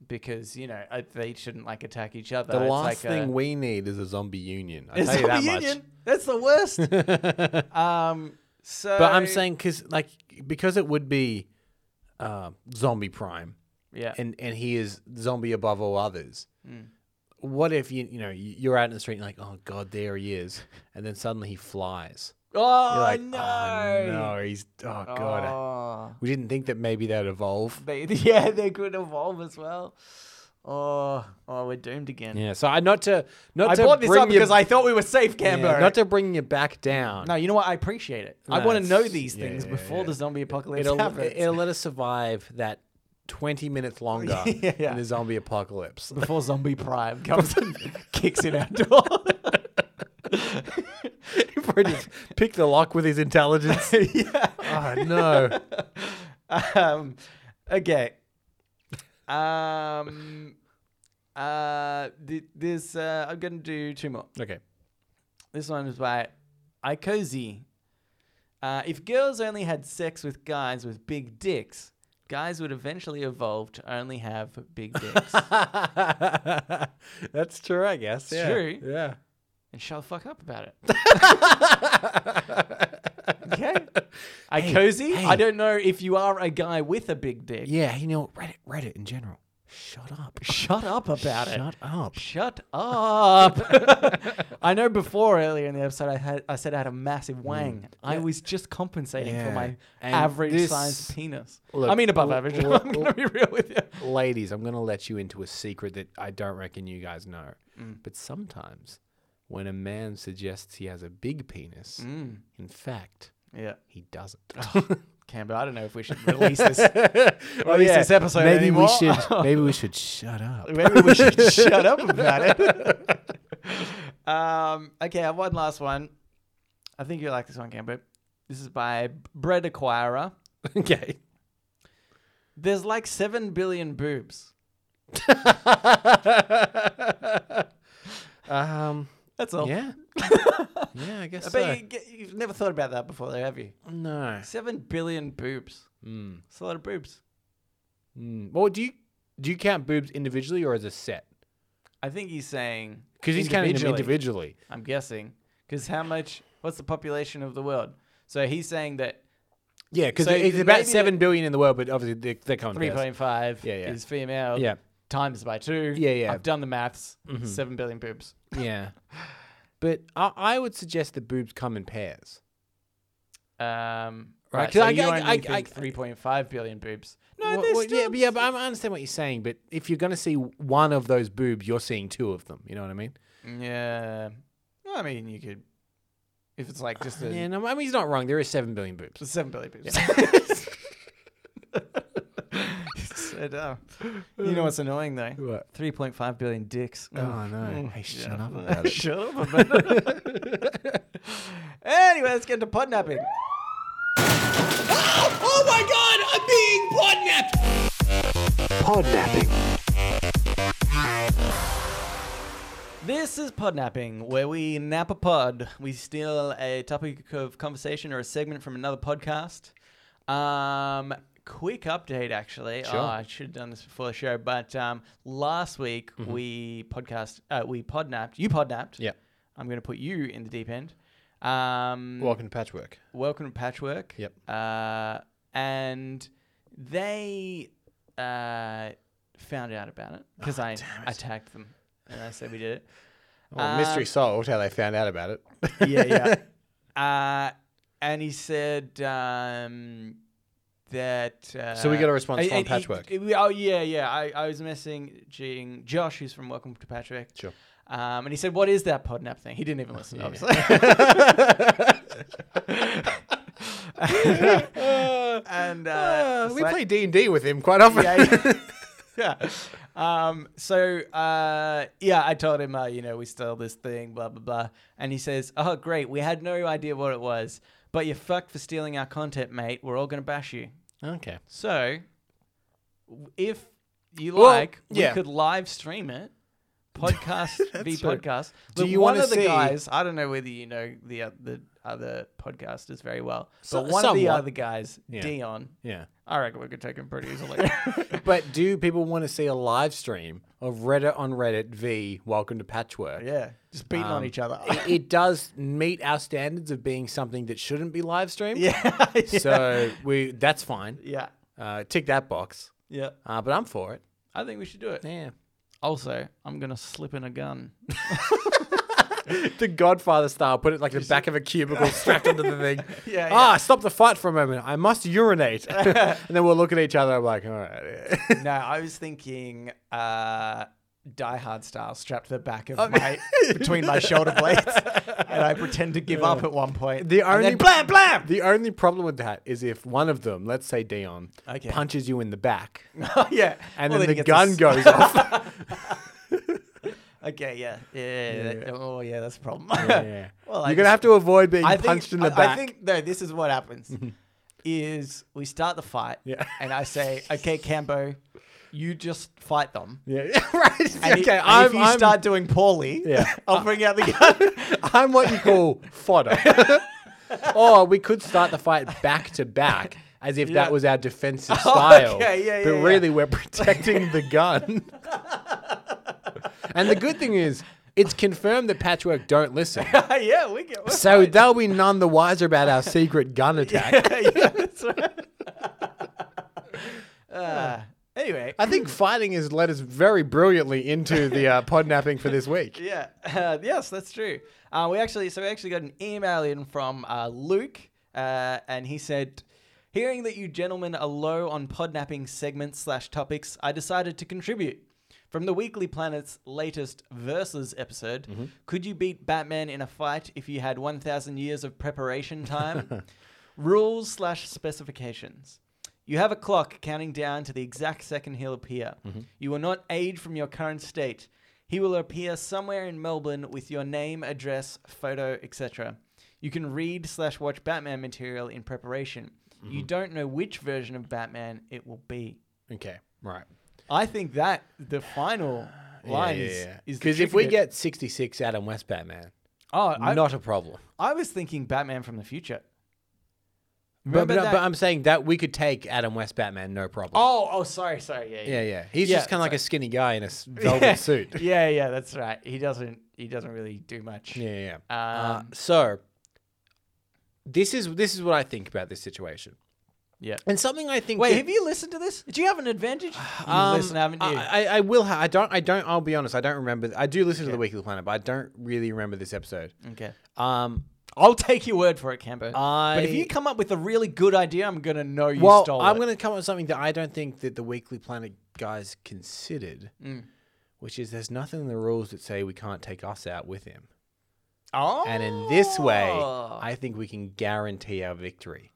[SPEAKER 1] because you know uh, they shouldn't like attack each other.
[SPEAKER 2] Mm. The
[SPEAKER 1] It's
[SPEAKER 2] last
[SPEAKER 1] like
[SPEAKER 2] thing
[SPEAKER 1] a,
[SPEAKER 2] we need is a zombie union. I
[SPEAKER 1] It's
[SPEAKER 2] tell you that
[SPEAKER 1] zombie union. That's the worst.
[SPEAKER 2] much. (laughs)
[SPEAKER 1] um, so,
[SPEAKER 2] but I'm saying because like because it would be uh, zombie prime
[SPEAKER 1] yeah,
[SPEAKER 2] and and he is zombie above all others.
[SPEAKER 1] Hmm.
[SPEAKER 2] What if you you know you- you're out in the street and you're like oh god there he is and then suddenly he flies.
[SPEAKER 1] oh
[SPEAKER 2] You're like,
[SPEAKER 1] no,
[SPEAKER 2] oh no, he's oh god.
[SPEAKER 1] Oh.
[SPEAKER 2] We didn't think that maybe that'd evolve.
[SPEAKER 1] They, (laughs) yeah, they could evolve as well. Oh, oh, we're doomed again.
[SPEAKER 2] Yeah. So I not to not
[SPEAKER 1] I
[SPEAKER 2] to
[SPEAKER 1] brought this
[SPEAKER 2] bring
[SPEAKER 1] up
[SPEAKER 2] you,
[SPEAKER 1] because I thought we were safe,
[SPEAKER 2] yeah,
[SPEAKER 1] Camber.
[SPEAKER 2] not to bring you back down.
[SPEAKER 1] No, you know what? I appreciate it. I
[SPEAKER 2] No,
[SPEAKER 1] want to
[SPEAKER 2] it's-
[SPEAKER 1] know these
[SPEAKER 2] yeah,
[SPEAKER 1] things
[SPEAKER 2] yeah,
[SPEAKER 1] before
[SPEAKER 2] yeah.
[SPEAKER 1] the zombie apocalypse
[SPEAKER 2] it'll
[SPEAKER 1] happens.
[SPEAKER 2] it'll let us survive that twenty minutes (laughs) longer
[SPEAKER 1] Yeah, yeah.
[SPEAKER 2] in the zombie apocalypse.
[SPEAKER 1] before zombie prime comes (laughs) and kicks in our door.
[SPEAKER 2] (laughs) Before he just pick the lock with his (laughs) intelligence.
[SPEAKER 1] yeah.
[SPEAKER 2] oh no.
[SPEAKER 1] (laughs) Um, okay. Um. Uh. th- This. Uh. I'm gonna do two more.
[SPEAKER 2] (laughs) Okay.
[SPEAKER 1] This one is by Icozy. Uh, if girls only had sex with guys with big dicks, guys would eventually evolve to only have (laughs) big dicks
[SPEAKER 2] That's true, I guess. yeah.
[SPEAKER 1] true.
[SPEAKER 2] Yeah.
[SPEAKER 1] and shut the fuck up about it. (laughs) okay. I cozy. I
[SPEAKER 2] hey.
[SPEAKER 1] don't know if you are a guy with a big dick.
[SPEAKER 2] Yeah, you know, Reddit Reddit in general. Shut up.
[SPEAKER 1] Shut up about it.
[SPEAKER 2] Shut up.
[SPEAKER 1] Shut (laughs) up. I know before earlier in the episode I had I said I had a massive wang. I was just compensating for
[SPEAKER 2] Yeah.
[SPEAKER 1] my
[SPEAKER 2] And
[SPEAKER 1] average
[SPEAKER 2] this-
[SPEAKER 1] sized penis.
[SPEAKER 2] Look,
[SPEAKER 1] I mean above
[SPEAKER 2] l-
[SPEAKER 1] average. (laughs)
[SPEAKER 2] l-
[SPEAKER 1] I'm gonna be real with you.
[SPEAKER 2] Ladies, I'm going to let you into a secret that I don't reckon you guys know.
[SPEAKER 1] Mm.
[SPEAKER 2] But sometimes when a man suggests he has a big penis,
[SPEAKER 1] Mm.
[SPEAKER 2] in fact,
[SPEAKER 1] Yeah.
[SPEAKER 2] he doesn't.
[SPEAKER 1] (laughs)
[SPEAKER 2] (laughs)
[SPEAKER 1] Camber, I don't know if (laughs) we should release this
[SPEAKER 2] Well,
[SPEAKER 1] least this episode
[SPEAKER 2] Oh, maybe
[SPEAKER 1] anymore.
[SPEAKER 2] we
[SPEAKER 1] (laughs)
[SPEAKER 2] should maybe we should shut up.
[SPEAKER 1] Maybe we
[SPEAKER 2] (laughs)
[SPEAKER 1] should shut up about it. (laughs) um, okay, I have one last one. I think you like this one, Camber. This is by Bread Acquirer.
[SPEAKER 2] okay.
[SPEAKER 1] There's like seven billion boobs.
[SPEAKER 2] (laughs) um
[SPEAKER 1] That's all. (laughs)
[SPEAKER 2] yeah. yeah, I guess
[SPEAKER 1] I bet
[SPEAKER 2] so.
[SPEAKER 1] you, get- you've never thought about that before, though, have you?
[SPEAKER 2] No.
[SPEAKER 1] Seven billion boobs.
[SPEAKER 2] Mm.
[SPEAKER 1] It's a lot of boobs.
[SPEAKER 2] Mm. Well, do you do you count boobs individually or as a set?
[SPEAKER 1] I think he's saying
[SPEAKER 2] Because he's counting them
[SPEAKER 1] individually,
[SPEAKER 2] individually.
[SPEAKER 1] I'm guessing. Because how much? What's the population of the world? So he's saying that
[SPEAKER 2] Yeah, because
[SPEAKER 1] So
[SPEAKER 2] it's
[SPEAKER 1] maybe
[SPEAKER 2] about
[SPEAKER 1] the-
[SPEAKER 2] seven billion in the world, but obviously they're, they're coming
[SPEAKER 1] Three
[SPEAKER 2] first.
[SPEAKER 1] point five
[SPEAKER 2] Yeah, yeah.
[SPEAKER 1] is female.
[SPEAKER 2] Yeah.
[SPEAKER 1] Times by two.
[SPEAKER 2] Yeah, yeah.
[SPEAKER 1] Mm-hmm.
[SPEAKER 2] (laughs)
[SPEAKER 1] I've done the maths. Seven billion boobs.
[SPEAKER 2] Yeah, But I, I would suggest that boobs come in pairs.
[SPEAKER 1] Um,
[SPEAKER 2] Right,
[SPEAKER 1] right.
[SPEAKER 2] 'cause
[SPEAKER 1] so
[SPEAKER 2] I-
[SPEAKER 1] you
[SPEAKER 2] I-
[SPEAKER 1] only
[SPEAKER 2] I- I-
[SPEAKER 1] think three point five billion boobs. No,
[SPEAKER 2] Well-
[SPEAKER 1] there's
[SPEAKER 2] well, yeah,
[SPEAKER 1] still-
[SPEAKER 2] but yeah, but I I understand what you're saying. But if you're going to see one of those boobs, you're seeing two of them. You know what I mean?
[SPEAKER 1] yeah. Well, I mean, you could, if it's like just a
[SPEAKER 2] Yeah, no, I mean he's not wrong. There is seven billion boobs.
[SPEAKER 1] seven billion boobs. So dumb. uh, You (laughs) know what's annoying though?
[SPEAKER 2] What?
[SPEAKER 1] Three point five billion dicks.
[SPEAKER 2] Oh no! (laughs)
[SPEAKER 1] Mm.
[SPEAKER 2] Hey,
[SPEAKER 1] Yeah.
[SPEAKER 2] shut up about it.
[SPEAKER 1] Shut up about it. (laughs) anyway, let's get to podnapping.
[SPEAKER 2] Oh my god, I'm being podnapped! Podnapping.
[SPEAKER 1] This is podnapping, where we nap a pod. We steal a topic of conversation or a segment from another podcast. Um, quick update, actually.
[SPEAKER 2] Sure.
[SPEAKER 1] Oh, I should have done this before the show, but um, last week
[SPEAKER 2] Mm-hmm.
[SPEAKER 1] we podcast, uh, we podnapped. You podnapped.
[SPEAKER 2] Yeah.
[SPEAKER 1] I'm going to put you in the deep end. Um,
[SPEAKER 2] Welcome to Patchwork.
[SPEAKER 1] Welcome to Patchwork.
[SPEAKER 2] Yep.
[SPEAKER 1] Uh, and they uh, found out about it because
[SPEAKER 2] Oh,
[SPEAKER 1] I, I tagged them and I said we did it.
[SPEAKER 2] Well, mystery solved how they found out about it. (laughs)
[SPEAKER 1] yeah, yeah. (laughs) Uh, and he said um, that. Uh,
[SPEAKER 2] So we got a response
[SPEAKER 1] I-
[SPEAKER 2] from
[SPEAKER 1] and he-
[SPEAKER 2] Patchwork.
[SPEAKER 1] we- oh yeah, yeah. I, I was messaging Josh, who's from Welcome to Patchwork.
[SPEAKER 2] Sure.
[SPEAKER 1] Um, and he said, "What is that podnap thing?" He didn't even listen,
[SPEAKER 2] (laughs)
[SPEAKER 1] obviously. (laughs) and uh,
[SPEAKER 2] Uh,
[SPEAKER 1] it's
[SPEAKER 2] we
[SPEAKER 1] like-
[SPEAKER 2] play D and D with him quite often.
[SPEAKER 1] yeah, (laughs)
[SPEAKER 2] (laughs)
[SPEAKER 1] yeah. yeah. Um, so uh, yeah, I told him, uh, you know, we stole this thing, blah blah blah, and he says, "Oh, great, we had no idea what it was, but you're fucked for stealing our content, mate. We're all gonna bash you."
[SPEAKER 2] okay.
[SPEAKER 1] So, w- if you
[SPEAKER 2] Well,
[SPEAKER 1] like,
[SPEAKER 2] yeah.
[SPEAKER 1] we could live stream it.
[SPEAKER 2] (laughs)
[SPEAKER 1] Podcast v
[SPEAKER 2] right.
[SPEAKER 1] podcast.
[SPEAKER 2] Do
[SPEAKER 1] Look,
[SPEAKER 2] you
[SPEAKER 1] one
[SPEAKER 2] wanna
[SPEAKER 1] of the
[SPEAKER 2] see-
[SPEAKER 1] guys? I don't know whether you know the o- the other podcasters very well, but
[SPEAKER 2] So-
[SPEAKER 1] one of the
[SPEAKER 2] somewhat.
[SPEAKER 1] other guys,
[SPEAKER 2] Yeah.
[SPEAKER 1] Dion.
[SPEAKER 2] Yeah.
[SPEAKER 1] I reckon we could take him pretty easily.
[SPEAKER 2] (laughs) But do people want to see a live stream of Reddit on Reddit v Welcome to Patchwork?
[SPEAKER 1] Yeah, just beating on each other. (laughs)
[SPEAKER 2] It, it does meet our standards of being something that shouldn't be live streamed.
[SPEAKER 1] yeah, (laughs) yeah,
[SPEAKER 2] So we that's fine.
[SPEAKER 1] yeah,
[SPEAKER 2] Uh, tick that box.
[SPEAKER 1] yeah.
[SPEAKER 2] Uh, but I'm for it.
[SPEAKER 1] I think we should do it.
[SPEAKER 2] Yeah.
[SPEAKER 1] Also, I'm gonna slip in a gun.
[SPEAKER 2] (laughs) the Godfather style, put it like the back of a (laughs) cubicle strapped onto the thing.
[SPEAKER 1] Yeah,
[SPEAKER 2] Ah, stop the fight for a moment. I must (laughs) urinate. and then we'll look at each other. I'm like, all (laughs) right.
[SPEAKER 1] no, I was thinking uh, Die Hard style, strapped to the back of (laughs) my between my shoulder blades, and I pretend to give up at one point. (laughs)
[SPEAKER 2] The
[SPEAKER 1] and
[SPEAKER 2] only
[SPEAKER 1] then blam blam.
[SPEAKER 2] The only problem with that is if one of them, let's say Dion,
[SPEAKER 1] Okay.
[SPEAKER 2] punches you in the back,
[SPEAKER 1] Oh, yeah,
[SPEAKER 2] and
[SPEAKER 1] Well, he
[SPEAKER 2] then the
[SPEAKER 1] gets a
[SPEAKER 2] gun
[SPEAKER 1] s-
[SPEAKER 2] (laughs) goes off.
[SPEAKER 1] Okay, yeah, yeah, yeah, that- oh yeah, that's a problem.
[SPEAKER 2] Yeah.
[SPEAKER 1] (laughs) Well, I
[SPEAKER 2] You're gonna
[SPEAKER 1] just-
[SPEAKER 2] have to avoid being
[SPEAKER 1] I
[SPEAKER 2] punched
[SPEAKER 1] think,
[SPEAKER 2] in the
[SPEAKER 1] I-
[SPEAKER 2] back.
[SPEAKER 1] I think no. This is what happens:
[SPEAKER 2] (laughs)
[SPEAKER 1] is we start the fight,
[SPEAKER 2] Yeah.
[SPEAKER 1] and I say, "Okay, Cambo, you just fight them."
[SPEAKER 2] yeah, (laughs) right.
[SPEAKER 1] And,
[SPEAKER 2] okay,
[SPEAKER 1] i- and
[SPEAKER 2] I'm,
[SPEAKER 1] if you
[SPEAKER 2] I'm, (laughs)
[SPEAKER 1] start doing poorly,
[SPEAKER 2] Yeah.
[SPEAKER 1] (laughs) I'll bring out the
[SPEAKER 2] (laughs)
[SPEAKER 1] gun.
[SPEAKER 2] I'm what you call fodder. (laughs) or we could start the fight back to back, as if
[SPEAKER 1] Yeah.
[SPEAKER 2] that was our (laughs) defensive style.
[SPEAKER 1] okay, yeah,
[SPEAKER 2] but
[SPEAKER 1] yeah, yeah.
[SPEAKER 2] really, we're protecting (laughs) the gun. and the good thing is, it's confirmed that Patchwork don't (laughs) listen.
[SPEAKER 1] (laughs) yeah, we get.
[SPEAKER 2] So they'll be none the wiser about our secret (laughs) gun attack.
[SPEAKER 1] yeah, that's right. (laughs) uh, anyway,
[SPEAKER 2] I think fighting has led us very brilliantly into the uh, podnapping for this week.
[SPEAKER 1] yeah, (laughs) uh, yes, that's true. Uh, we actually, so we actually got an email in from uh, Luke, uh, and he said. Hearing that you gentlemen are low on podnapping segments slash topics, I decided to contribute. From the Weekly Planet's latest Versus episode, could you beat Batman in a fight if you had 1,000 years of preparation time? Rules slash specifications. You have a clock counting down to the exact second he'll appear.
[SPEAKER 2] Mm-hmm.
[SPEAKER 1] You will not age from your current state. He will appear somewhere in Melbourne with your name, address, photo, etc. You can read slash watch Batman material in preparation. You
[SPEAKER 2] Mm-hmm.
[SPEAKER 1] don't know which version of Batman it will be.
[SPEAKER 2] Okay, right.
[SPEAKER 1] I think that the
[SPEAKER 2] (sighs)
[SPEAKER 1] final line is
[SPEAKER 2] Because if we get 66 Adam West Batman,
[SPEAKER 1] oh, I,
[SPEAKER 2] not a problem.
[SPEAKER 1] I was thinking Batman from the future.
[SPEAKER 2] But,
[SPEAKER 1] Remember
[SPEAKER 2] but,
[SPEAKER 1] that-
[SPEAKER 2] but um, I'm saying that we could take Adam West Batman, no problem.
[SPEAKER 1] oh, oh, sorry, sorry, yeah,
[SPEAKER 2] Yeah, yeah. He's
[SPEAKER 1] Yeah,
[SPEAKER 2] just kind of like a skinny guy in a
[SPEAKER 1] (laughs)
[SPEAKER 2] s- velvet
[SPEAKER 1] yeah.
[SPEAKER 2] suit.
[SPEAKER 1] Yeah,
[SPEAKER 2] Yeah,
[SPEAKER 1] yeah, that's right. He doesn't. He doesn't really do much.
[SPEAKER 2] yeah. yeah. uh,
[SPEAKER 1] Um,
[SPEAKER 2] so this is this is what I think about this situation.
[SPEAKER 1] Yeah.
[SPEAKER 2] And something I think.
[SPEAKER 1] Wait, have you listened to this? Do you have an (sighs) advantage? You
[SPEAKER 2] Um,
[SPEAKER 1] listen, haven't you?
[SPEAKER 2] I, I, I will. Ha- I don't. I don't. I'll be honest. I don't remember. I do listen to the
[SPEAKER 1] Okay.
[SPEAKER 2] Weekly Planet, but I don't really remember this episode.
[SPEAKER 1] okay. Uh,
[SPEAKER 2] Um.
[SPEAKER 1] I'll take your word for it, Cambo. but if
[SPEAKER 2] I-
[SPEAKER 1] you come up with a really good idea, I'm gonna know you
[SPEAKER 2] well,
[SPEAKER 1] stole
[SPEAKER 2] I'm
[SPEAKER 1] it.
[SPEAKER 2] going to come up with something that I don't think that the Weekly Planet guys considered,
[SPEAKER 1] Mm.
[SPEAKER 2] which is there's nothing in the rules that say we can't take us out with him.
[SPEAKER 1] oh.
[SPEAKER 2] And in this way, I think we can guarantee our victory.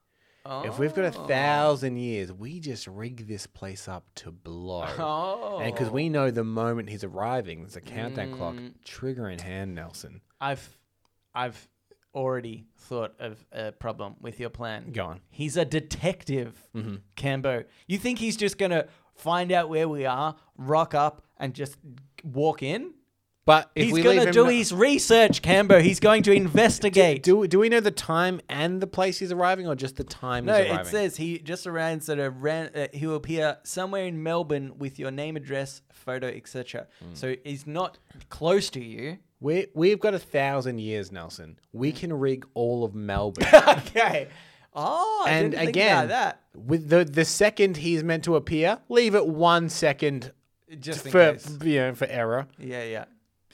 [SPEAKER 2] If we've got
[SPEAKER 1] Oh.
[SPEAKER 2] a thousand years, we just rig this place up to blow.
[SPEAKER 1] (laughs) Oh.
[SPEAKER 2] And because we know the moment he's arriving, there's a countdown clock,
[SPEAKER 1] Mm.
[SPEAKER 2] trigger in hand, Nelson.
[SPEAKER 1] I've, I've already thought of a problem with your plan.
[SPEAKER 2] Go on.
[SPEAKER 1] He's a detective,
[SPEAKER 2] Mm-hmm.
[SPEAKER 1] Cambo. You think he's just gonna find out where we are, rock up, and just walk in?
[SPEAKER 2] But if
[SPEAKER 1] he's
[SPEAKER 2] we
[SPEAKER 1] gonna
[SPEAKER 2] leave him
[SPEAKER 1] do
[SPEAKER 2] no-
[SPEAKER 1] his research, Cambo. He's going
[SPEAKER 2] (laughs)
[SPEAKER 1] to investigate.
[SPEAKER 2] do, do we know the time and the place he's arriving, or just the time
[SPEAKER 1] no,
[SPEAKER 2] he's arriving?
[SPEAKER 1] it says he just arrives that a ran, uh, he will appear somewhere in Melbourne with your name, address, photo, etc.
[SPEAKER 2] Mm.
[SPEAKER 1] So he's not close to
[SPEAKER 2] (laughs)
[SPEAKER 1] you.
[SPEAKER 2] We we've got a thousand years, Nelson.
[SPEAKER 1] Mm.
[SPEAKER 2] We can rig all of
[SPEAKER 1] (laughs)
[SPEAKER 2] Melbourne.
[SPEAKER 1] okay. Oh, I
[SPEAKER 2] and
[SPEAKER 1] didn't think
[SPEAKER 2] again,
[SPEAKER 1] about that.
[SPEAKER 2] with the the second he's meant to appear, leave it one second
[SPEAKER 1] Just in
[SPEAKER 2] for
[SPEAKER 1] case.
[SPEAKER 2] you know, for error.
[SPEAKER 1] Yeah, yeah.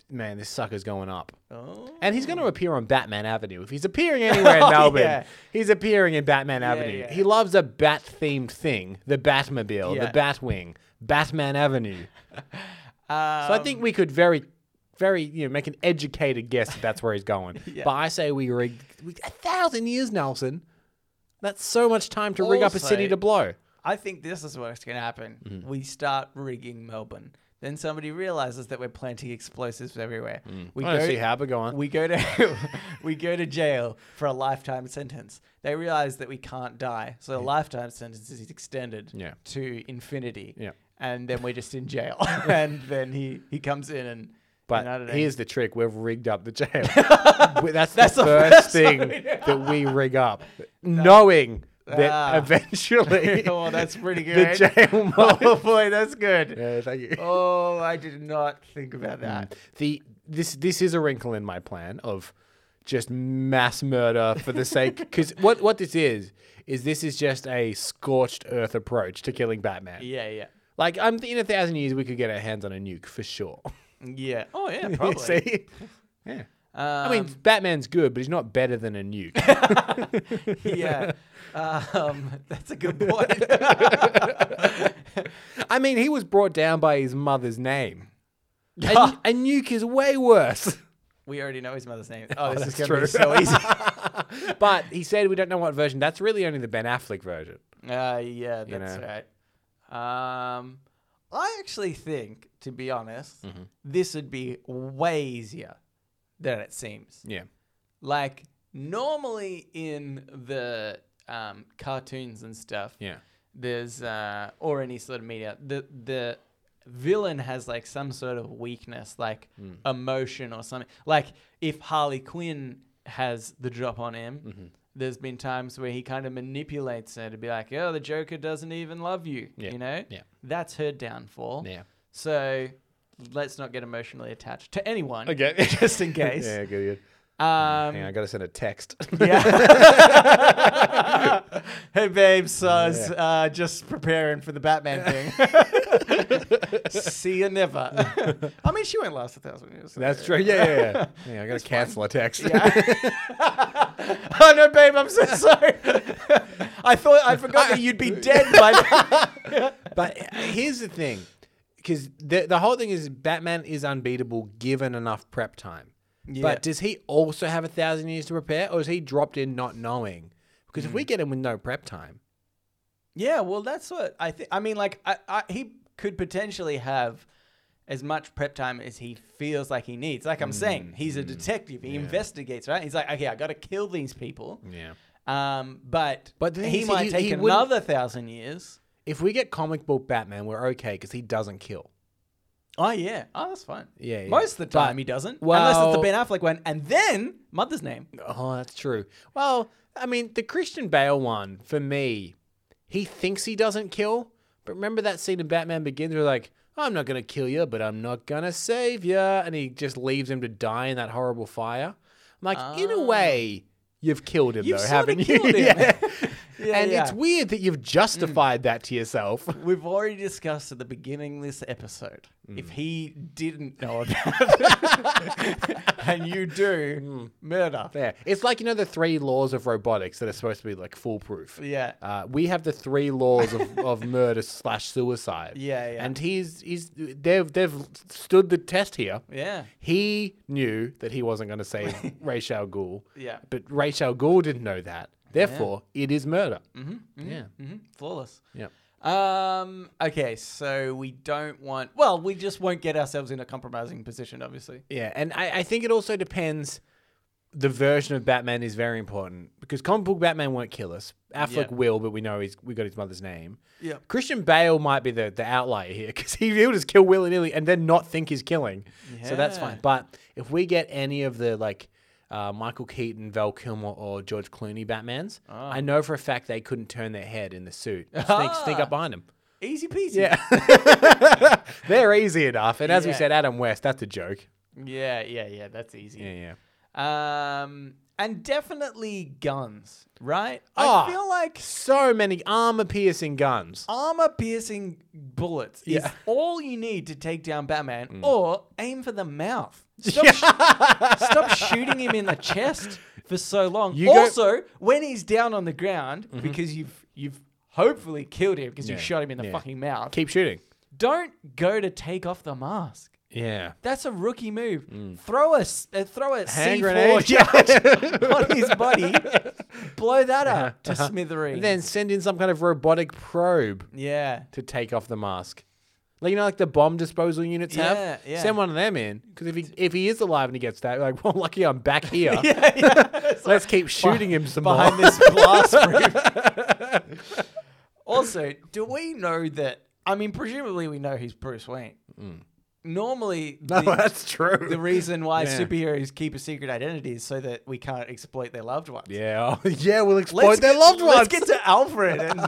[SPEAKER 2] Man, this sucker's going up.
[SPEAKER 1] Oh.
[SPEAKER 2] And he's going to appear on Batman Avenue. If he's
[SPEAKER 1] (laughs)
[SPEAKER 2] appearing anywhere in
[SPEAKER 1] Oh,
[SPEAKER 2] Melbourne,
[SPEAKER 1] yeah.
[SPEAKER 2] he's appearing in Batman Avenue.
[SPEAKER 1] yeah.
[SPEAKER 2] He loves a bat themed thing the Batmobile,
[SPEAKER 1] Yeah.
[SPEAKER 2] the Batwing, Batman Avenue.
[SPEAKER 1] Uh,
[SPEAKER 2] So I think we could very, very, you know, make an educated guess that that's where he's (laughs) going.
[SPEAKER 1] Yeah.
[SPEAKER 2] But I say we rig we, a thousand years, Nelson. That's so much time to rig up a city
[SPEAKER 1] Also-
[SPEAKER 2] to blow.
[SPEAKER 1] I think this is what's going to happen.
[SPEAKER 2] Mm-hmm.
[SPEAKER 1] We start rigging Melbourne. Then somebody realizes that we're planting explosives everywhere. We
[SPEAKER 2] Mm. I don't see how, but go on.
[SPEAKER 1] We go to (laughs) we go to jail for a lifetime sentence. They realize that we can't die, so the lifetime sentence is extended
[SPEAKER 2] Yeah.
[SPEAKER 1] to infinity.
[SPEAKER 2] Yeah.
[SPEAKER 1] And then we're just in
[SPEAKER 2] (laughs)
[SPEAKER 1] jail. (laughs) and then he, he comes in and and I don't
[SPEAKER 2] But
[SPEAKER 1] know.
[SPEAKER 2] here's (laughs) the trick: we've rigged up the (laughs) jail. We- (laughs) that's,
[SPEAKER 1] That's
[SPEAKER 2] the
[SPEAKER 1] the
[SPEAKER 2] first
[SPEAKER 1] first
[SPEAKER 2] thing
[SPEAKER 1] thing.
[SPEAKER 2] (laughs) that we rig up, knowing that
[SPEAKER 1] Ah.
[SPEAKER 2] (laughs) eventually
[SPEAKER 1] (laughs) oh, that's pretty
[SPEAKER 2] the
[SPEAKER 1] good.
[SPEAKER 2] jail
[SPEAKER 1] (laughs)
[SPEAKER 2] (laughs)
[SPEAKER 1] oh
[SPEAKER 2] mob.
[SPEAKER 1] boy, that's good.
[SPEAKER 2] yeah, Mm. thank (laughs) you.
[SPEAKER 1] Oh, I did not think about that.
[SPEAKER 2] The this this is a wrinkle in my plan of just mass murder for the
[SPEAKER 1] (laughs)
[SPEAKER 2] sake because what what this is is this is just a scorched earth approach to killing Batman.
[SPEAKER 1] Yeah, yeah.
[SPEAKER 2] Like I'm in a thousand years we could get our hands on a nuke for sure.
[SPEAKER 1] Yeah. Oh yeah, probably.
[SPEAKER 2] (laughs) See, yeah.
[SPEAKER 1] Um,
[SPEAKER 2] I mean, (laughs) Batman's good, but he's not better than a nuke.
[SPEAKER 1] (laughs) yeah. Um, that's a
[SPEAKER 2] (laughs)
[SPEAKER 1] good point.
[SPEAKER 2] I mean, he was brought down by his mother's name. A, a nuke is way worse.
[SPEAKER 1] we already know his mother's name. (laughs) Oh, this is
[SPEAKER 2] that's
[SPEAKER 1] gonna
[SPEAKER 2] true.
[SPEAKER 1] be so
[SPEAKER 2] (laughs)
[SPEAKER 1] easy. (laughs)
[SPEAKER 2] But he said we don't know what version. That's really only the Ben Affleck version.
[SPEAKER 1] Uh, yeah, that's
[SPEAKER 2] know.
[SPEAKER 1] right. Um, I actually think, to be honest,
[SPEAKER 2] Mm-hmm.
[SPEAKER 1] this would be way easier than it seems.
[SPEAKER 2] Yeah.
[SPEAKER 1] Like normally in the um, cartoons and stuff,
[SPEAKER 2] Yeah.
[SPEAKER 1] there's uh, or any sort of media, the the villain has like some sort of weakness, like
[SPEAKER 2] Hmm.
[SPEAKER 1] emotion or something. Like if Harley Quinn has the drop on him.
[SPEAKER 2] Mm-hmm.
[SPEAKER 1] There's been times where he kind of manipulates her to be like, "Oh, the Joker doesn't even love you,"
[SPEAKER 2] Yeah,
[SPEAKER 1] you know.
[SPEAKER 2] yeah.
[SPEAKER 1] That's her downfall.
[SPEAKER 2] Yeah.
[SPEAKER 1] So let's not get emotionally attached to anyone.
[SPEAKER 2] Okay.
[SPEAKER 1] (laughs) Just
[SPEAKER 2] (laughs)
[SPEAKER 1] in case.
[SPEAKER 2] yeah, good, good.
[SPEAKER 1] Um,
[SPEAKER 2] Hang on, I gotta send a text. (laughs)
[SPEAKER 1] yeah. hey, babe, so I was uh, just preparing for the Batman thing.
[SPEAKER 2] (laughs)
[SPEAKER 1] See you never. I mean, she won't last a thousand years.
[SPEAKER 2] That's true.
[SPEAKER 1] (laughs)
[SPEAKER 2] Yeah, yeah, yeah. Yeah, I gotta cancel a text.
[SPEAKER 1] oh no, babe, I'm so sorry. I thought I forgot that you'd be dead by
[SPEAKER 2] (laughs)
[SPEAKER 1] now.
[SPEAKER 2] (laughs) But uh, here's the thing, because the the whole thing is Batman is unbeatable given enough prep time.
[SPEAKER 1] Yeah.
[SPEAKER 2] But does he also have a thousand years to prepare, or is he dropped in not knowing? Because
[SPEAKER 1] Hmm.
[SPEAKER 2] if we get him with no prep time,
[SPEAKER 1] Yeah, well, that's what I think. I mean, like, I, I, he could potentially have as much prep time as he feels like he needs. Like I'm saying,
[SPEAKER 2] Mm,
[SPEAKER 1] he's a detective. He investigates, right? He's like, okay, I got to kill these people.
[SPEAKER 2] yeah.
[SPEAKER 1] Um, but
[SPEAKER 2] But
[SPEAKER 1] but
[SPEAKER 2] the thing
[SPEAKER 1] he
[SPEAKER 2] is,
[SPEAKER 1] might
[SPEAKER 2] he-
[SPEAKER 1] take
[SPEAKER 2] he wouldn't-
[SPEAKER 1] another thousand years.
[SPEAKER 2] If we get comic book Batman, we're okay because he doesn't kill.
[SPEAKER 1] Oh yeah, oh that's fine.
[SPEAKER 2] Yeah, yeah.
[SPEAKER 1] most of the time
[SPEAKER 2] But-
[SPEAKER 1] he doesn't. Unless it's
[SPEAKER 2] well-
[SPEAKER 1] the Ben Affleck one, and then mother's name.
[SPEAKER 2] Oh, that's true. Well, I mean, the Christian Bale one for me, he thinks he doesn't kill, but remember that scene in Batman Begins where like, I'm not gonna kill you, but I'm not gonna save you, and he just leaves him to die in that horrible fire. I'm like, in a way, you've killed him
[SPEAKER 1] Ah. You've
[SPEAKER 2] though,
[SPEAKER 1] sorta
[SPEAKER 2] haven't you?
[SPEAKER 1] killed him.
[SPEAKER 2] (laughs) yeah.
[SPEAKER 1] (laughs) Yeah,
[SPEAKER 2] and it's
[SPEAKER 1] yeah. Mm.
[SPEAKER 2] weird that you've justified that to yourself. (laughs)
[SPEAKER 1] We've already discussed at the beginning of this episode.
[SPEAKER 2] Mm.
[SPEAKER 1] If he didn't know about (laughs) it, and you do,
[SPEAKER 2] Mm.
[SPEAKER 1] murder.
[SPEAKER 2] Yeah, it's like you know the three laws of robotics that are supposed to be like foolproof.
[SPEAKER 1] Yeah.
[SPEAKER 2] Uh, we have the three laws (laughs) of, of murder slash suicide.
[SPEAKER 1] Yeah, yeah.
[SPEAKER 2] And he's he's they've they've stood the test here.
[SPEAKER 1] Yeah.
[SPEAKER 2] He knew that he wasn't going to (laughs) save Ra's al Ghul.
[SPEAKER 1] Yeah.
[SPEAKER 2] But Ra's al Ghul didn't know that. Therefore, it is murder. Mm-hmm. Yeah.
[SPEAKER 1] hmm Flawless.
[SPEAKER 2] Yeah.
[SPEAKER 1] Um. Okay. So we don't want. Well, we just won't get ourselves in a compromising position. Obviously.
[SPEAKER 2] Yeah, and I, I think it also depends. The version of Batman is very important because comic book Batman won't kill us. Affleck
[SPEAKER 1] Yeah.
[SPEAKER 2] will, but we know he's we got his mother's name.
[SPEAKER 1] Yeah.
[SPEAKER 2] Christian Bale might be the, the outlier here because he will just kill willy nilly and then not think he's killing. So that's
[SPEAKER 1] Yeah.
[SPEAKER 2] fine. But if we get any of the like uh, Michael Keaton, Val Kilmer, or George Clooney Batmans, I know for a fact they couldn't turn their head in the suit. Sneak, sneak up behind him.
[SPEAKER 1] Easy peasy.
[SPEAKER 2] Yeah. They're easy enough. And as we
[SPEAKER 1] Yeah.
[SPEAKER 2] said, Adam West, that's a joke.
[SPEAKER 1] Yeah. Yeah. Yeah. That's easy.
[SPEAKER 2] Yeah, yeah.
[SPEAKER 1] Um. And definitely guns. Right.
[SPEAKER 2] Ah.
[SPEAKER 1] I feel like
[SPEAKER 2] so many armor piercing guns.
[SPEAKER 1] armor piercing bullets is
[SPEAKER 2] Yeah. Mm.
[SPEAKER 1] all you need to take down Batman, or aim for the mouth.
[SPEAKER 2] (laughs)
[SPEAKER 1] Stop, sh- stop shooting him in the chest for so long.
[SPEAKER 2] You go- Mm-hmm.
[SPEAKER 1] also, when he's down on the ground, because you've you've hopefully killed him because
[SPEAKER 2] Yeah,
[SPEAKER 1] you shot him in the
[SPEAKER 2] yeah.
[SPEAKER 1] fucking mouth.
[SPEAKER 2] Keep shooting.
[SPEAKER 1] Don't go to take off the mask.
[SPEAKER 2] Yeah.
[SPEAKER 1] That's a rookie move. Throw a s- uh, throw a
[SPEAKER 2] Mm.
[SPEAKER 1] C4
[SPEAKER 2] Hand grenade.
[SPEAKER 1] (laughs)
[SPEAKER 2] (laughs)
[SPEAKER 1] charge on his body. Blow that up to smithereens.
[SPEAKER 2] Uh-huh. And then send in some kind of robotic probe (laughs)
[SPEAKER 1] yeah,
[SPEAKER 2] to take off the mask. Like you know, like the bomb disposal units
[SPEAKER 1] Yeah,
[SPEAKER 2] have.
[SPEAKER 1] yeah.
[SPEAKER 2] Send one of them in because if he if he is alive and he gets that, like, (laughs) well, lucky
[SPEAKER 1] (laughs)
[SPEAKER 2] I'm back here.
[SPEAKER 1] yeah, yeah.
[SPEAKER 2] Let's keep shooting him some
[SPEAKER 1] behind
[SPEAKER 2] more.
[SPEAKER 1] this blast roof.
[SPEAKER 2] (laughs)
[SPEAKER 1] also, do we know that? I mean, presumably we know he's Bruce Wayne. Normally,
[SPEAKER 2] Mm. (laughs) No,
[SPEAKER 1] the,
[SPEAKER 2] that's true.
[SPEAKER 1] the reason why
[SPEAKER 2] Yeah.
[SPEAKER 1] superheroes keep a secret identity is so that we can't exploit their loved ones.
[SPEAKER 2] yeah, (laughs) oh, yeah, we'll exploit
[SPEAKER 1] Let's
[SPEAKER 2] their
[SPEAKER 1] get-
[SPEAKER 2] loved ones.
[SPEAKER 1] Let's get to Alfred
[SPEAKER 2] (laughs)
[SPEAKER 1] and,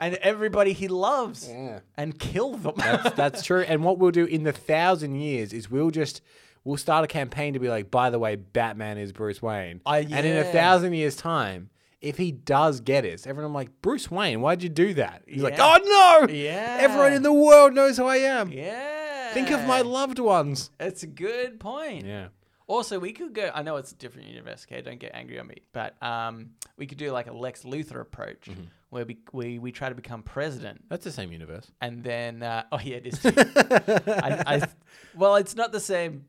[SPEAKER 1] and everybody he loves
[SPEAKER 2] Yeah.
[SPEAKER 1] and kill them.
[SPEAKER 2] That's, that's true. And what we'll do in the thousand years is we'll just we'll start a campaign to be like, by the way, Batman is Bruce Wayne.
[SPEAKER 1] Ah,
[SPEAKER 2] And in a
[SPEAKER 1] yeah.
[SPEAKER 2] thousand years time, if he does get us, everyone I'm like, Bruce Wayne, why'd you do that? He's like,
[SPEAKER 1] Yeah.
[SPEAKER 2] oh no,
[SPEAKER 1] Yeah.
[SPEAKER 2] everyone in the world knows who I
[SPEAKER 1] (laughs)
[SPEAKER 2] am.
[SPEAKER 1] yeah.
[SPEAKER 2] Think of my loved ones.
[SPEAKER 1] It's a good point.
[SPEAKER 2] Yeah.
[SPEAKER 1] Also, we could go. I know it's a different universe. Okay, don't get angry on me. But um, we could do like a Lex Luthor approach,
[SPEAKER 2] Mm-hmm.
[SPEAKER 1] where we, we we try to become president,
[SPEAKER 2] That's the same (laughs) universe.
[SPEAKER 1] and then uh, (laughs) oh yeah, it is. I, I, well, it's not the same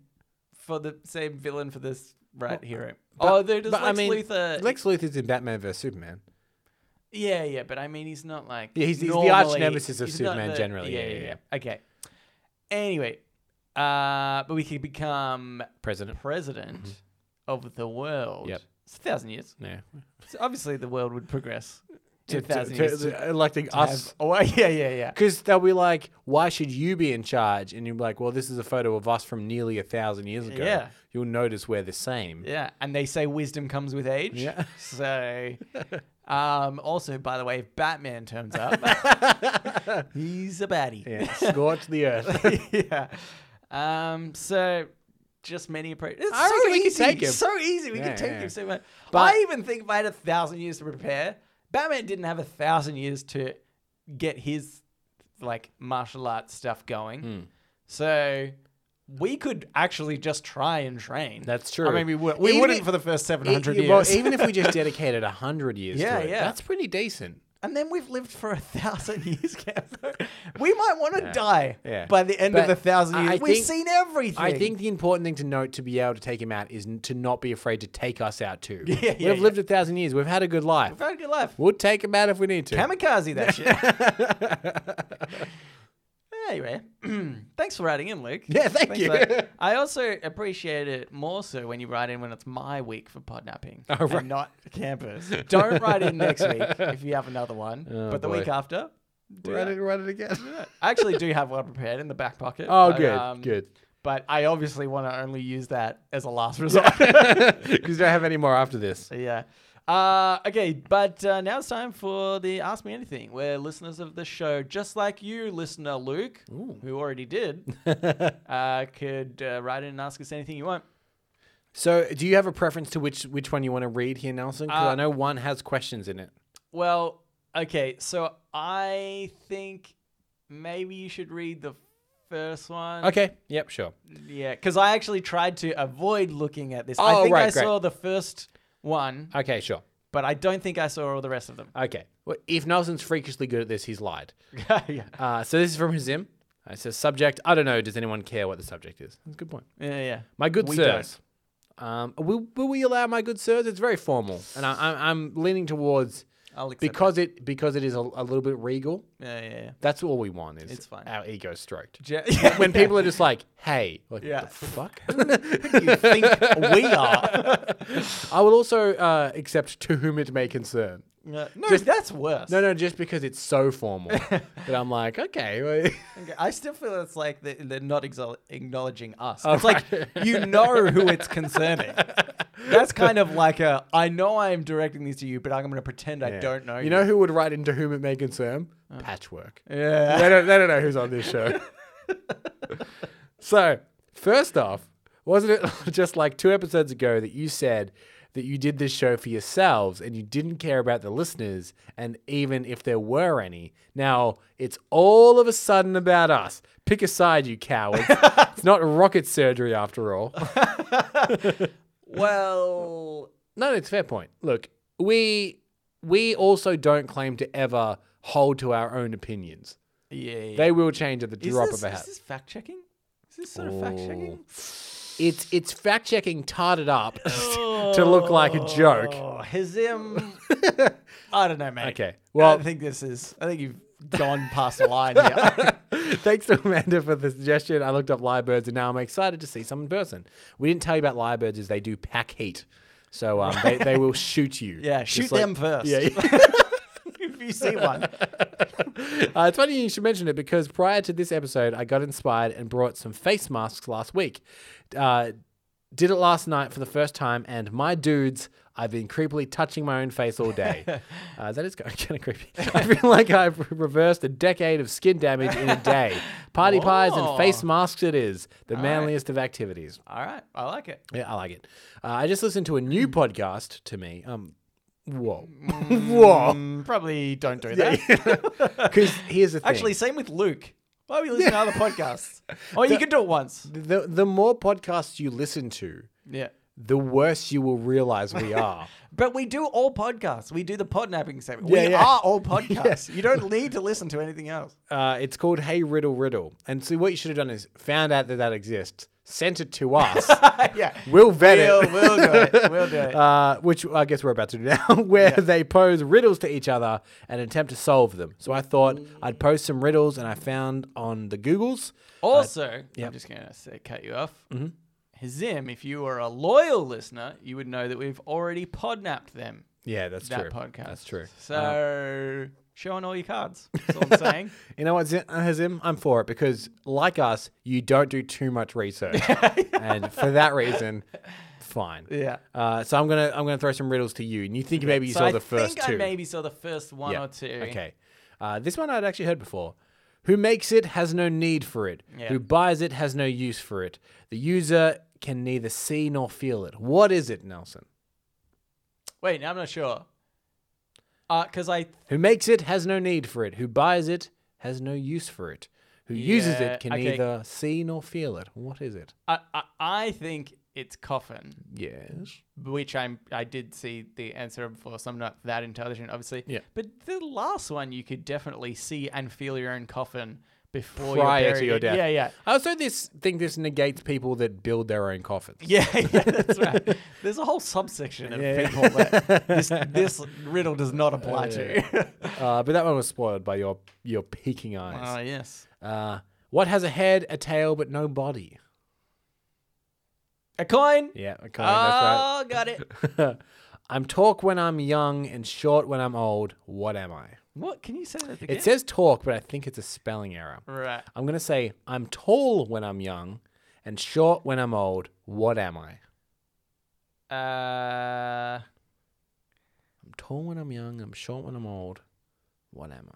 [SPEAKER 1] for the same villain for this right hero. oh, there does
[SPEAKER 2] But
[SPEAKER 1] Lex
[SPEAKER 2] I mean,
[SPEAKER 1] Luthor.
[SPEAKER 2] Lex Luthor's in Batman vs Superman.
[SPEAKER 1] yeah, yeah, but I mean, he's not like
[SPEAKER 2] Yeah, he's- he's the arch
[SPEAKER 1] normally-
[SPEAKER 2] nemesis of
[SPEAKER 1] he's not
[SPEAKER 2] Superman generally. Yeah, yeah,
[SPEAKER 1] Okay. Anyway, uh, but we could become
[SPEAKER 2] President.
[SPEAKER 1] president of the world.
[SPEAKER 2] Mm-hmm. Yep.
[SPEAKER 1] It's a thousand years.
[SPEAKER 2] Yeah.
[SPEAKER 1] So obviously, the world would progress.
[SPEAKER 2] To,
[SPEAKER 1] in a thousand
[SPEAKER 2] to-
[SPEAKER 1] years
[SPEAKER 2] to-
[SPEAKER 1] to
[SPEAKER 2] electing us
[SPEAKER 1] have- oh, (laughs) yeah, yeah, yeah.
[SPEAKER 2] Because they'll be like, why should you be in charge? And you're like, well, this is a photo of us from nearly a thousand years ago.
[SPEAKER 1] Yeah.
[SPEAKER 2] You'll notice we're the same.
[SPEAKER 1] Yeah, and they say wisdom comes with age.
[SPEAKER 2] Yeah.
[SPEAKER 1] (laughs) So, um, also, by the way, if Batman turns (laughs) up, he's a baddie.
[SPEAKER 2] Yeah. Scorch
[SPEAKER 1] (laughs)
[SPEAKER 2] the earth. (laughs)
[SPEAKER 1] yeah. Um, so just many approaches. It's
[SPEAKER 2] I
[SPEAKER 1] so
[SPEAKER 2] reckon we
[SPEAKER 1] easy.
[SPEAKER 2] could take him.
[SPEAKER 1] So easy. We
[SPEAKER 2] Yeah,
[SPEAKER 1] could take
[SPEAKER 2] yeah.
[SPEAKER 1] him so much.
[SPEAKER 2] But-
[SPEAKER 1] I even think if I had a thousand years to prepare, Batman didn't have a thousand years to get his like martial arts stuff going.
[SPEAKER 2] Hmm.
[SPEAKER 1] So we could actually just try and train.
[SPEAKER 2] That's true.
[SPEAKER 1] I mean, we, would, we
[SPEAKER 2] Even
[SPEAKER 1] wouldn't
[SPEAKER 2] if-
[SPEAKER 1] for the first seven
[SPEAKER 2] E-
[SPEAKER 1] hundred years.
[SPEAKER 2] well, even if we just dedicated a hundred years
[SPEAKER 1] Yeah,
[SPEAKER 2] to it,
[SPEAKER 1] yeah.
[SPEAKER 2] that's pretty decent.
[SPEAKER 1] (laughs) And then we've lived for a thousand years, (laughs) Campo. We might want to
[SPEAKER 2] Yeah.
[SPEAKER 1] die
[SPEAKER 2] Yeah.
[SPEAKER 1] by the end
[SPEAKER 2] But
[SPEAKER 1] of the thousand
[SPEAKER 2] I-
[SPEAKER 1] years.
[SPEAKER 2] I
[SPEAKER 1] We've
[SPEAKER 2] think-
[SPEAKER 1] seen everything.
[SPEAKER 2] I think the important thing to note to be able to take him out is n- to not be afraid to take us out too.
[SPEAKER 1] (laughs) yeah,
[SPEAKER 2] We've
[SPEAKER 1] yeah.
[SPEAKER 2] lived a thousand years. We've had a good life.
[SPEAKER 1] We've had a good life.
[SPEAKER 2] We'll take him out if we need to.
[SPEAKER 1] Kamikaze that shit.
[SPEAKER 2] (laughs)
[SPEAKER 1] anyway, (clears throat) thanks for writing in, Luke.
[SPEAKER 2] (laughs) Yeah, thank
[SPEAKER 1] Thanks
[SPEAKER 2] you.
[SPEAKER 1] for that. I also appreciate it more so when you write in when it's my week for podnapping and
[SPEAKER 2] Oh, right.
[SPEAKER 1] not
[SPEAKER 2] (laughs)
[SPEAKER 1] campers. Don't write in next week if you have another one,
[SPEAKER 2] Oh,
[SPEAKER 1] but the
[SPEAKER 2] boy.
[SPEAKER 1] week after. do
[SPEAKER 2] Run
[SPEAKER 1] that.
[SPEAKER 2] it, run it again.
[SPEAKER 1] I actually do have one prepared in the back pocket.
[SPEAKER 2] Oh,
[SPEAKER 1] but,
[SPEAKER 2] good,
[SPEAKER 1] um, (laughs)
[SPEAKER 2] good. (laughs)
[SPEAKER 1] But I obviously want to only use that as a last resort.
[SPEAKER 2] Because don't have any more after this.
[SPEAKER 1] Yeah. Uh, okay, but uh, now it's time for the Ask Me Anything, where listeners of the show, just like you, listener Luke, who already
[SPEAKER 2] (laughs)
[SPEAKER 1] did, uh, could uh, write in and ask us anything you want.
[SPEAKER 2] Uh, So, do you have a preference to which which one you want to read here, Nelson? Because I know one has questions in it.
[SPEAKER 1] Well, okay, so I think maybe you should read the first one.
[SPEAKER 2] Okay. Yep. Sure.
[SPEAKER 1] Yeah, because I actually tried to avoid looking at this. I
[SPEAKER 2] Oh,
[SPEAKER 1] think
[SPEAKER 2] right,
[SPEAKER 1] I
[SPEAKER 2] great.
[SPEAKER 1] saw the first one,
[SPEAKER 2] Okay. Sure.
[SPEAKER 1] but I don't think I saw all the rest of
[SPEAKER 2] (laughs)
[SPEAKER 1] them.
[SPEAKER 2] Okay. Well, if Nelson's freakishly good at this, he's lied.
[SPEAKER 1] yeah.
[SPEAKER 2] Uh, so this is from Hazim. Uh, It says subject. I don't know. Does anyone care what the subject is? That's a good point.
[SPEAKER 1] Yeah, yeah.
[SPEAKER 2] My good
[SPEAKER 1] We
[SPEAKER 2] sirs. Um, will, will we allow my good sirs? It's very formal, and I, I, I'm leaning towards
[SPEAKER 1] I'll accept
[SPEAKER 2] because it because it is a, a little bit regal.
[SPEAKER 1] that. Yeah, yeah, yeah.
[SPEAKER 2] That's all we want is
[SPEAKER 1] It's fine.
[SPEAKER 2] our ego (laughs) stroked.
[SPEAKER 1] Je-
[SPEAKER 2] when people are just like, "Hey, like,
[SPEAKER 1] Yeah.
[SPEAKER 2] what the (laughs) fuck?"
[SPEAKER 1] you think we
[SPEAKER 2] (laughs)
[SPEAKER 1] are.
[SPEAKER 2] I will also uh, accept to whom it may concern.
[SPEAKER 1] No,
[SPEAKER 2] Just-
[SPEAKER 1] that's worse.
[SPEAKER 2] No, no, just because it's
[SPEAKER 1] (laughs)
[SPEAKER 2] so formal that I'm like, okay, well,
[SPEAKER 1] Okay, I still feel it's like they- they're not exol- acknowledging us.
[SPEAKER 2] Oh,
[SPEAKER 1] it's
[SPEAKER 2] right. (laughs)
[SPEAKER 1] like you know who it's concerning. That's kind of like a I know I'm directing these to you, but I'm going to pretend I
[SPEAKER 2] yeah.
[SPEAKER 1] (laughs) don't know. Uh.
[SPEAKER 2] You know who would write into whom it may concern? Patchwork.
[SPEAKER 1] Yeah.
[SPEAKER 2] (laughs) they, don't, they don't know who's on this show. so, first off, wasn't it (laughs) just like two episodes ago that you said that you did this show for yourselves and you didn't care about the listeners and even if there were any? Now, it's all of a sudden about us. Pick a side, you
[SPEAKER 1] (laughs)
[SPEAKER 2] cowards. it's not rocket surgery after all.
[SPEAKER 1] Well,
[SPEAKER 2] No, it's a fair point. Look, we we also don't claim to ever hold to our own opinions.
[SPEAKER 1] yeah. yeah.
[SPEAKER 2] They will change at the
[SPEAKER 1] is
[SPEAKER 2] drop
[SPEAKER 1] this,
[SPEAKER 2] of a
[SPEAKER 1] is
[SPEAKER 2] hat.
[SPEAKER 1] this fact checking? Is this sort of fact checking?
[SPEAKER 2] It's it's fact checking
[SPEAKER 1] (laughs)
[SPEAKER 2] tarted up (laughs) to look like a joke.
[SPEAKER 1] Oh, Hazim.
[SPEAKER 2] (laughs)
[SPEAKER 1] I don't know, mate.
[SPEAKER 2] Okay,
[SPEAKER 1] Well,
[SPEAKER 2] well-
[SPEAKER 1] I think this is. I think you've gone past the
[SPEAKER 2] (laughs)
[SPEAKER 1] line here.
[SPEAKER 2] Thanks to Amanda for the suggestion. I looked up lyrebirds and now I'm excited to see some in person. We didn't tell you about lyrebirds is they do pack heat. So um, they, they will (laughs) shoot you.
[SPEAKER 1] Yeah,
[SPEAKER 2] Just
[SPEAKER 1] shoot
[SPEAKER 2] like-
[SPEAKER 1] them first.
[SPEAKER 2] Yeah, yeah.
[SPEAKER 1] (laughs) if you see one.
[SPEAKER 2] Uh, it's funny you should mention it because prior to this episode, I got inspired and brought some face masks last week. Uh, did it last night for the first time, and my dudes, I've been creepily touching my own face
[SPEAKER 1] (laughs)
[SPEAKER 2] all day. uh, that is kind of (laughs) creepy. I feel like I've reversed a decade of skin damage in a day. Party pies and
[SPEAKER 1] Whoa.
[SPEAKER 2] face masks, it is the manliest of activities.
[SPEAKER 1] All right, I like it.
[SPEAKER 2] Yeah, I like it. Uh, I just listened to
[SPEAKER 1] (clears throat)
[SPEAKER 2] a new podcast to me. Um,
[SPEAKER 1] (laughs)
[SPEAKER 2] whoa, whoa.
[SPEAKER 1] Mm, probably don't do that.
[SPEAKER 2] Because here's the thing.
[SPEAKER 1] Actually, same with Luke. Why are we listening to other
[SPEAKER 2] (laughs)
[SPEAKER 1] podcasts? Oh, you can do it once.
[SPEAKER 2] the the more podcasts you listen to,
[SPEAKER 1] Yeah.
[SPEAKER 2] the worse you will realize we are.
[SPEAKER 1] But we do all podcasts. We do the podnapping segment.
[SPEAKER 2] Yeah,
[SPEAKER 1] we
[SPEAKER 2] yeah.
[SPEAKER 1] are all
[SPEAKER 2] (laughs)
[SPEAKER 1] podcasts. You don't need to listen to anything else.
[SPEAKER 2] (laughs) uh, it's called Hey Riddle Riddle, and so what you should have done is found out that that exists, sent it to us.
[SPEAKER 1] yeah.
[SPEAKER 2] (laughs) We'll vet
[SPEAKER 1] We'll,
[SPEAKER 2] it.
[SPEAKER 1] we'll do
[SPEAKER 2] (laughs)
[SPEAKER 1] it. We'll do it.
[SPEAKER 2] Uh, which I guess we're about to do now, (laughs) where
[SPEAKER 1] Yeah.
[SPEAKER 2] they pose riddles to each other and attempt to solve them. So I thought I'd post some riddles, and I found on the Googles.
[SPEAKER 1] also, I'm just going to cut you off. Mm-hmm. Hazim, if you are a loyal listener, you would know that we've already podnapped them,
[SPEAKER 2] Yeah, that's
[SPEAKER 1] that
[SPEAKER 2] true.
[SPEAKER 1] podcast.
[SPEAKER 2] That's true. Uh-huh.
[SPEAKER 1] So, show on all your cards. That's
[SPEAKER 2] (laughs)
[SPEAKER 1] all I'm saying.
[SPEAKER 2] You know what, Zim, Hazim? I'm for it because, like us, you don't do too much research,
[SPEAKER 1] (laughs)
[SPEAKER 2] and for that reason, fine.
[SPEAKER 1] Yeah.
[SPEAKER 2] Uh, so I'm gonna I'm gonna throw some riddles to you, and you think maybe you
[SPEAKER 1] so
[SPEAKER 2] saw
[SPEAKER 1] I
[SPEAKER 2] the first
[SPEAKER 1] think
[SPEAKER 2] two.
[SPEAKER 1] I maybe saw the first one
[SPEAKER 2] Yeah.
[SPEAKER 1] or two.
[SPEAKER 2] Okay. Uh, this one I'd actually heard before. Who makes it has no need for it.
[SPEAKER 1] Yeah.
[SPEAKER 2] Who buys it has no use for it. The user can neither see nor feel it. What is it, Nelson?
[SPEAKER 1] Wait, I'm not sure. Uh, cause I
[SPEAKER 2] Who makes it has no need for it. Who buys it has no use for it. Who uses
[SPEAKER 1] Yeah,
[SPEAKER 2] it can
[SPEAKER 1] okay.
[SPEAKER 2] neither see nor feel it. What is it?
[SPEAKER 1] I, I I think it's coffin,
[SPEAKER 2] Yes.
[SPEAKER 1] which I'm I did see the answer before, so I'm not that intelligent, obviously.
[SPEAKER 2] Yeah.
[SPEAKER 1] But the last one, you could definitely see and feel your own coffin before
[SPEAKER 2] Prior
[SPEAKER 1] you're
[SPEAKER 2] to
[SPEAKER 1] buried
[SPEAKER 2] your
[SPEAKER 1] in-
[SPEAKER 2] death.
[SPEAKER 1] Yeah, yeah, (laughs)
[SPEAKER 2] I also this think this negates people that build their own coffins.
[SPEAKER 1] yeah, yeah. That's right. There's a whole subsection of
[SPEAKER 2] Yeah.
[SPEAKER 1] people
[SPEAKER 2] (laughs)
[SPEAKER 1] that this this riddle does not apply to.
[SPEAKER 2] Uh, but that one was spoiled by your your peeking eyes.
[SPEAKER 1] Ah, yes.
[SPEAKER 2] Uh, what has a head, a tail, but no body?
[SPEAKER 1] A coin.
[SPEAKER 2] Yeah, okay,
[SPEAKER 1] oh, got it.
[SPEAKER 2] that's right. (laughs) I'm talk when I'm young and short when I'm old. What am I?
[SPEAKER 1] What can you say that again?
[SPEAKER 2] It says talk, but I think it's a spelling error.
[SPEAKER 1] right.
[SPEAKER 2] I'm going to say I'm tall when I'm young and short when I'm old. What am I?
[SPEAKER 1] Uh,
[SPEAKER 2] I'm tall when I'm young, I'm short when I'm old. What am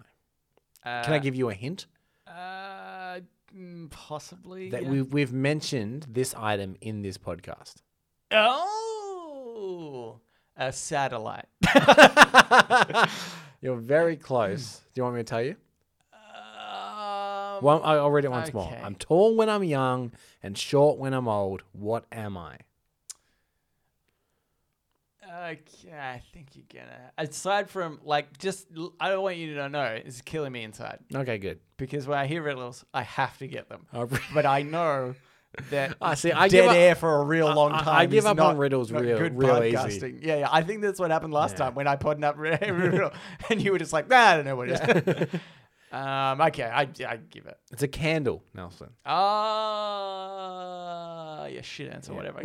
[SPEAKER 2] I?
[SPEAKER 1] uh,
[SPEAKER 2] Can I give you a hint?
[SPEAKER 1] Uh, mm, possibly.
[SPEAKER 2] That
[SPEAKER 1] yeah.
[SPEAKER 2] we've, we've mentioned this item in this podcast.
[SPEAKER 1] (laughs)
[SPEAKER 2] (laughs) (laughs)
[SPEAKER 1] Oh, a satellite.
[SPEAKER 2] You're very close. Do you want me to tell you?
[SPEAKER 1] Um,
[SPEAKER 2] Well, I- I'll read it once more.
[SPEAKER 1] Okay.
[SPEAKER 2] I'm tall when I'm young and short when I'm old. What am I?
[SPEAKER 1] okay, I think you're gonna. Aside from like, just l- I don't want you to know. It's killing me inside
[SPEAKER 2] Okay, good. (laughs)
[SPEAKER 1] because when I hear riddles, I have to get them.
[SPEAKER 2] Oh, really?
[SPEAKER 1] but I know that
[SPEAKER 2] (laughs) I Ah, see. I
[SPEAKER 1] dead
[SPEAKER 2] give up-
[SPEAKER 1] air for a real
[SPEAKER 2] I-
[SPEAKER 1] long
[SPEAKER 2] I- I
[SPEAKER 1] time.
[SPEAKER 2] give
[SPEAKER 1] is
[SPEAKER 2] up on
[SPEAKER 1] not-
[SPEAKER 2] riddles
[SPEAKER 1] not
[SPEAKER 2] real-
[SPEAKER 1] good
[SPEAKER 2] real easy.
[SPEAKER 1] podcasting. Yeah, yeah. I think that's what happened last
[SPEAKER 2] Yeah.
[SPEAKER 1] time when I put up (laughs)
[SPEAKER 2] (laughs)
[SPEAKER 1] ri- riddle, and you were just like, nah, I don't know what it is.
[SPEAKER 2] (laughs)
[SPEAKER 1] (laughs) um, okay, I, I give it.
[SPEAKER 2] It's a candle, Nelson. (laughs)
[SPEAKER 1] Ah, yeah, shit answer,
[SPEAKER 2] (laughs)
[SPEAKER 1] whatever.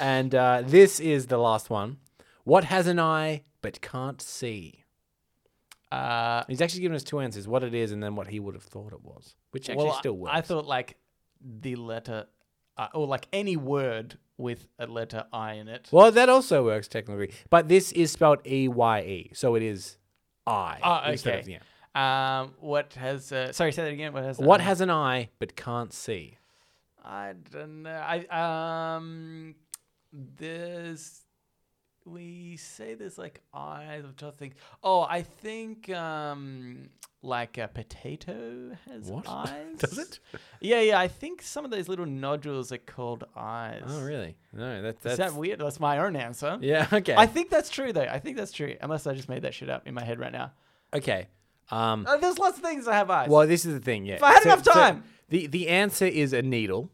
[SPEAKER 2] and uh, this is the last one. What has an eye but can't see?
[SPEAKER 1] uh,
[SPEAKER 2] He's actually given us two answers: what it is, and then what he would have thought it was, which actually
[SPEAKER 1] well,
[SPEAKER 2] still works.
[SPEAKER 1] I thought like the letter, uh, or like any word with a letter I in it.
[SPEAKER 2] Well, that also works technically, but this is spelled E Y E, so it is I
[SPEAKER 1] Ah,
[SPEAKER 2] instead
[SPEAKER 1] okay.
[SPEAKER 2] of yeah.
[SPEAKER 1] Um, what has? Uh, sorry, say that again. What has? uh, the-
[SPEAKER 2] What has an eye but can't see?
[SPEAKER 1] I don't know. I um, there's we say there's like eyes. I'm trying to think. Oh, I think um, like a potato has
[SPEAKER 2] What? (laughs)
[SPEAKER 1] eyes.
[SPEAKER 2] Does it?
[SPEAKER 1] Yeah, yeah. I think some of those little nodules are called eyes.
[SPEAKER 2] Oh, really? No, that, that's
[SPEAKER 1] Is that weird? That's my own answer.
[SPEAKER 2] yeah. (laughs) Okay.
[SPEAKER 1] I think that's true though. I think that's true. Unless I just made that shit up in my head right now.
[SPEAKER 2] okay. Um.
[SPEAKER 1] Uh, there's lots of things that have eyes.
[SPEAKER 2] Well, this is the thing. Yeah. If
[SPEAKER 1] I had enough time.
[SPEAKER 2] the the answer is a needle.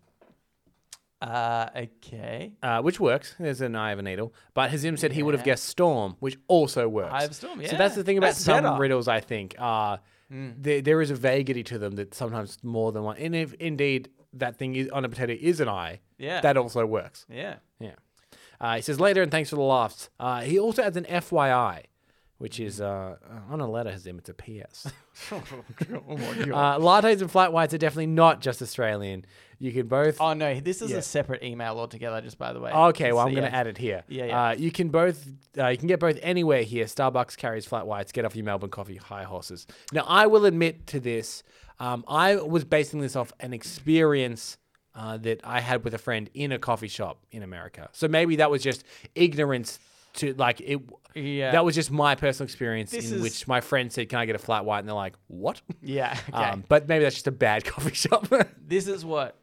[SPEAKER 1] Uh, okay.
[SPEAKER 2] uh, which works. There's an eye of a needle. But Hazim said he would have
[SPEAKER 1] Yeah.
[SPEAKER 2] guessed storm, which also works.
[SPEAKER 1] Eye of storm,
[SPEAKER 2] So that's
[SPEAKER 1] yeah.
[SPEAKER 2] the thing about
[SPEAKER 1] That's
[SPEAKER 2] some
[SPEAKER 1] better. Hmm.
[SPEAKER 2] riddles, I think. Uh, there, there is a vaguity to them that sometimes more than one. And if indeed that thing is, on a potato is an eye,
[SPEAKER 1] Yeah.
[SPEAKER 2] that also works. (laughs)
[SPEAKER 1] Yeah.
[SPEAKER 2] Yeah. Uh, he says later, and thanks for the laughs. Uh, he also adds an FYI, which
[SPEAKER 1] Hmm.
[SPEAKER 2] is uh, on a letter, Hazim, it's
[SPEAKER 1] (laughs)
[SPEAKER 2] a PS. Uh, lattes and flat whites are definitely not just Australian. You can both
[SPEAKER 1] Oh no, this is
[SPEAKER 2] Yeah.
[SPEAKER 1] a separate email altogether. Just by the way.
[SPEAKER 2] Okay, well,
[SPEAKER 1] So,
[SPEAKER 2] I'm going to
[SPEAKER 1] yeah.
[SPEAKER 2] add it here.
[SPEAKER 1] Yeah, yeah.
[SPEAKER 2] Uh, you can both, uh, you can get both anywhere here. Starbucks carries flat whites. Get off your Melbourne coffee high horses. Now, I will admit to this. Um, I was basing this off an experience uh, that I had with a friend in a coffee shop in America. So maybe that was just ignorance to like it.
[SPEAKER 1] Yeah.
[SPEAKER 2] That was just my personal experience
[SPEAKER 1] This
[SPEAKER 2] in
[SPEAKER 1] is-
[SPEAKER 2] which my friend said, "Can I get a flat white?" And they're like, "What?"
[SPEAKER 1] (laughs) Yeah. Okay.
[SPEAKER 2] Um, but maybe that's just a bad (laughs) coffee shop.
[SPEAKER 1] this is what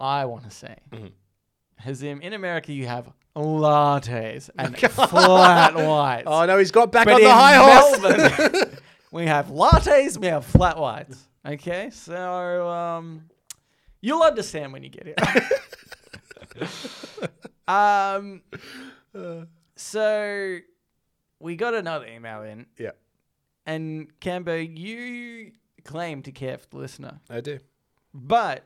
[SPEAKER 1] I want to say.
[SPEAKER 2] Mm-hmm.
[SPEAKER 1] Hazim, in America, you have lattes
[SPEAKER 2] (laughs)
[SPEAKER 1] and flat whites.
[SPEAKER 2] oh no, he's got back
[SPEAKER 1] But
[SPEAKER 2] on the
[SPEAKER 1] in
[SPEAKER 2] high horse.
[SPEAKER 1] Melbourne, we have lattes. We have flat whites. Okay, so um, you'll understand when you get
[SPEAKER 2] (laughs)
[SPEAKER 1] here. um,
[SPEAKER 2] Uh.
[SPEAKER 1] so we got another email in,
[SPEAKER 2] (laughs) yeah,
[SPEAKER 1] and Cambo, you claim to care for the listener,
[SPEAKER 2] I do.
[SPEAKER 1] but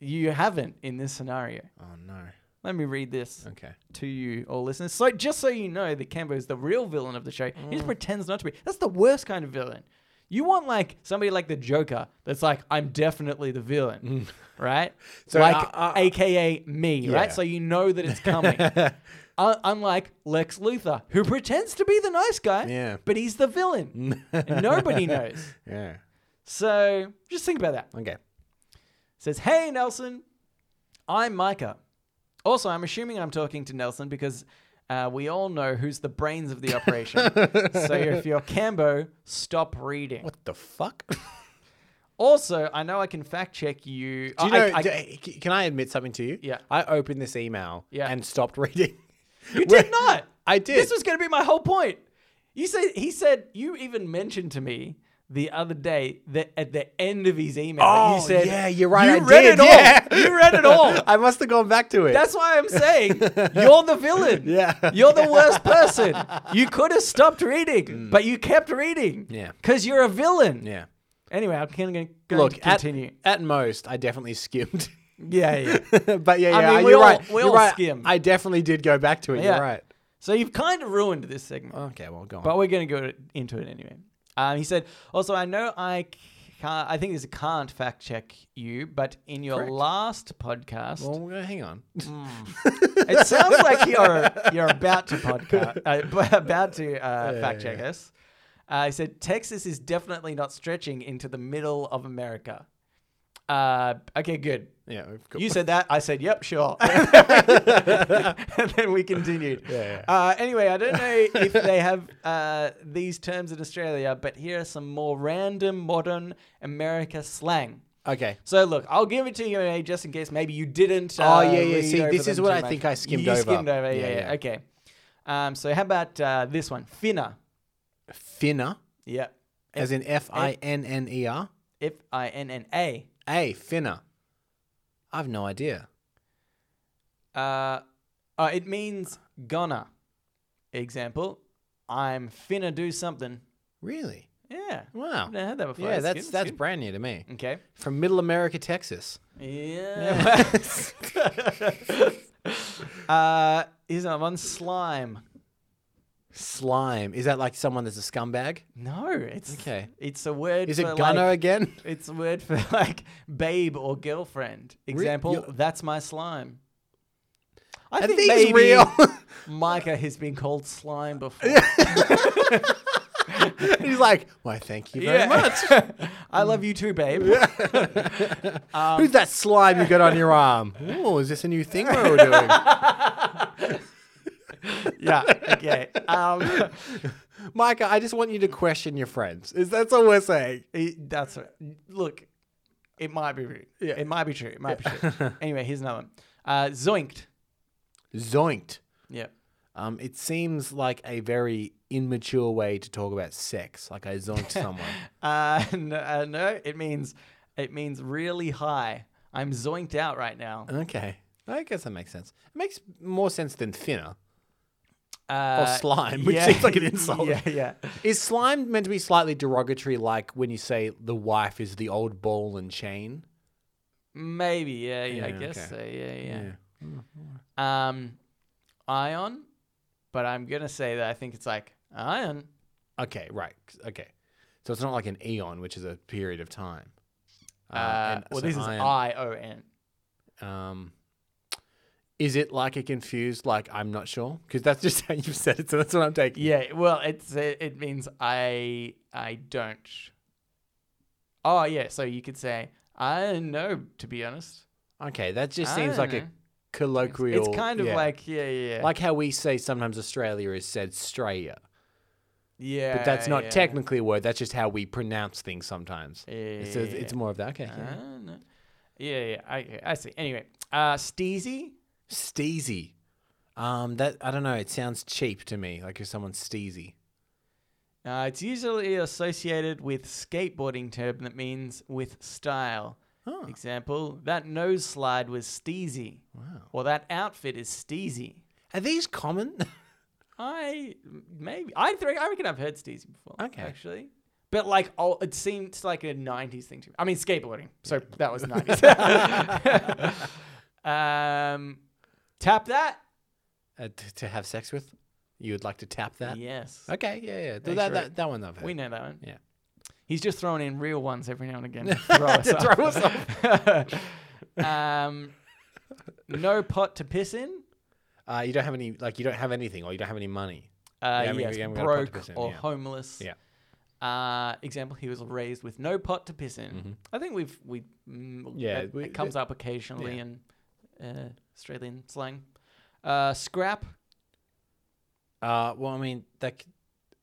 [SPEAKER 1] you haven't in this scenario.
[SPEAKER 2] Oh no.
[SPEAKER 1] Let me read this
[SPEAKER 2] Okay.
[SPEAKER 1] to you, all listeners. So just so you know, that Cambo is the real villain of the show. He
[SPEAKER 2] Mm.
[SPEAKER 1] just pretends not to be. That's the worst kind of villain. You want like somebody like the Joker that's like, I'm definitely the villain, right?
[SPEAKER 2] Mm. (laughs) So,
[SPEAKER 1] like,
[SPEAKER 2] uh, uh,
[SPEAKER 1] AKA me,
[SPEAKER 2] Yeah.
[SPEAKER 1] right? So you know that it's
[SPEAKER 2] (laughs)
[SPEAKER 1] coming. Un- unlike Lex Luthor, who pretends to be the nice guy,
[SPEAKER 2] Yeah.
[SPEAKER 1] but he's the
[SPEAKER 2] (laughs)
[SPEAKER 1] villain. and nobody knows.
[SPEAKER 2] Yeah.
[SPEAKER 1] So just think about that
[SPEAKER 2] Okay.
[SPEAKER 1] says, Hey, Nelson, I'm Micah. Also, I'm assuming I'm talking to Nelson because uh, we all know who's the brains of the operation.
[SPEAKER 2] (laughs)
[SPEAKER 1] so if you're Cambo, stop reading.
[SPEAKER 2] What the fuck? (laughs) Do
[SPEAKER 1] Also, I know I can fact check you. Oh,
[SPEAKER 2] you
[SPEAKER 1] I-
[SPEAKER 2] know?
[SPEAKER 1] I- I-
[SPEAKER 2] d- c- can I admit something to you?
[SPEAKER 1] Yeah.
[SPEAKER 2] I opened this email
[SPEAKER 1] Yeah.
[SPEAKER 2] and stopped reading. (laughs)
[SPEAKER 1] you did not.
[SPEAKER 2] I did.
[SPEAKER 1] This was going to be my whole point. You said he said you even mentioned to me the other day that at the end of his email that
[SPEAKER 2] Oh,
[SPEAKER 1] you said
[SPEAKER 2] yeah, you're right,
[SPEAKER 1] You
[SPEAKER 2] I
[SPEAKER 1] read
[SPEAKER 2] did,
[SPEAKER 1] it all.
[SPEAKER 2] yeah."
[SPEAKER 1] You read it all.
[SPEAKER 2] (laughs) I must have gone back to it.
[SPEAKER 1] That's why I'm saying you're the (laughs) villain.
[SPEAKER 2] Yeah.
[SPEAKER 1] You're the (laughs) worst person. You could have stopped reading, but you kept reading.
[SPEAKER 2] Yeah.
[SPEAKER 1] Because you're a villain.
[SPEAKER 2] yeah.
[SPEAKER 1] Anyway, I'm going to
[SPEAKER 2] Look,
[SPEAKER 1] continue.
[SPEAKER 2] At, at most, I definitely skimmed. (laughs)
[SPEAKER 1] yeah, (laughs) yeah.
[SPEAKER 2] but yeah, yeah,
[SPEAKER 1] I mean, we
[SPEAKER 2] you're
[SPEAKER 1] all-
[SPEAKER 2] right.
[SPEAKER 1] we
[SPEAKER 2] you're
[SPEAKER 1] all
[SPEAKER 2] right.
[SPEAKER 1] skim.
[SPEAKER 2] I definitely did go back to it.
[SPEAKER 1] Yeah.
[SPEAKER 2] You're right.
[SPEAKER 1] So you've kind of ruined this segment.
[SPEAKER 2] Okay, well, go on.
[SPEAKER 1] But we're going to go to- into it anyway. Um, he said, also, I know I can't, I think this can't fact check you, but in your
[SPEAKER 2] Correct.
[SPEAKER 1] last podcast,
[SPEAKER 2] well, we're gonna- hang on.
[SPEAKER 1] Mm. it sounds like you're you're about to podcast,
[SPEAKER 2] (laughs)
[SPEAKER 1] uh, (laughs) b- about to uh, fact check us. Uh, he said Texas is definitely not stretching into the middle of America. Uh, okay, good.
[SPEAKER 2] (laughs) Yeah, we've got-
[SPEAKER 1] You said that. I said, yep,
[SPEAKER 2] (laughs)
[SPEAKER 1] sure. (laughs) and then we continued.
[SPEAKER 2] Yeah,
[SPEAKER 1] Uh, anyway, I don't know if they have uh, these terms in Australia, but here are some more random modern America slang.
[SPEAKER 2] (laughs) okay.
[SPEAKER 1] So look, I'll give it to you eh, just in case maybe you didn't.
[SPEAKER 2] Oh,
[SPEAKER 1] Uh,
[SPEAKER 2] yeah, yeah.
[SPEAKER 1] read
[SPEAKER 2] See,
[SPEAKER 1] over
[SPEAKER 2] this
[SPEAKER 1] them
[SPEAKER 2] is what
[SPEAKER 1] too
[SPEAKER 2] I
[SPEAKER 1] much.
[SPEAKER 2] think I skimmed
[SPEAKER 1] you
[SPEAKER 2] over.
[SPEAKER 1] skimmed over. Yeah,
[SPEAKER 2] Yeah,
[SPEAKER 1] yeah.
[SPEAKER 2] yeah.
[SPEAKER 1] Okay. Um, so how about uh, this one, finner?
[SPEAKER 2] Finner,
[SPEAKER 1] Yep.
[SPEAKER 2] as in F I N N E R.
[SPEAKER 1] F I N N A.
[SPEAKER 2] A finner. I've no idea.
[SPEAKER 1] Uh, uh, it means gonna. Example: I'm finna do something.
[SPEAKER 2] Really?
[SPEAKER 1] Yeah.
[SPEAKER 2] Wow.
[SPEAKER 1] I've never heard that before.
[SPEAKER 2] Yeah,
[SPEAKER 1] That's
[SPEAKER 2] that's
[SPEAKER 1] good, that's
[SPEAKER 2] that's
[SPEAKER 1] good.
[SPEAKER 2] brand new to me.
[SPEAKER 1] Okay.
[SPEAKER 2] From Middle
[SPEAKER 1] (laughs)
[SPEAKER 2] America, Texas.
[SPEAKER 1] Yeah. (laughs) uh, here's another one: slime.
[SPEAKER 2] Slime. Is that like someone that's a scumbag?
[SPEAKER 1] No, it's
[SPEAKER 2] Okay.
[SPEAKER 1] It's a word.
[SPEAKER 2] Is
[SPEAKER 1] for
[SPEAKER 2] it Gunner
[SPEAKER 1] Like,
[SPEAKER 2] again? (laughs)
[SPEAKER 1] it's a word for (laughs) like babe or girlfriend. Example:
[SPEAKER 2] yo-
[SPEAKER 1] That's my slime. I
[SPEAKER 2] Are
[SPEAKER 1] think
[SPEAKER 2] these
[SPEAKER 1] maybe
[SPEAKER 2] real?
[SPEAKER 1] (laughs) Micah has been called
[SPEAKER 2] (laughs)
[SPEAKER 1] slime before.
[SPEAKER 2] He's like, why, thank you very
[SPEAKER 1] Yeah.
[SPEAKER 2] much.
[SPEAKER 1] (laughs) I love you too, babe. Um,
[SPEAKER 2] Who's that slime you got on your arm? Oh, is this a new thing we're doing?
[SPEAKER 1] (laughs) (laughs) yeah. Okay. Um, (laughs)
[SPEAKER 2] Micah, I just want you to question your friends. Is that's all we're saying?
[SPEAKER 1] it- that's right. Look, it might be rude.
[SPEAKER 2] Yeah.
[SPEAKER 1] It might be true. It might be true.
[SPEAKER 2] (laughs)
[SPEAKER 1] Anyway, here's another one. Uh, zoinked.
[SPEAKER 2] Zoinked.
[SPEAKER 1] Yeah.
[SPEAKER 2] Um, it seems like a very immature way to talk about sex. Like I
[SPEAKER 1] (laughs)
[SPEAKER 2] zonked someone.
[SPEAKER 1] Uh, (laughs) no, uh, no, it means it means really high. I'm zoinked out right now.
[SPEAKER 2] Okay. I guess that makes sense. It makes more sense than thinner or
[SPEAKER 1] Uh, (laughs)
[SPEAKER 2] slime, which
[SPEAKER 1] yeah.
[SPEAKER 2] seems (laughs) like an insult.
[SPEAKER 1] Yeah, yeah.
[SPEAKER 2] Is slime meant to be slightly derogatory, like when you say the wife is the old ball and chain?
[SPEAKER 1] Maybe, yeah, yeah, I
[SPEAKER 2] Yeah,
[SPEAKER 1] guess
[SPEAKER 2] okay.
[SPEAKER 1] so. Yeah, yeah. Um, ion, but I'm gonna say that I think it's like ion.
[SPEAKER 2] Okay, right. Okay. So it's not like an eon, which is a period of time.
[SPEAKER 1] Uh,
[SPEAKER 2] and
[SPEAKER 1] well,
[SPEAKER 2] so
[SPEAKER 1] this
[SPEAKER 2] iron-
[SPEAKER 1] is I O N.
[SPEAKER 2] Um, is it like a confused, like I'm not sure? Because that's (laughs) just how you've said it. So that's what I'm taking.
[SPEAKER 1] Yeah, well, it's it, it means I I don't. Oh yeah, so you could say I don't know. To be honest,
[SPEAKER 2] Okay, that just
[SPEAKER 1] I
[SPEAKER 2] seems
[SPEAKER 1] don't
[SPEAKER 2] like
[SPEAKER 1] know.
[SPEAKER 2] a colloquial.
[SPEAKER 1] it's kind of
[SPEAKER 2] yeah.
[SPEAKER 1] like yeah, yeah, yeah.
[SPEAKER 2] like how we say sometimes Australia is said Straya,
[SPEAKER 1] yeah,
[SPEAKER 2] but that's not
[SPEAKER 1] yeah.
[SPEAKER 2] technically a word. That's just how we pronounce things sometimes.
[SPEAKER 1] Yeah, Uh-huh.
[SPEAKER 2] It's, a- it's more of that. Okay.
[SPEAKER 1] I
[SPEAKER 2] yeah.
[SPEAKER 1] don't know. Yeah, yeah, I, I see. Anyway, uh, steezy.
[SPEAKER 2] Steezy. Um, that I don't know. It sounds cheap to me. Like if someone's steezy.
[SPEAKER 1] Uh, it's usually associated with skateboarding term that means with style.
[SPEAKER 2] Oh.
[SPEAKER 1] Example, that nose slide was steezy.
[SPEAKER 2] Wow.
[SPEAKER 1] Or that outfit is steezy.
[SPEAKER 2] Are these common? (laughs)
[SPEAKER 1] I maybe I think I reckon I've heard steezy before.
[SPEAKER 2] Okay.
[SPEAKER 1] Actually. But like oh it seems like a nineties thing to me. I mean skateboarding. So that was
[SPEAKER 2] (laughs)
[SPEAKER 1] nineties. (laughs) um tap that?
[SPEAKER 2] uh, t- to have sex with? You would like to tap that?
[SPEAKER 1] Yes.
[SPEAKER 2] Okay. Yeah. Yeah. Th-
[SPEAKER 1] Thanks
[SPEAKER 2] that,
[SPEAKER 1] for
[SPEAKER 2] that,
[SPEAKER 1] it.
[SPEAKER 2] that one I've heard.
[SPEAKER 1] We know that one.
[SPEAKER 2] Yeah.
[SPEAKER 1] He's just throwing in real ones every now and
[SPEAKER 2] (laughs)
[SPEAKER 1] again to throw us
[SPEAKER 2] To
[SPEAKER 1] off.
[SPEAKER 2] throw us
[SPEAKER 1] (laughs) um, no pot to piss in.
[SPEAKER 2] Uh, you don't have any. Like you don't have anything, or you don't have any money.
[SPEAKER 1] Uh,
[SPEAKER 2] Yeah, I mean,
[SPEAKER 1] yes,
[SPEAKER 2] we haven't got a pot to
[SPEAKER 1] broke
[SPEAKER 2] piss in,
[SPEAKER 1] or
[SPEAKER 2] yeah.
[SPEAKER 1] homeless.
[SPEAKER 2] Yeah.
[SPEAKER 1] Uh, example: He was raised with no pot to piss in. I think we've we mm,
[SPEAKER 2] Mm-hmm. Yeah,
[SPEAKER 1] it,
[SPEAKER 2] we-
[SPEAKER 1] it comes up occasionally in uh, Australian slang. Uh, scrap.
[SPEAKER 2] Uh, well, I mean that c-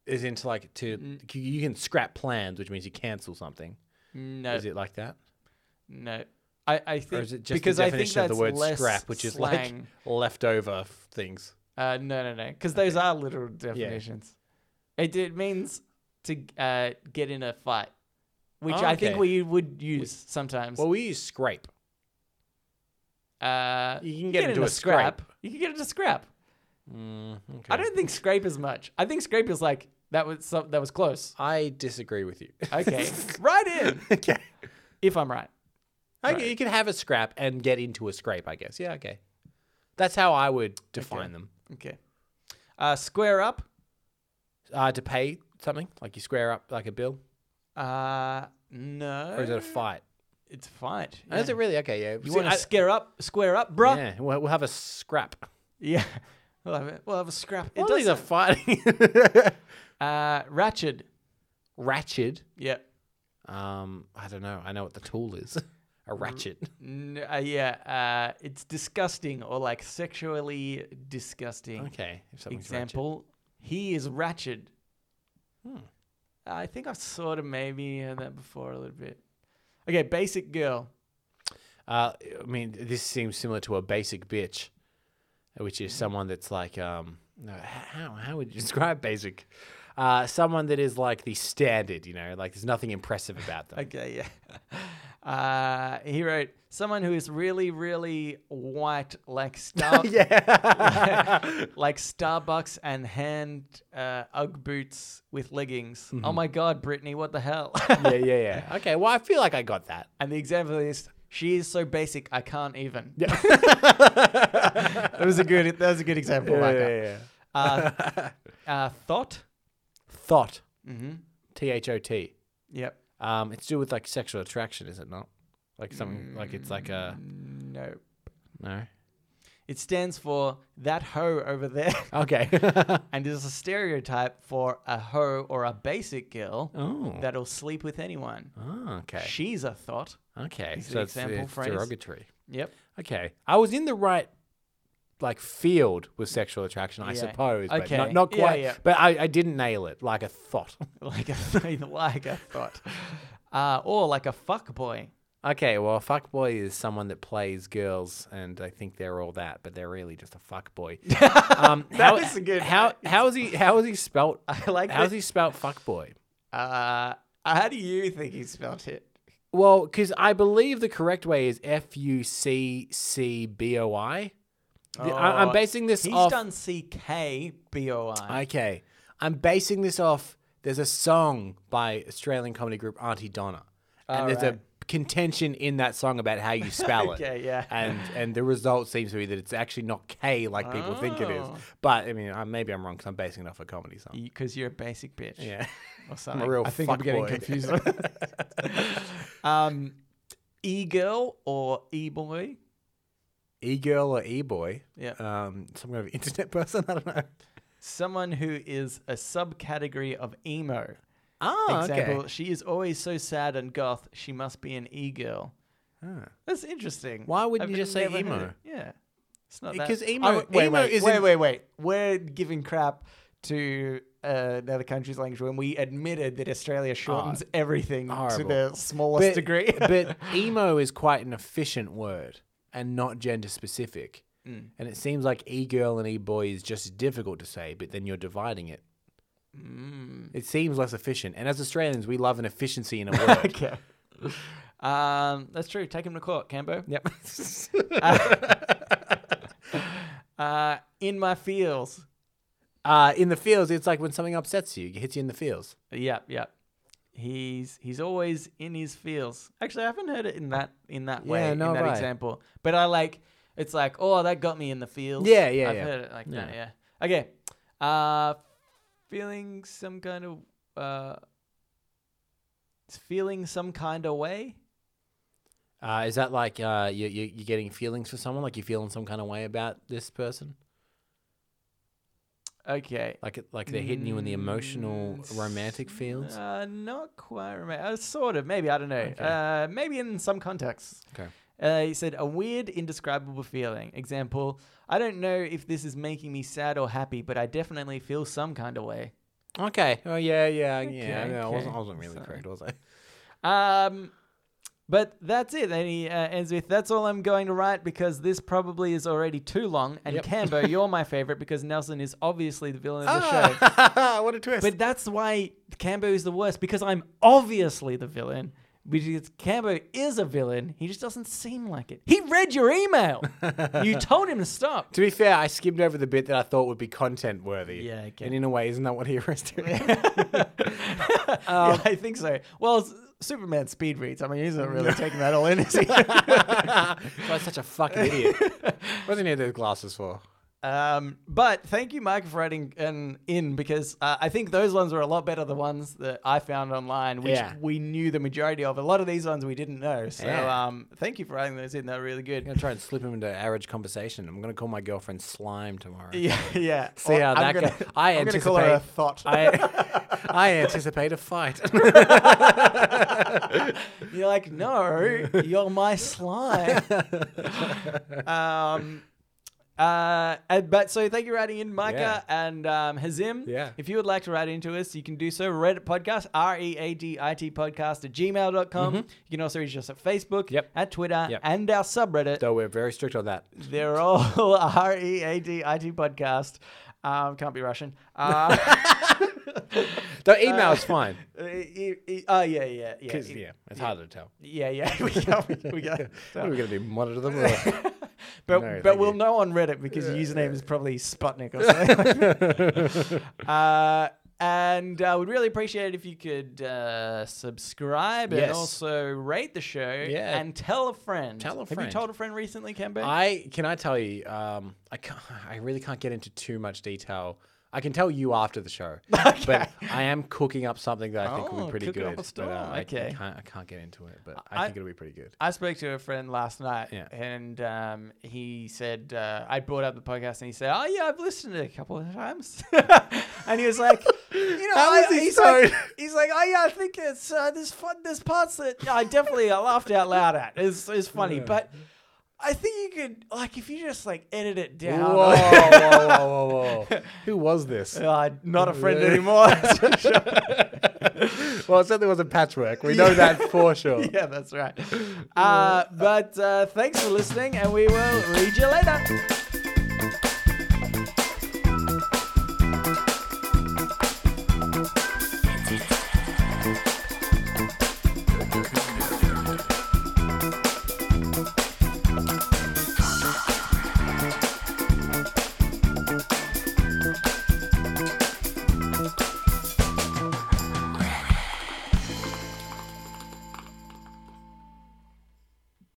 [SPEAKER 2] is into like to
[SPEAKER 1] Mm-hmm.
[SPEAKER 2] c- you can scrap plans, which means you cancel something.
[SPEAKER 1] No,
[SPEAKER 2] Is it like that?
[SPEAKER 1] no. I, I think
[SPEAKER 2] is it just the
[SPEAKER 1] because I think
[SPEAKER 2] definition of the
[SPEAKER 1] that's
[SPEAKER 2] word
[SPEAKER 1] less
[SPEAKER 2] scrap, which is like-
[SPEAKER 1] slang.
[SPEAKER 2] Leftover f- things.
[SPEAKER 1] Uh, no, no, no. Because those are literal definitions. It, it means to uh, get in a fight, which
[SPEAKER 2] Oh,
[SPEAKER 1] I think
[SPEAKER 2] okay.
[SPEAKER 1] we would use sometimes.
[SPEAKER 2] Well, we use scrape.
[SPEAKER 1] uh,
[SPEAKER 2] you can get into a
[SPEAKER 1] You can get into scrap.
[SPEAKER 2] Mm, Okay.
[SPEAKER 1] I don't think scrape is much. I think scrape is like that was some, that was close.
[SPEAKER 2] I disagree with (laughs) you.
[SPEAKER 1] Okay, right in
[SPEAKER 2] okay.
[SPEAKER 1] if I'm right.
[SPEAKER 2] Okay, you can have a scrap and get into a scrape, I guess. Yeah, okay. That's how I would define
[SPEAKER 1] Okay.
[SPEAKER 2] them.
[SPEAKER 1] Okay, uh, square up.
[SPEAKER 2] Uh, to pay something, like you square up like a bill,
[SPEAKER 1] Uh, no,
[SPEAKER 2] or is it a fight?
[SPEAKER 1] it's a fight.
[SPEAKER 2] Oh, Uh, Is
[SPEAKER 1] yeah.
[SPEAKER 2] it really okay? Yeah.
[SPEAKER 1] You
[SPEAKER 2] See,
[SPEAKER 1] want
[SPEAKER 2] I-
[SPEAKER 1] to scare up, square up, bruh? Yeah,
[SPEAKER 2] Yeah, we'll, we'll have a scrap.
[SPEAKER 1] (laughs) we'll, have a, we'll have a scrap. It
[SPEAKER 2] Well,
[SPEAKER 1] does
[SPEAKER 2] these are fighting. (laughs)
[SPEAKER 1] Uh, ratchet.
[SPEAKER 2] Ratchet.
[SPEAKER 1] Yep.
[SPEAKER 2] Um, I don't know. I know what the tool is. (laughs) a ratchet.
[SPEAKER 1] N- uh, yeah, uh, it's disgusting or like sexually disgusting.
[SPEAKER 2] Okay, if something's
[SPEAKER 1] Example, he is ratchet. Uh,
[SPEAKER 2] Hmm.
[SPEAKER 1] I think I've sort of maybe heard that before a little bit. Okay, basic girl.
[SPEAKER 2] Uh, I mean, this seems similar to a basic bitch, which is someone that's like, um, no, h- how, how would you (laughs) describe basic? Uh, someone that is like the standard, you know, like there's nothing impressive about them.
[SPEAKER 1] Okay, yeah. (laughs) Uh, he wrote someone who is really, really white, like
[SPEAKER 2] (laughs)
[SPEAKER 1] Star,
[SPEAKER 2] yeah.
[SPEAKER 1] (laughs)
[SPEAKER 2] (laughs)
[SPEAKER 1] like Starbucks and hand uh, UGG boots with leggings. Oh my God, Brittany, what the hell?
[SPEAKER 2] Mm-hmm. yeah, yeah, yeah. Okay, well, I feel like I got that.
[SPEAKER 1] (laughs) and the example is she is so basic, I can't even.
[SPEAKER 2] (laughs) Yeah.
[SPEAKER 1] (laughs) that was a good. That was a good example. I like that. Uh,
[SPEAKER 2] (laughs)
[SPEAKER 1] uh, thought.
[SPEAKER 2] Thought.
[SPEAKER 1] Mm-hmm.
[SPEAKER 2] T H O T.
[SPEAKER 1] Yep.
[SPEAKER 2] Um, it's to do with like sexual attraction, is it not? Like something like it's like a
[SPEAKER 1] Mm. No.
[SPEAKER 2] no.
[SPEAKER 1] It stands for that hoe over there. (laughs)
[SPEAKER 2] Okay. (laughs)
[SPEAKER 1] and is a stereotype for a hoe or a basic girl
[SPEAKER 2] oh.
[SPEAKER 1] that'll sleep with anyone.
[SPEAKER 2] oh. Okay.
[SPEAKER 1] She's a thought.
[SPEAKER 2] Okay.
[SPEAKER 1] Is
[SPEAKER 2] So
[SPEAKER 1] the
[SPEAKER 2] it's,
[SPEAKER 1] example
[SPEAKER 2] it's
[SPEAKER 1] phrase?
[SPEAKER 2] derogatory.
[SPEAKER 1] Yep.
[SPEAKER 2] Okay. I was in the right like field with sexual attraction, I
[SPEAKER 1] Yeah.
[SPEAKER 2] suppose. But
[SPEAKER 1] Okay.
[SPEAKER 2] not, not
[SPEAKER 1] Yeah,
[SPEAKER 2] quite.
[SPEAKER 1] yeah.
[SPEAKER 2] But I, I didn't nail it like a thought. (laughs)
[SPEAKER 1] Like (laughs) a like a thought. Uh, or like a fuck
[SPEAKER 2] (laughs)
[SPEAKER 1] boy.
[SPEAKER 2] okay. Well, a fuck boy is someone that plays girls, and I think they're all that, but they're really just a fuck boy. (laughs) um, how,
[SPEAKER 1] is a good-
[SPEAKER 2] How how is he how is he (laughs) spelt?
[SPEAKER 1] (laughs) I like
[SPEAKER 2] How's
[SPEAKER 1] that.
[SPEAKER 2] he spelt fuck boy?
[SPEAKER 1] Uh, how do you think he spelled it?
[SPEAKER 2] Well, because I believe the correct way is F U C C B O I. The- I- I'm
[SPEAKER 1] Oh,
[SPEAKER 2] basing this
[SPEAKER 1] He's
[SPEAKER 2] off.
[SPEAKER 1] done C K B O I.
[SPEAKER 2] Okay, I'm basing this off. There's a song by Australian comedy group Auntie Donna, and there's
[SPEAKER 1] Alright.
[SPEAKER 2] a contention in that song about how you spell
[SPEAKER 1] (laughs) Okay,
[SPEAKER 2] it.
[SPEAKER 1] yeah.
[SPEAKER 2] And and the result seems to be that it's actually not K like people think it is.
[SPEAKER 1] Oh.
[SPEAKER 2] But I mean, I, maybe I'm wrong because I'm basing it off a comedy song.
[SPEAKER 1] Because you're a basic bitch.
[SPEAKER 2] Yeah,
[SPEAKER 1] Or
[SPEAKER 2] (laughs) I'm
[SPEAKER 1] something.
[SPEAKER 2] a real.
[SPEAKER 5] I think I'm getting
[SPEAKER 2] fuckboy.
[SPEAKER 5] confused.
[SPEAKER 2] (laughs)
[SPEAKER 1] (laughs) Um, e girl or e boy?
[SPEAKER 2] E girl or e boy?
[SPEAKER 1] Yeah.
[SPEAKER 2] Um, some kind of internet (laughs) person. I don't know.
[SPEAKER 1] Someone who is a subcategory of emo.
[SPEAKER 2] Ah,
[SPEAKER 1] Example: She is always so sad and goth. She must be an e girl. That's interesting.
[SPEAKER 2] Why would
[SPEAKER 1] I've
[SPEAKER 2] you just say
[SPEAKER 1] never heard
[SPEAKER 2] emo?
[SPEAKER 1] it. Yeah, it's not that.
[SPEAKER 2] Because emo-
[SPEAKER 1] I w- wait,
[SPEAKER 2] emo
[SPEAKER 1] wait,
[SPEAKER 2] isn't-
[SPEAKER 1] wait, wait, wait. We're giving crap to uh, another country's language when we admitted that Australia shortens everything to
[SPEAKER 2] Ah, horrible.
[SPEAKER 1] the smallest degree.
[SPEAKER 2] (laughs)
[SPEAKER 1] (laughs)
[SPEAKER 2] but emo is quite an efficient word and not gender specific.
[SPEAKER 1] Mm.
[SPEAKER 2] And it seems like e girl and e boy is just difficult to say, but then you're dividing it.
[SPEAKER 1] Mm.
[SPEAKER 2] It seems less efficient. And as Australians, we love an efficiency in a word.
[SPEAKER 1] (laughs) okay. Um, that's true. Take him to court, Cambo. (laughs)
[SPEAKER 2] Yep. (laughs)
[SPEAKER 1] Uh, in my feels.
[SPEAKER 2] uh, in the feels, it's like when something upsets you, it hits you in the feels.
[SPEAKER 1] Yep, yep. He's he's always in his feels. Actually, I haven't heard it in that in that way
[SPEAKER 2] Yeah, no,
[SPEAKER 1] in that
[SPEAKER 2] right.
[SPEAKER 1] example. But I like it's like oh that got me in the feels.
[SPEAKER 2] Yeah, yeah,
[SPEAKER 1] I've
[SPEAKER 2] yeah.
[SPEAKER 1] heard it like that. Yeah. Okay. Uh, feeling some kind of uh, feeling some kind of way.
[SPEAKER 2] Uh, is that like uh, you, you, you're getting feelings for someone? Like you're feeling some kind of way about this person?
[SPEAKER 1] Okay.
[SPEAKER 2] Like it, like they're hitting you in the emotional, romantic fields?
[SPEAKER 1] Mm, Uh, not quite remember. Uh, sort of, maybe. I don't know. Uh, maybe in some contexts.
[SPEAKER 2] Okay.
[SPEAKER 1] Uh, he said, a weird, indescribable feeling. Example, I don't know if this is making me sad or happy, but I definitely feel some kind of way.
[SPEAKER 2] Okay. Oh yeah, yeah, yeah.
[SPEAKER 1] Okay,
[SPEAKER 2] no, I wasn't.
[SPEAKER 1] okay.
[SPEAKER 2] I wasn't really correct, was I? (laughs)
[SPEAKER 1] Um, but that's it. And he uh, ends with, that's all I'm going to write because this probably is already too long. And
[SPEAKER 2] Yep.
[SPEAKER 1] Cambo, you're
[SPEAKER 2] (laughs)
[SPEAKER 1] my favorite because Nelson is obviously the villain of the show.
[SPEAKER 2] Ah, (laughs) what a twist!
[SPEAKER 1] But that's why Cambo is the worst because I'm obviously the villain. Because Cambo is a villain, he just doesn't seem like it. He read your (laughs) email. you told him to (laughs) stop.
[SPEAKER 2] to be fair, I skimmed over the bit that I thought would be content worthy.
[SPEAKER 1] Yeah, okay.
[SPEAKER 2] And in a way, isn't that what he (laughs) arrested?
[SPEAKER 1] Um, Yeah, I think so. Well, S- Superman speed reads. I mean, he's not (laughs) really taking that all in. Is he?
[SPEAKER 2] (laughs) That's such a fucking idiot. what did he need those glasses for?
[SPEAKER 1] Um, but thank you, Mike, for writing an in because uh, I think those ones were a lot better than ones that I found online, which
[SPEAKER 2] Yeah.
[SPEAKER 1] we knew the majority of. A lot of these ones we didn't know. So
[SPEAKER 2] Yeah.
[SPEAKER 1] um, thank you for writing those in. They're really
[SPEAKER 2] I'm
[SPEAKER 1] good.
[SPEAKER 2] going to try and slip him into average conversation. I'm going to call my girlfriend Slime tomorrow.
[SPEAKER 1] Yeah, yeah.
[SPEAKER 2] See
[SPEAKER 1] Or
[SPEAKER 2] how
[SPEAKER 1] I'm
[SPEAKER 2] that
[SPEAKER 1] gonna,
[SPEAKER 2] goes. I
[SPEAKER 1] am gonna call her a
[SPEAKER 2] anticipate-
[SPEAKER 1] thought.
[SPEAKER 2] (laughs) I,
[SPEAKER 1] (laughs)
[SPEAKER 2] I anticipate a (laughs) fight.
[SPEAKER 1] (laughs) You're like, no, you're my
[SPEAKER 2] (laughs)
[SPEAKER 1] slime. um, uh, and- but so thank you for writing in, Micah and um, Hazim.
[SPEAKER 2] Yeah.
[SPEAKER 1] If you would like to write into us, you can do so. Reddit podcast, R E A D I T podcast at gmail.com. You can also reach us at Facebook,
[SPEAKER 2] Mm-hmm. Yep.
[SPEAKER 1] at Twitter,
[SPEAKER 2] Yep.
[SPEAKER 1] and our subreddit.
[SPEAKER 2] Though we're very strict on that.
[SPEAKER 1] They're all (laughs) R E A D I T podcast. Um, can't be Russian. Uh,
[SPEAKER 2] Though (laughs) email
[SPEAKER 1] (laughs)
[SPEAKER 2] is fine.
[SPEAKER 1] uh, e- e- oh, yeah, yeah, yeah.
[SPEAKER 2] 'Cause, yeah, it's harder to tell.
[SPEAKER 1] Yeah, (laughs) yeah. We got, we got,
[SPEAKER 2] (laughs) What are we going to do? Monitor them? Or?
[SPEAKER 1] (laughs) But,
[SPEAKER 2] No,
[SPEAKER 1] but
[SPEAKER 2] thank
[SPEAKER 1] we'll
[SPEAKER 2] you.
[SPEAKER 1] know on Reddit because your username is probably Sputnik or something.
[SPEAKER 2] (laughs)
[SPEAKER 1] uh, and uh, we'd really appreciate it if you could uh, subscribe and
[SPEAKER 2] Yes.
[SPEAKER 1] also rate the show
[SPEAKER 2] Yeah.
[SPEAKER 1] and tell a friend.
[SPEAKER 2] Tell a
[SPEAKER 1] Have you
[SPEAKER 2] friend.
[SPEAKER 1] told a friend recently, Kembe?
[SPEAKER 2] I can I tell you, um, I can't, I really can't get into too much detail. I can tell you after
[SPEAKER 1] (laughs)
[SPEAKER 2] the show, but I am cooking up something that I think will
[SPEAKER 1] Oh,
[SPEAKER 2] be pretty
[SPEAKER 1] cooking
[SPEAKER 2] good.
[SPEAKER 1] up a storm,
[SPEAKER 2] But, uh, I-
[SPEAKER 1] okay.
[SPEAKER 2] I can't, I can't get into it, but
[SPEAKER 1] I-
[SPEAKER 2] I, think it'll be pretty good.
[SPEAKER 1] I spoke to a friend last night,
[SPEAKER 2] Yeah.
[SPEAKER 1] and um, he said uh, I brought up the podcast, and he said, "Oh yeah, I've listened to it a couple of times," (laughs) and he was like, "You know,
[SPEAKER 2] (laughs) How
[SPEAKER 1] I-
[SPEAKER 2] is he
[SPEAKER 1] he's
[SPEAKER 2] so-
[SPEAKER 1] like, he's like, oh yeah, I think it's uh, there's fun, there's parts that I definitely I laughed out loud at. It's it's funny, but." I think you could like if you just like edit it down.
[SPEAKER 2] Whoa, whoa, whoa, whoa,
[SPEAKER 1] (laughs)
[SPEAKER 2] whoa! Who was this?
[SPEAKER 1] Uh, not
[SPEAKER 2] (laughs)
[SPEAKER 1] a friend anymore. (laughs)
[SPEAKER 2] Well, it certainly wasn't patchwork. We know that for sure.
[SPEAKER 1] (laughs) yeah, that's right. Uh, but uh, thanks for listening, and we will read you later.